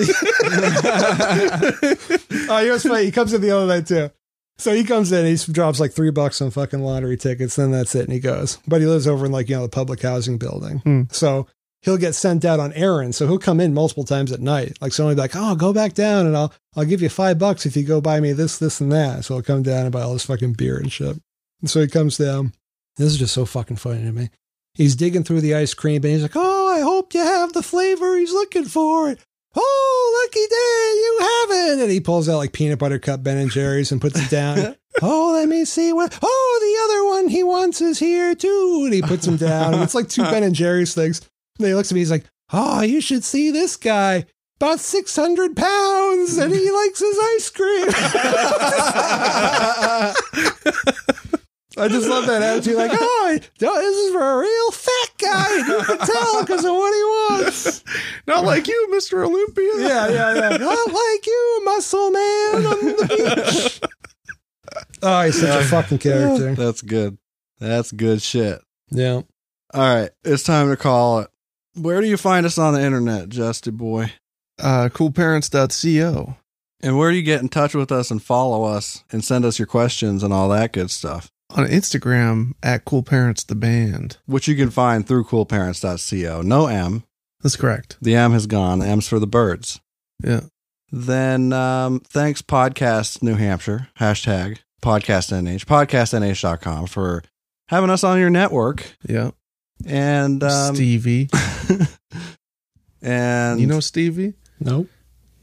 S3: Oh, you know what's funny? He comes in the other night too. So he comes in, he drops like three bucks on fucking lottery tickets, then that's it, and he goes. But he lives over in like, you know, the public housing building.
S2: Hmm.
S3: So he'll get sent out on errands. So he'll come in multiple times at night. Like someone will be like, Oh, go back down and I'll I'll give you five bucks if you go buy me this, this, and that. So he'll come down and buy all this fucking beer and shit. And so he comes down. This is just so fucking funny to me. He's digging through the ice cream and he's like, Oh, I hope you have the flavor he's looking for. Oh, lucky day, you haven't. And he pulls out like peanut butter cup Ben and Jerry's and puts it down. oh, let me see what. Oh, the other one he wants is here too. And he puts them down. And it's like two Ben and Jerry's things. And he looks at me. He's like, Oh, you should see this guy. About 600 pounds. And he likes his ice cream. I just love that attitude. Like, oh, I- this is for a real fat guy. and You can tell because of what he wants
S2: Not like you, Mr. Olympia.
S3: yeah, yeah, yeah. Not like you, muscle man on the beach. Oh, he's such a fucking character.
S1: That's good. That's good shit.
S3: Yeah.
S1: All right, it's time to call it. Where do you find us on the internet, Justy boy?
S2: Uh, coolparents.co.
S1: And where do you get in touch with us and follow us and send us your questions and all that good stuff,
S2: On Instagram at Cool Parents the Band.
S1: which you can find through coolparents.co. No M.
S2: That's correct.
S1: The M has gone. M's for the birds.
S2: Yeah.
S1: Then um, thanks, Podcast New Hampshire, hashtag podcastnh, podcastnh.com for having us on your network.
S2: Yeah.
S1: And, um,
S2: Stevie.
S1: and
S2: You know Stevie?
S3: Nope.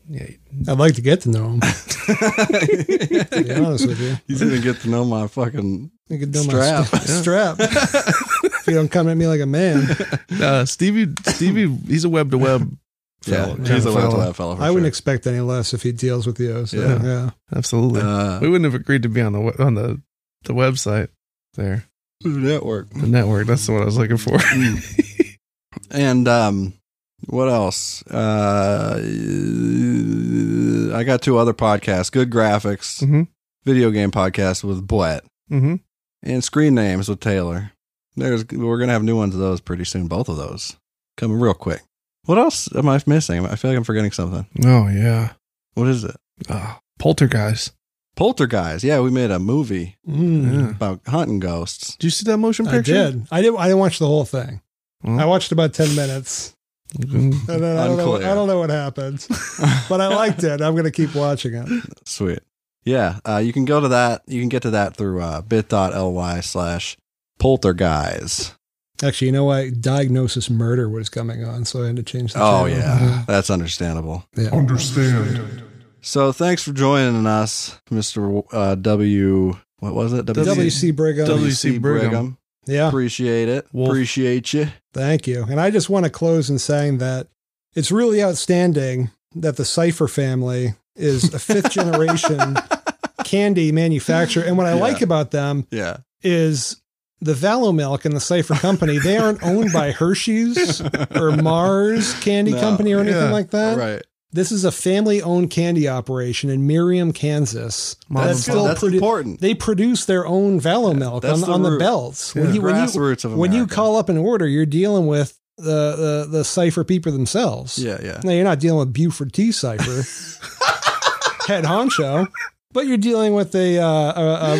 S2: Yeah.
S3: I'd like to get to know him, to be honest with you.
S1: He's gonna get to know my fucking
S3: You could do
S1: Strap.
S3: my st- strap. if you don't come at me like a man,
S2: Uh, Stevie, Stevie, he's a web to web.
S1: Yeah,
S2: Fella,
S1: he's a
S2: fella.
S1: wild wild fella. For
S3: I wouldn't
S1: sure.
S3: expect any less if he deals with you. So
S1: Yeah.
S3: yeah,
S2: Absolutely. we
S1: uh,
S2: wouldn't have agreed to be on the we- on the the website there,
S1: network.
S2: the network. That's the one I was looking for.
S1: Mm. and um, what else? Uh, I got two other podcasts: Good Graphics,
S2: Mhm.
S1: video game podcast with Boet,
S2: hmm
S1: and Screen Names with Taylor. There's we're gonna have new ones of those pretty soon. Both of those coming real quick. What else am I missing? I feel like I'm forgetting something.
S2: Oh yeah.
S1: What is it?
S2: Oh, poltergeist.
S1: Poltergeist. Yeah, we made a movie
S3: Mm.
S2: Yeah.
S1: about hunting ghosts.
S2: Mm-hmm. Did you see that motion
S3: I
S2: picture?
S3: did. I didn't. I didn't watch the whole thing.
S1: Mm.
S3: I watched about ten minutes,
S2: Mhm.
S3: and then I don't, know,
S1: Unclear.
S3: I don't know what happened, but I liked it. I'm gonna keep watching it.
S1: Sweet. Yeah, uh, you can go to that. You can get to that through uh, bit.ly slash poltergeist.
S3: Actually, you know what? Diagnosis Murder was coming on, so I had to change the.
S1: Oh,
S3: channel.
S1: yeah. That's understandable.
S3: yeah.
S1: So thanks for joining us, Mr. Uh, w. What was it?
S3: W.C. Brigham.
S2: W- W.C. Brigham.
S3: yeah.
S1: Appreciate it.
S2: Wolf.
S1: Appreciate you.
S3: Thank you. And I just want to close in saying that it's really outstanding that the Cypher family is a fifth generation candy manufacturer. And what I
S1: Yeah.
S3: like about them
S1: Yeah.
S3: is the Valo Milk and the Cypher Company, they aren't owned by Hershey's or Mars Candy
S1: No,
S3: Company or anything
S2: yeah,
S3: like that.
S1: right.
S3: This is a family owned candy operation in Miriam, Kansas.
S2: Mom
S3: That's
S2: and
S3: still
S2: pop.
S1: That's
S3: pretty-
S1: important.
S3: They produce their own Valo Milk
S1: that's
S3: on,
S1: the
S3: the, on the
S1: root.
S3: belts.
S2: Yeah.
S1: Grassroots of
S3: when you
S1: America.
S3: call up an order, you're dealing with the the, the cipher people themselves.
S1: Yeah, yeah.
S3: Now you're not dealing with Buford T cipher, head honcho, but you're dealing with the uh, uh, uh,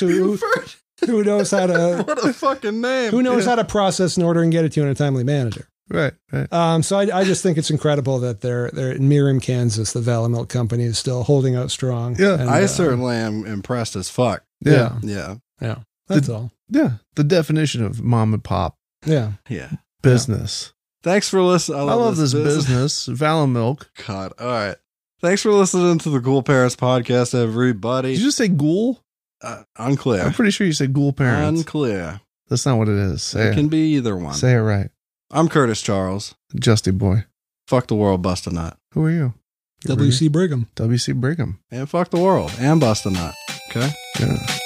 S3: who who knows how to
S1: what a fucking name.
S3: who knows how to process an order and get it to you in a timely manner.
S2: Right. Right.
S3: Um, so I, I just think it's incredible that they're they're in Miriam, Kansas. The Valley Milk Company is still holding out strong.
S2: Yeah,
S3: And,
S1: I
S3: uh,
S1: certainly am impressed as fuck.
S2: Yeah. yeah.
S3: yeah.
S1: Yeah.
S3: uh, That's all.
S2: The definition of mom and pop
S3: Yeah.
S1: Yeah.
S2: business.
S1: Thanks for listening.
S2: I love this business. Valley milk.
S1: God. All right. Thanks for listening to the Ghoul Parents podcast, everybody.
S2: Did you just say ghoul?
S1: uh,
S2: I'm
S1: unclear.
S2: pretty sure you said ghoul parents.
S1: Unclear.
S2: That's not what it is.
S1: It
S2: Say it.
S1: can be either one.
S2: Say it right.
S1: I'm Curtis Charles.
S2: Justy boy.
S1: Fuck the world, bust a nut.
S2: Who are you?
S3: W.C. Brigham.
S2: W.C. Brigham.
S1: And fuck the world and bust a nut. Okay?
S2: Yeah.